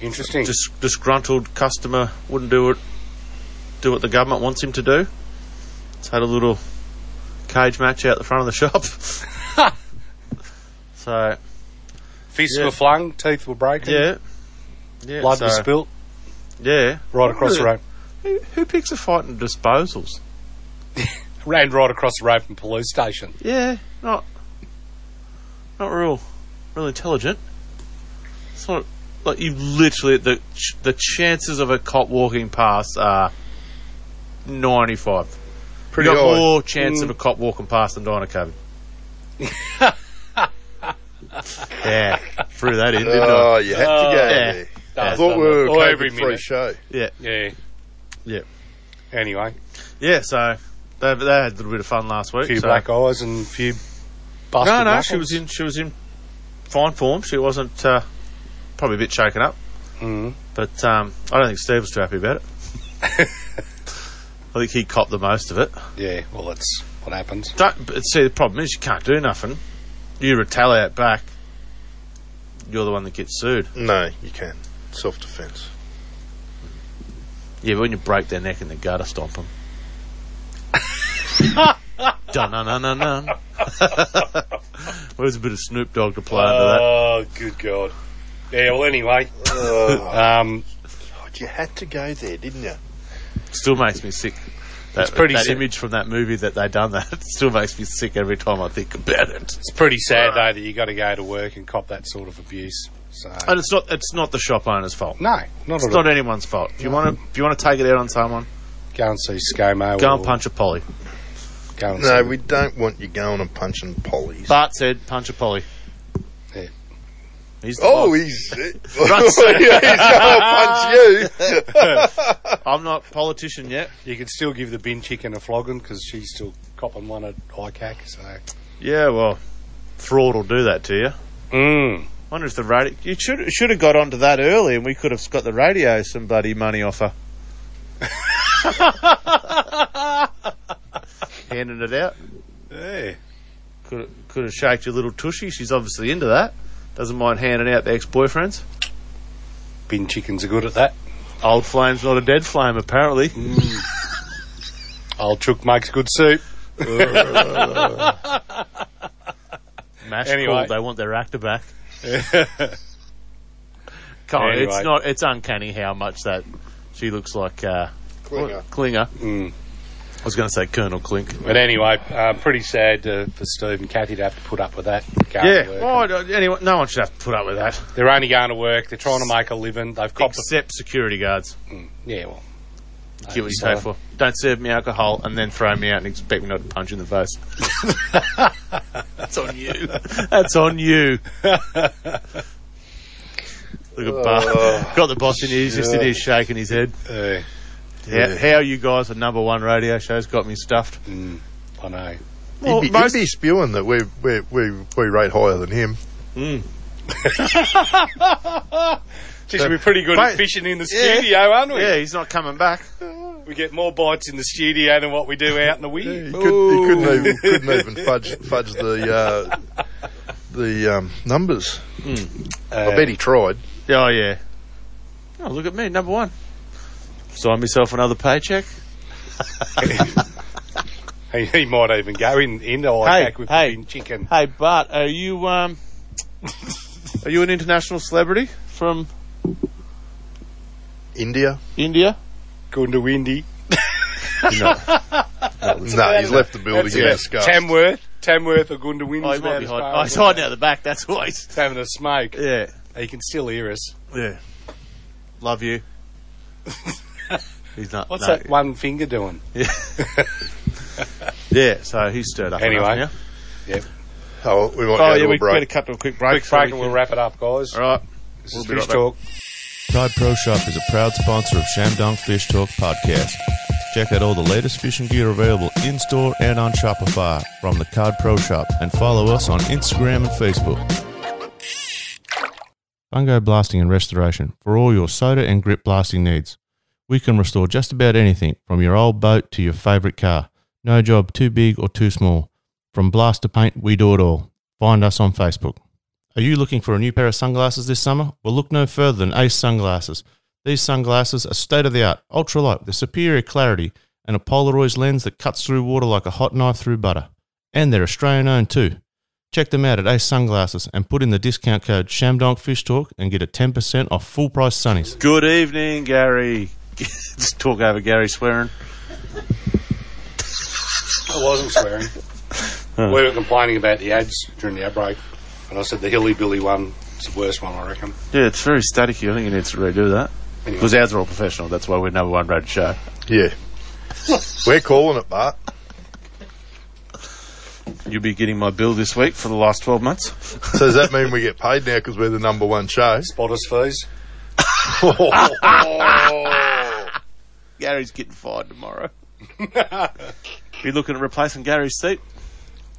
C: Interesting.
B: Dis- disgruntled customer wouldn't do it, do what the government wants him to do. It's had a little cage match out the front of the shop. so
C: Fists
B: yeah.
C: were flung, teeth were broken,
B: yeah, yeah,
C: blood
B: so-
C: was spilt
B: Yeah,
C: right across the road.
B: Who, who picks a fight in disposals?
C: Ran right across the road from police station.
B: Yeah, not not real, real intelligent. It's not like you literally the ch- the chances of a cop walking past are ninety five. You
D: Pretty
B: got
D: high. Mm.
B: more chance of a cop walking past than dying of COVID. yeah, threw that in, didn't I?
D: Oh, you had to go
B: yeah.
D: there.
C: Yeah.
D: I thought we were a
C: Or every
D: COVID-free
C: minute.
D: show.
C: Yeah.
B: Yeah.
C: Anyway,
B: Yeah, so they, they had a little bit of fun last week.
C: a few
B: so-
C: black eyes and a few busted
B: No, no, she
C: knuckles.
B: was in. She was in fine form. She wasn't uh, probably a bit shaken up,
C: Mm.
B: but um, I don't think Steve was too happy about it. I think he copped the most of it.
C: Yeah, well, it's what happens.
B: Don't, but see, the problem is you can't do nothing. You retaliate back. You're the one that gets sued.
D: No, you can. Self defence.
B: Yeah, but when you break their neck in the gutter, stomp them. dun dun dun dun dun. Where's a bit of Snoop Dogg to play under that?
C: Oh, good God. Yeah, well, anyway. um,
D: God, you had to go there, didn't you?
B: Still makes me sick. That,
C: It's pretty
B: that
C: sick.
B: image from that movie that they done that still makes me sick every time I think about it.
C: it's pretty
B: Uh,
C: sad, though, that you got to go to work and cop that sort of abuse. So,
B: And it's not it's not the shop owner's fault.
C: no, not
B: It's
C: at all.
B: not anyone's fault. If you want to if you want to take it out on someone,
C: Go and see ScoMo.
B: go
C: or
B: and punch a Polly.
C: Go and
D: No,
C: see-
D: we don't want you going and punching pollies.
B: Bart said, punch a Polly.
C: Yeah.
B: He's the
D: oh,
B: boss.
D: he's, Yeah, he's going to punch you.
B: I'm not politician yet.
C: You can still give the bin chicken a flogging because she's still copping one at ICAC. So,
B: Yeah, well, fraud will do that to you.
C: mm.
B: Wonder if the radio. You should should have got onto that early, and we could have got the radio some bloody money off her. Handing it out.
C: yeah,
B: Could could have shaked your little tushy. She's obviously into that. Doesn't mind handing out the ex boyfriends.
C: bin chickens are good at that.
B: Old flame's not a dead flame, apparently.
C: Old Mm. Chook makes good soup.
B: Mash
C: Anyway.
B: called. They want their actor back. Come on,
C: Anyway.
B: it's not. It's uncanny how much that she looks like uh,
D: Klinger.
B: Klinger.
C: Mm.
B: I was going to say Colonel Clink.
C: But anyway, uh, pretty sad uh, for Steve and Kathy to have to put up with that. Go
B: Yeah.
C: to work.
B: Well, I don't- anyway, no one should have to put up with that.
C: They're only going to work. They're trying to make a living. They've copped a Mm,
B: Except security guards.
C: Yeah, well,
B: Get what you pay for. Don't serve me alcohol and then throw me out and expect me not to punch you in the face. That's on you. That's on you. Look at Bart.
C: Oh.
B: Got the boss in here. He's just in here shaking his head.
C: uh,
B: Yeah. How you guys are number one radio shows got me stuffed.
C: Mm. I know.
B: Well,
D: he'd, be,
B: most-
D: he'd be spewing that we we we we rate higher than him.
C: Mm. Geez, we're pretty good
B: Mate,
C: at fishing in the studio, aren't we?
B: yeah, he's not coming back.
C: We get more bites in the studio than what we do out in the wind.
D: He, could, he couldn't even couldn't even fudge fudge the uh, the um, numbers.
C: Mm.
D: I bet he tried.
B: Oh yeah. Oh look at me, number one. Sign myself another paycheck.
C: he, he might even go in in the
B: Hey,
C: ICAC with the
B: hey.
C: bin chicken.
B: Hey Bart, are you um, are you an international celebrity from
D: India.
B: India?
C: Going to windy.
D: No, he's left the building. Yeah, scuffed.
C: Tamworth, Tamworth or Gundawindi.
B: Oh, he might be hiding. Oh, he's hiding out the back. That's why. He's,
C: having a smoke.
B: yeah,
C: He can still hear us.
B: yeah. Love you. he's not.
C: What's
B: no.
C: that one finger doing?
B: Yeah, so he's stirred up.
C: Anyway.
B: enough now.
D: Oh, we might
B: Oh
D: go
B: yeah,
D: to
B: we
D: a break.
B: better cut to a quick break.
C: Quick
B: so
C: break and
B: we
C: we'll
B: can-
C: wrap it up, guys.
B: All right.
C: This
B: we'll
C: is
B: be right
C: Fish
B: back.
C: Talk.
P: Cod Pro Shop is a proud sponsor of Shamdong Fish Talk Podcast. Check out all the latest fishing gear available in store and on Shopify from the Cod Pro Shop and follow us on Instagram and Facebook. Fungo Blasting and Restoration for all your soda and grip blasting needs. We can restore just about anything from your old boat to your favorite car. No job too big or too small. From blast to paint, we do it all. Find us on Facebook. Are you looking for a new pair of sunglasses this summer? Well, look no further than Ace Sunglasses. These sunglasses are state of the art, ultralight with superior clarity and a Polaroid lens that cuts through water like a hot knife through butter. And they're Australian owned too. Check them out at Ace Sunglasses and put in the discount code ShamDonkFishTalk and get a 10% off full price sunnies.
B: Good evening, Gary. Just talk over Gary swearing.
C: I wasn't swearing. We were complaining about the ads during the outbreak, and I said the hilly billy one is the worst one, I reckon.
B: Yeah, it's very staticky. I think you need to redo that.
C: Anyway.
B: Because ours are all professional. That's why we're number one rated show.
D: Yeah, we're calling it, Bart.
B: You'll be getting my bill this week for the last 12 months.
D: So does that mean we get paid now because we're the number one show?
C: Spotters fees.
B: Gary's getting fired tomorrow. you looking at replacing Gary's seat?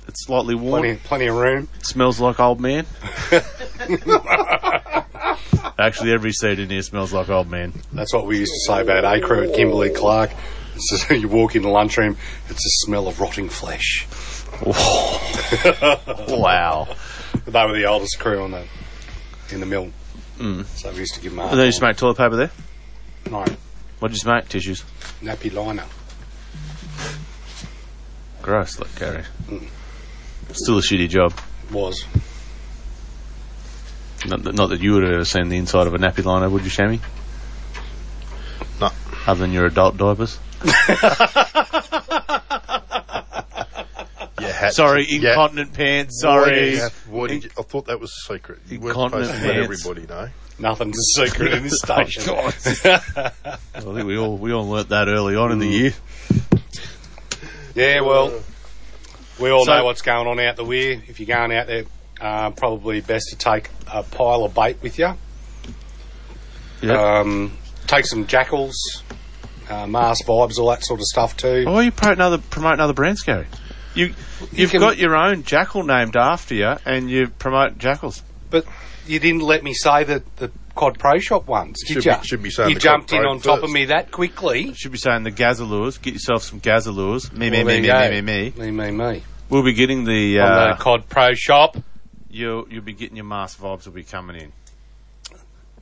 B: It's slightly worn.
C: Plenty, plenty of room.
B: smells like old man. Actually, every seat in here smells like old man.
C: That's what we used to say about A crew at Kimberley Clark. It's just, you walk in the lunchroom, it's the smell of rotting flesh.
B: wow.
C: They were the oldest crew on the in the mill,
B: Mm.
C: so we used to give them
B: And then you just make toilet paper there?
C: no
B: What did you make? Tissues.
C: nappy liner.
B: Gross, look, Gary. Still a shitty job.
C: Was
B: Not that, not that you would have ever seen the inside of a nappy liner, would you, Shammy?
D: No.
B: Other than your adult diapers.
D: You had
B: Sorry,
D: to- yeah.
B: incontinent pants. Sorry.
D: Yeah, what did you- I thought that was secret. You weren't
B: Incontinent
D: supposed to let
B: pants. Oh,
D: everybody know.
C: nothing's a secret in this station.
D: Oh,
B: I think we all we all learnt that early on in
C: Mm.
B: the year.
C: Yeah, well, we all
B: So-
C: know what's going on out the weir. If you're going out there, uh, probably best to take a pile of bait with you.
B: Yep.
C: Um, take some jackals, uh, Mars vibes, all that sort of stuff too.
B: Why are Oh, you promoting other promoting other brands, Gary? You you've
C: can-
B: got your own jackal named after you, and you promote jackals.
C: But you didn't let me say the, the Quad Pro Shop ones, did
D: Should be-
C: you?
D: should be saying
C: You
D: the
C: jumped
D: Quad
C: in
D: Pro
C: on top of
D: first.
C: me that quickly.
B: Should be saying the Gazalures. Get yourself some Gazalures. Me me
C: Well, there
B: me
C: you
B: me
C: go.
B: me me me.
C: Me, me, me. Oh,
B: We'll be getting the
C: on
B: uh,
C: the Cod Pro Shop,
B: you you'll be getting your mask vibes will be coming in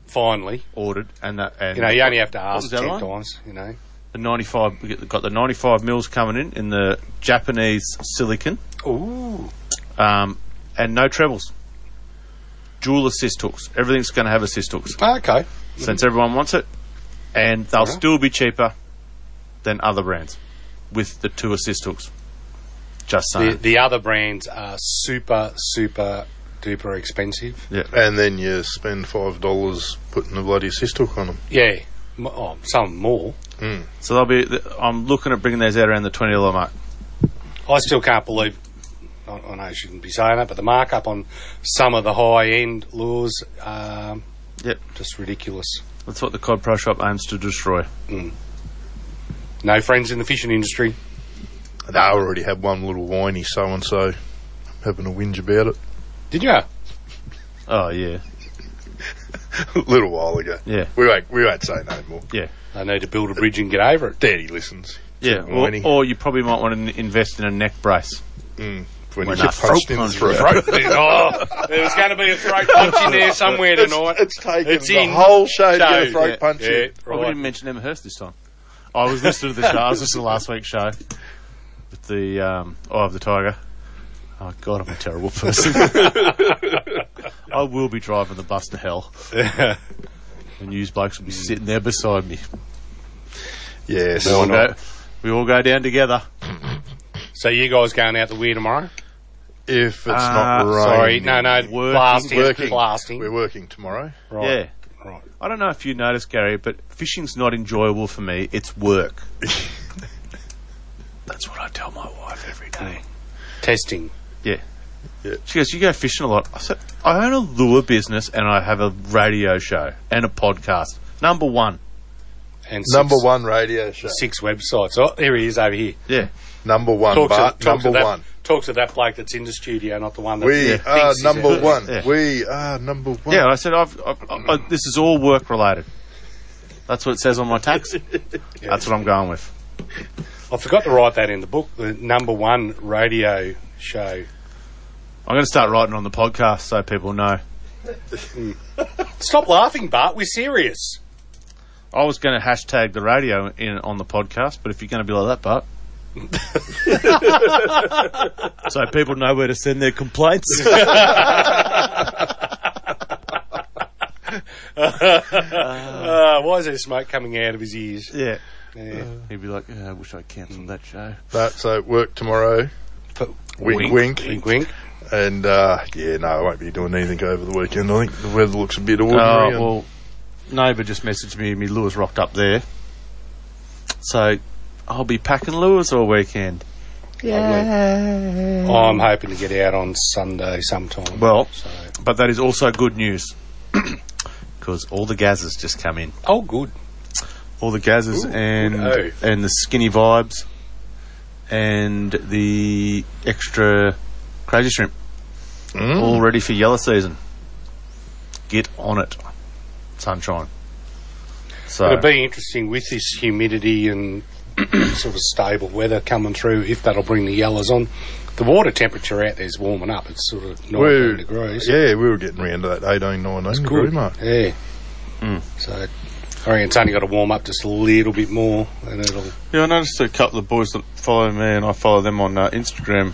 C: finally.
B: ordered, and that and
C: You know, you only have to
B: was
C: ask
B: that
C: ten
B: line?
C: times, you know.
B: the 95 we get- got the 95 mils coming in in the Japanese silicon
C: Ooh.
B: um, and no trebles dual assist hooks everything's going to have assist hooks
C: Okay.
B: since everyone wants it and they'll
C: Alright.
B: still be cheaper than other brands with the two assist hooks just
C: The,
B: saying
C: the other brands are super, super duper expensive.
D: And then you spend five dollars putting the bloody assist hook on them.
C: Yeah. M- Oh, some more.
D: Hmm.
B: so they'll be th- I'm looking at bringing those out around the $20 mark
C: I still can't believe. I, I know I shouldn't be saying that, but the markup on some of the high end lures, um,
B: Yep.
C: just ridiculous.
B: that's what the Cod Pro Shop aims to destroy
C: Hmm. No friends in the fishing industry.
D: And I already had one little whiny so and so having a whinge about it
C: Did you?
B: oh yeah
D: a little while ago.
B: yeah
D: We won't we won't say no more.
C: They need to build a bridge and get over it.
D: Daddy listens.
B: yeah or,
D: whiny.
B: or you probably might want to invest in a neck brace
D: Mm. When,
B: When
D: you
B: I
D: get punched in the
B: throat
D: throat.
C: oh, there was going to be a throat punch in there somewhere
D: It's,
C: tonight.
D: it's taken
C: It's
D: the
C: in.
D: whole show to get
C: Show,
D: a throat
B: yeah,
D: punch
C: yeah,
D: in.
B: I
C: right.
B: didn't mention Emma Hurst this time. I was listening to the show. I was listening to last week's show with the um, Eye of the Tiger. Oh God, I'm a terrible person. I will be driving the bus to hell. and news blokes will be sitting there beside me.
D: Mm. Yes.
B: We all go, we all go down together.
C: So you guys going out the weir tomorrow?
D: If it's
B: Ah,
D: not raining.
C: Sorry, no, no,
B: Working,
C: blasting,
D: working.
C: blasting.
D: We're working tomorrow.
C: Right.
B: Yeah.
C: Right.
B: I don't know if you noticed, Gary, but fishing's not enjoyable for me. It's work. That's what I tell my wife every day.
C: Testing.
B: She goes, "You go fishing a lot." I said, "I own a lure business and I have a radio show and a podcast. Number one,
C: And
D: Number
C: six,
D: one radio show.
C: Six websites. Oh, there he is over here.
B: yeah,
D: Number one, Bart. number
C: that,
D: one.
C: Talk to that bloke that's in the studio, not the one that
D: We
C: thinks
D: are
C: he's
D: number
C: out.
D: one.
B: Yeah.
D: We are number one.
B: yeah." I said, I've, I've, i I, "This is all work related. That's what it says on my tax. That's what I'm going with."
C: I forgot to write that in the book. The number one radio show.
B: I'm going to start writing on the podcast so people know.
C: Stop laughing, Bart. We're serious.
B: I was going to hashtag the radio in on the podcast, but if you're going to be like that, Bart.
C: Uh,
B: so people know where to send their complaints.
C: Uh, why is there smoke coming out of his ears?
B: yeah.
C: Yeah.
B: He'd be like, "Yeah, I wish I cancelled that show.
D: But, so work tomorrow.
C: But-
D: Wink, wink,
C: Wink, wink.
D: and uh, yeah, no, I won't be doing anything over the weekend. I think the weather looks a bit ordinary.
B: Oh,
D: and-
B: well, neighbour just messaged me, me lures rocked up there. So I'll be packing lures all weekend.
C: Oh, I'm hoping to get out on Sunday sometime.
B: Well,
C: so.
B: but that is also good news because all the gazzers just come in.
C: Oh, good.
B: All the gazzers
C: Ooh,
B: and
C: good
B: and the skinny vibes and the extra crazy shrimp
D: Mm.
B: all ready for yellow season. Get on it, sunshine. So
C: It'll be interesting with this humidity and sort of stable weather coming through, if that'll bring the yellows on. The water temperature out there's warming up. It's sort of 19
D: We're-
C: degrees. Mm,
D: Yeah, we were getting round to that 18, 19 degree
C: good.
D: mark.
C: Yeah.
B: Hmm.
C: So I reckon it's only got to warm up just a little bit more, and it'll.
B: Yeah, I noticed a couple of boys that follow me, and I follow them on uh, Instagram.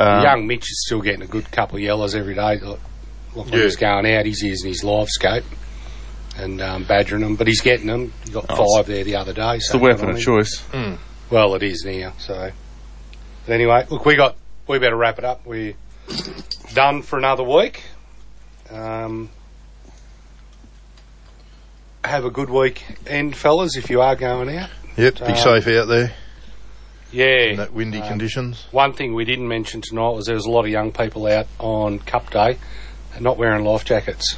B: Um,
C: young Mitch is still getting a good couple of yellows every day. Look, look when
B: Yeah.
C: he's going out, he's using his live scope and um, badgering them, but he's getting them. He got
B: Oh,
C: five
B: it's-
C: there the other day.
B: It's
C: so
B: the weapon
C: I
B: of
C: mean-
B: choice.
C: Mm. Well, it is now. So, but anyway, look, we got we better wrap it up. We're done for another week. Um, have a good weekend, fellas. If you are going out,
D: Yep, be
C: Um,
D: safe out there
C: yeah. Um,
D: in that windy conditions.
C: One thing we didn't mention tonight was there was a lot of young people out on Cup Day, and not wearing life jackets.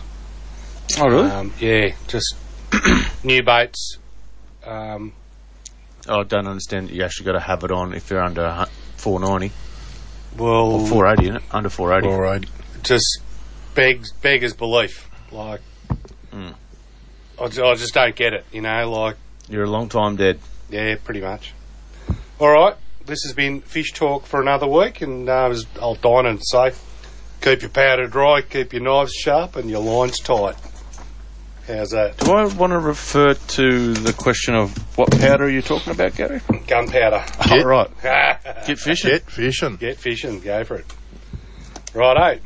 B: Oh, really?
C: Um, yeah, just new boats. Um,
B: Oh, I don't understand. that You actually got to have it on if you're under a hun- 490
C: well,
B: or 480, isn't it? Under 480.
D: All right.
C: just begs beggars belief. Like,
B: Hmm.
C: I, ju- I just don't get it. You know, like,
B: You're a long time dead.
C: yeah, pretty much. All right, this has been fish talk for another week, and uh, as old Dinan would say, keep your powder dry, keep your knives sharp, and your lines tight. How's that?
B: Do I want to refer to the question of what powder are you talking about, Gary?
C: Gunpowder.
B: All right. Get fishing.
D: Get fishing.
C: Get fishing, go for it. Righto.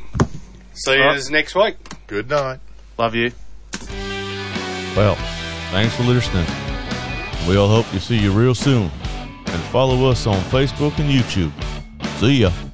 C: See you
B: Right.
C: next week.
D: Good night.
B: Love you.
Q: Well, thanks for listening. We all hope to see you real soon. And follow us on Facebook and YouTube. See ya.